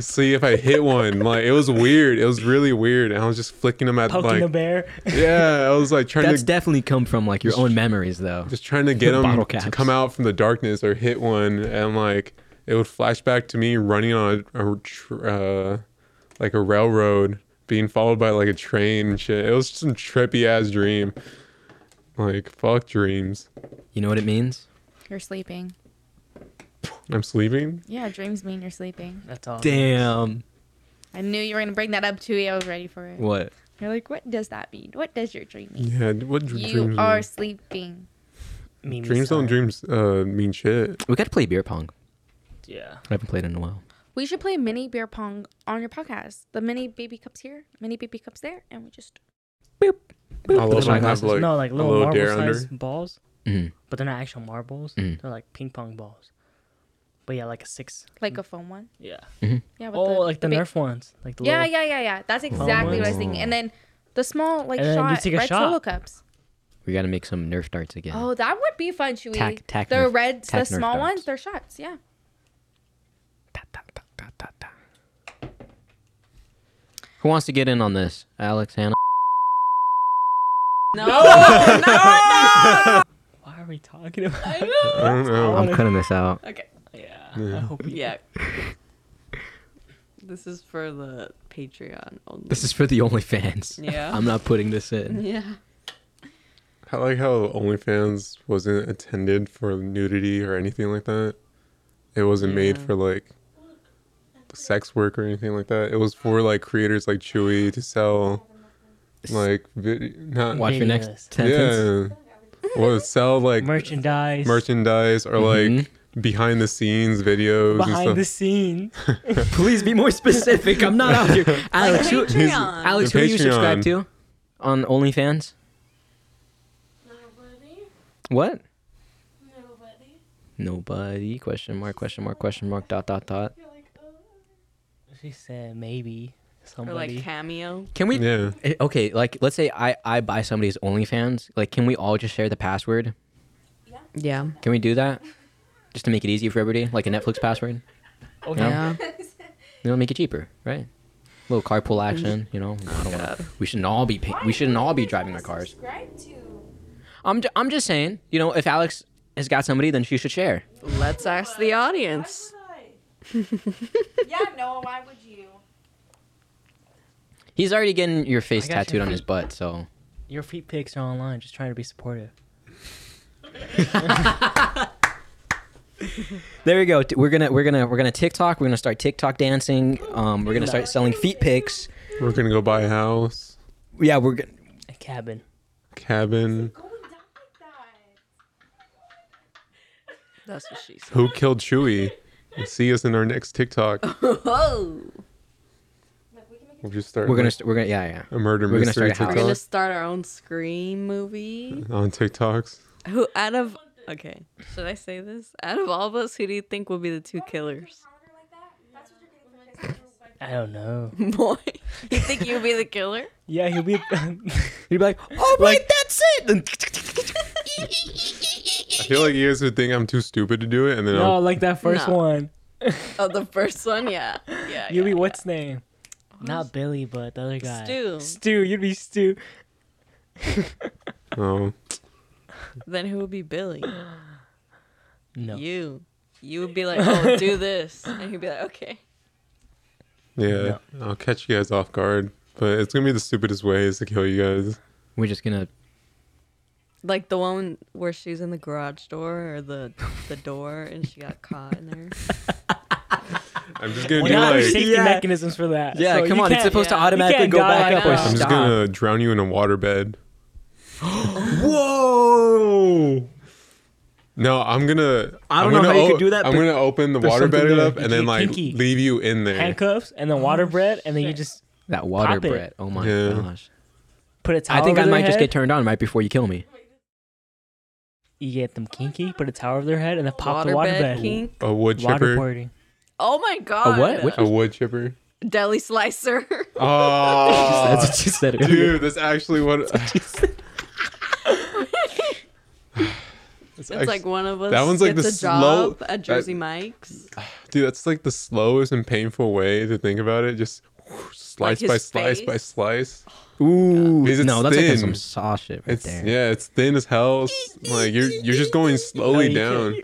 S4: see if I hit one. Like it was weird. It was really weird. And I was just flicking them at
S7: Poking the
S4: like
S7: bear.
S4: yeah. I was like trying
S1: That's
S4: to
S1: definitely come from like your own memories, though.
S4: just trying to get
S1: Bottle
S4: them
S1: caps.
S4: to come out from the darkness or hit one and like it would flash back to me running on a, a tr- uh, like a railroad being followed by like a train and shit it was just some trippy ass dream like fuck dreams
S1: You know what it means?
S8: You're sleeping.
S4: i'm sleeping
S8: Yeah, dreams mean you're sleeping.
S7: That's all.
S1: Damn.
S8: I knew you were gonna bring that up too. I was ready for it.
S1: What?
S8: You're like, what does that mean? What does your dream mean?
S4: yeah d- what dr-
S8: You
S4: dreams
S8: are
S4: mean?
S8: sleeping.
S7: Mimi's
S4: dreams don't
S7: time.
S4: dreams uh mean shit
S1: We got to play beer pong.
S7: Yeah.
S1: I haven't played in a while.
S8: We should play mini beer pong on your podcast. The mini baby cups here, mini baby cups there, and we just
S4: i love when i have
S1: Sunglasses?
S4: like,
S7: no, like
S4: a
S7: little,
S4: little
S7: marble
S4: dare
S7: sized
S4: under
S7: balls,
S1: Mhm.
S7: but they're not actual marbles.
S1: Mhm.
S7: They're like ping pong balls. But yeah, like a six.
S8: like
S1: Mm.
S8: a foam one.
S7: Yeah.
S8: Yeah. with
S7: Oh, like the
S8: big-
S7: Nerf ones. Like the
S8: Yeah,
S7: little,
S8: yeah, yeah, yeah. That's exactly what I was thinking. And then the small like
S7: And then you
S8: shot,
S7: take a
S8: red
S7: shot.
S8: solo cups.
S1: We got to make some Nerf darts again.
S8: Oh, that would be fun, Chewy.
S1: Tac- tac
S8: the
S1: Nerf-
S8: red,
S1: tac
S8: the
S1: Nerf
S8: small
S1: darts.
S8: ones, they're shots. Yeah.
S1: Ta, ta, ta, ta, ta, ta. Who wants to get in on this? Alex, Hannah.
S7: Why are we talking about
S4: i don't know
S1: I'm cutting this out.
S7: Yeah. I hope we
S6: Yeah. this is for the Patreon only.
S1: This is for the OnlyFans.
S6: Yeah.
S1: I'm not putting this in.
S6: yeah.
S4: i like how onlyfans wasn't intended for nudity or anything like that it wasn't made
S6: Yeah.
S4: for like sex work or anything like that it was for like creators like chewy to sell like vid- not
S1: Watch your next
S7: Videos.
S1: sentence.
S4: yeah or sell like
S7: merchandise.
S4: merchandise or
S1: Mhm.
S4: like behind the scenes videos
S7: Behind the
S4: and stuff
S7: scenes.
S1: Please be more specific. I'm not out here. Alex, who,
S6: Patreon.
S1: Alex,
S4: The
S1: who do you subscribe
S4: Patreon.
S1: to on OnlyFans?
S5: Nobody?
S1: What?
S5: Nobody?
S1: Nobody? Question mark? Question mark? Question mark? Dot dot dot.
S5: You're like, oh.
S7: she said maybe
S6: Or like
S7: somebody.
S6: cameo.
S1: Can we?
S4: yeah
S1: Eh, Okay, like let's say I I buy somebody's OnlyFans. Like, can we all just share the password?
S6: Yeah.
S1: Can we do that? Just to make it easy for everybody, like a Netflix password.
S7: okay.
S6: Yeah.
S1: It'll make it cheaper, right? little carpool action, you know. I don't wanna, we shouldn't all be pay, we shouldn't all be driving our cars. I'm ju- I'm just saying, you know, if Alex has got somebody, then she should share.
S6: Let's ask the audience.
S8: Yeah, no, why would you?
S1: He's already getting your face
S7: I got your
S1: tattooed on
S7: feet.
S1: his butt, so
S7: Your feet pics are online. Just trying to be supportive.
S1: there you go. T- We're gonna we're gonna we're gonna TikTok. We're gonna start TikTok dancing. Um, we're gonna start selling feet pics.
S4: we're gonna go buy a house
S1: Yeah, we're gonna.
S7: A cabin.
S4: cabin
S6: That's what she said.
S4: who killed chewy see us in our next tiktok
S6: Whoa.
S4: we'll just start
S1: We're gonna
S4: like,
S1: st- we're gonna yeah yeah.
S4: a murder
S1: we're gonna
S4: mystery
S1: start a
S6: We're gonna
S4: tiktok
S6: start our own Scream movie.
S4: on tiktoks
S6: Who out of okay? Should I say this? Out of all of us, who do you think will be the two killers?
S7: I don't know.
S6: Boy, you think you'll be the killer?
S7: Yeah, he'll be.
S1: You'd be like, oh wait, that's it. Then
S4: i feel like you guys would think i'm too stupid to do it and then
S7: no,
S4: I'll,
S7: like that first
S6: No.
S7: one.
S6: Oh, the first one, yeah, yeah.
S7: You'll
S6: yeah.
S7: be what's name? Not Billy, but the other guy.
S6: Stu.
S7: Stu. You'd be Stu.
S4: Oh,
S6: Then who would be Billy?
S7: No.
S6: You. You would be like, oh, do this. And he'd be like, okay.
S4: yeah. I'll catch you guys off guard, but it's gonna be the stupidest ways to kill you guys.
S1: We're just gonna
S6: Like the one where she's in the garage door or the the door and she got caught in there.
S4: I'm just gonna
S7: We
S4: do
S7: have
S4: like.
S7: safety
S9: Yeah.
S7: mechanisms for that.
S9: Yeah,
S7: So
S9: come
S7: you
S9: on. It's
S7: can't-
S9: supposed to
S7: you
S9: automatically
S7: can't
S9: go
S7: die
S9: back up
S7: now.
S9: or
S4: I'm just
S9: stop.
S4: gonna drown you in a waterbed.
S9: Whoa!
S4: No, I'm gonna.
S9: I don't
S4: am
S9: know
S4: gonna
S9: how you could do that,
S4: I'm
S9: but
S4: gonna open the
S9: there's
S4: water
S9: something
S4: bed
S9: there.
S4: up
S7: You
S4: and then
S7: keep
S4: like
S7: pinky.
S4: leave you in there.
S7: handcuffs and then
S6: Oh,
S7: water bread, and then you just
S1: that water
S7: Pop it.
S1: bread. Oh my
S4: Yeah.
S1: gosh!
S7: put a towel.
S1: I think
S7: over
S1: I
S7: their
S1: might just
S7: head.
S1: get turned on right before you kill me.
S7: You get them kinky, put a towel over their head, and then pop the water
S6: Waterbed
S7: bed.
S6: kink.
S4: A wood
S7: Water
S4: chipper.
S7: party.
S6: Oh my god.
S1: what? Which-
S4: A wood chipper.
S6: Deli slicer.
S4: Oh,
S1: That's what you said. earlier.
S4: dude, that's actually what.
S6: it's
S4: act-
S6: like one of us
S4: that one's like
S6: gets
S4: the
S6: a job
S4: slow- uh,
S6: at Jersey Mike's.
S7: uh,
S4: Dude, that's like the slowest and painful way to think about it. Just whoosh, slice
S6: his
S4: by slice by
S6: face?
S4: slice.
S1: Ooh,
S4: Because it's
S1: no, that's like
S4: thin.
S1: some saw shit right
S4: It's
S1: there.
S4: yeah, it's thin as hell. S- like you're you're just going slowly
S7: you
S4: down.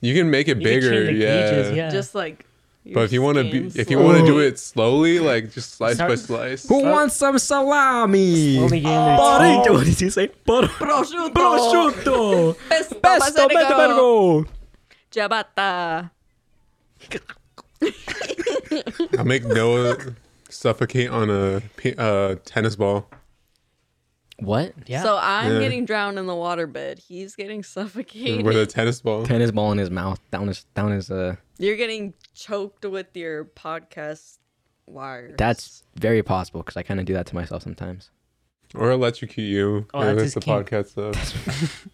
S4: You can make it bigger, yeah.
S6: Just like. your
S4: But if you want to be,
S6: skin
S4: if you want to
S6: slowly-
S4: do it slowly, like just slice by
S7: Start-
S4: slice.
S1: Who wants some salami?
S7: Slowly getting their
S9: Burrito.
S7: teeth.
S9: What did you say? Bur-
S6: Prosciutto.
S1: Oh.
S9: prosciutto.
S6: Pesto,
S9: Pesto, pesto,
S6: basilico,
S9: vergo.
S6: Ciabatta.
S4: I'll make Noah suffocate on a pe- uh, tennis ball.
S1: What?
S7: Yeah.
S6: So I'm
S4: Yeah.
S6: getting drowned in the waterbed. He's getting suffocated.
S4: With a tennis ball.
S1: Tennis ball in his mouth, down his down his uh.
S6: You're getting choked with your podcast wires.
S1: That's very possible because I kind of do that to myself sometimes.
S4: Or electrocute you.
S7: Oh,
S4: Yeah,
S7: that's his
S4: the
S7: kink.
S4: podcast stuff.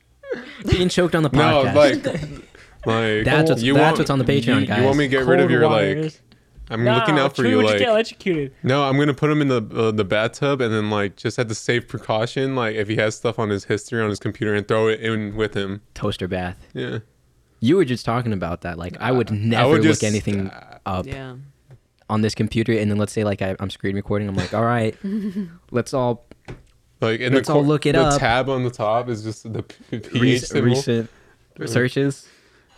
S1: Being choked on the
S4: no,
S1: podcast.
S4: like, like
S1: That's what's-
S4: you
S1: that's
S4: want,
S1: what's on the Patreon,
S4: you,
S1: guys.
S4: You want me to get rid of
S7: Cold
S4: your
S7: wires.
S4: like? I'm
S7: Nah,
S4: looking out for
S7: Chewie
S4: you.
S7: would just get
S4: Like,
S7: electrocuted.
S4: no, I'm gonna put him in the uh, the bathtub and then like just at the safe precaution, like if he has stuff on his history on his computer and throw it in with him.
S1: toaster bath.
S4: Yeah.
S1: You were just talking about that. Like I would never
S4: would
S1: look
S4: just- uh,
S1: anything up
S6: yeah.
S1: on this computer, and then let's say like I, I'm screen recording. I'm like, all right, let's all
S4: Like in the
S1: Let's all look it
S4: the
S1: up.
S4: tab on the top is just the p- pH
S1: re-
S4: symbol.
S1: recent searches.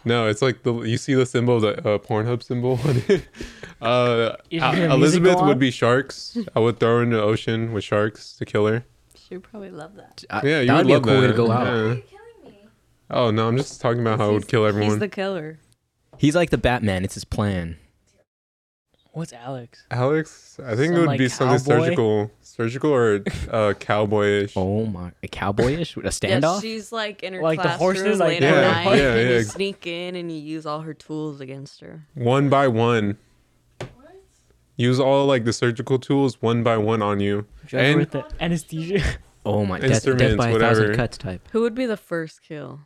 S4: No, it's like the you see the symbol, the uh, Pornhub symbol. on it. uh,
S7: You
S4: Al-
S7: hear music
S4: Elizabeth
S7: go
S4: would
S7: on?
S4: be sharks. I would throw her in the ocean with sharks to kill her.
S6: She would probably love that.
S1: I-
S4: Yeah, you
S1: that would
S4: would
S1: be a
S4: love
S1: cool way to
S4: that.
S1: go out.
S4: Yeah. Oh no, I'm just talking about how I would kill
S6: He's
S4: everyone.
S6: the killer.
S1: He's like the Batman. It's his plan.
S7: What's Alex?
S4: Alex, I think
S7: Some,
S4: it would
S7: like,
S4: be something
S7: cowboy?
S4: surgical, surgical or uh, cowboyish.
S1: Oh my, a cowboyish, a
S6: Yeah,
S1: standoff.
S6: she's like in her
S7: Like the
S6: classroom
S7: horses, like
S6: late
S7: the
S6: at
S7: Yeah,
S6: night,
S4: yeah,
S6: and you
S4: yeah.
S6: sneak in and you use all her tools against her.
S4: One by one. Use all like the surgical tools one by one on you.
S7: Drugs
S4: And-
S7: with the anesthesia.
S1: oh my, death, death
S4: Instruments,
S1: by a
S4: whatever.
S1: thousand cuts type.
S6: Who would be the first kill?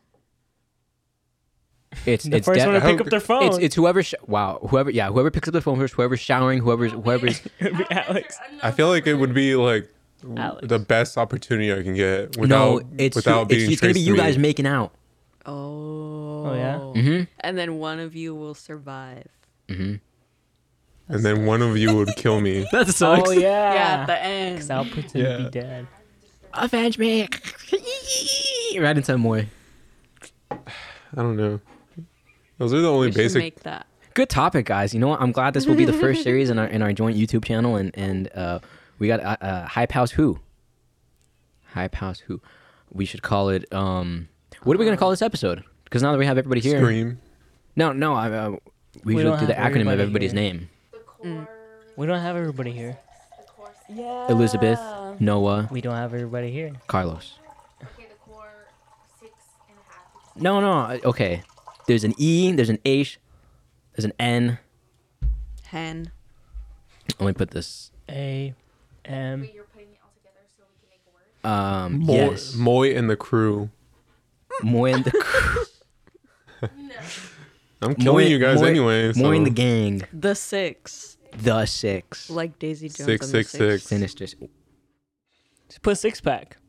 S1: It's
S7: the
S1: it's
S7: first one to
S1: death.
S4: I
S7: pick
S4: hope-
S7: up their phone.
S1: It's it's whoever. Sh- wow, whoever. Yeah, whoever picks up the phone first. Whoever's showering. Whoever's whoever's.
S7: It'd be Alex.
S4: I feel like it would be like w-
S7: Alex.
S4: the best opportunity I can get
S1: No,
S4: without
S1: it's
S4: without
S1: it's,
S4: being
S1: it's gonna be
S4: traced
S1: you
S4: to me.
S1: guys making out.
S6: Oh.
S7: Oh, yeah?
S4: Mm-hmm.
S1: Mhm.
S6: And then one of you will survive.
S4: and then one of you would kill me.
S9: That sucks.
S7: Oh yeah.
S6: Yeah, at the end.
S7: I'll pretend to
S4: Yeah.
S7: be dead.
S1: Avenge me! right into Moy.
S4: I don't know. Those are the only
S6: We should
S4: basic.
S6: make that.
S1: Good topic, guys. You know what? I'm glad this will be the first series in our in our joint YouTube channel, and and uh, we got uh, uh, Hype House Who. Hype House Who. We should call it. Um, what are we gonna call this episode? Because now that we have everybody here,
S4: Scream.
S1: no, no, I, uh, we,
S7: We
S1: should
S7: don't
S1: do the
S7: have
S1: acronym of
S7: everybody
S1: everybody's
S7: here. Mm.
S1: name:
S7: We don't have everybody here.
S1: Elizabeth, Noah,
S7: We don't have everybody here.
S1: Carlos.
S5: Okay, the core six and a half.
S1: No, no, I- okay. There's an E. There's an H. There's an N.
S6: Hen.
S1: Let me put this.
S7: A, M.
S5: You're putting it all together so we can make a word.
S1: Um,
S4: Moy,
S1: yes,
S4: Moy and the crew.
S1: Moy and the
S4: I'm killing
S1: Moy-
S4: you guys
S1: Moy-
S4: anyway. So.
S1: Moy and the gang.
S6: The six.
S1: The six.
S6: Like Daisy Jones.
S4: Six,
S6: and
S4: six,
S6: the six.
S4: six.
S1: Sinister.
S7: Just put six pack.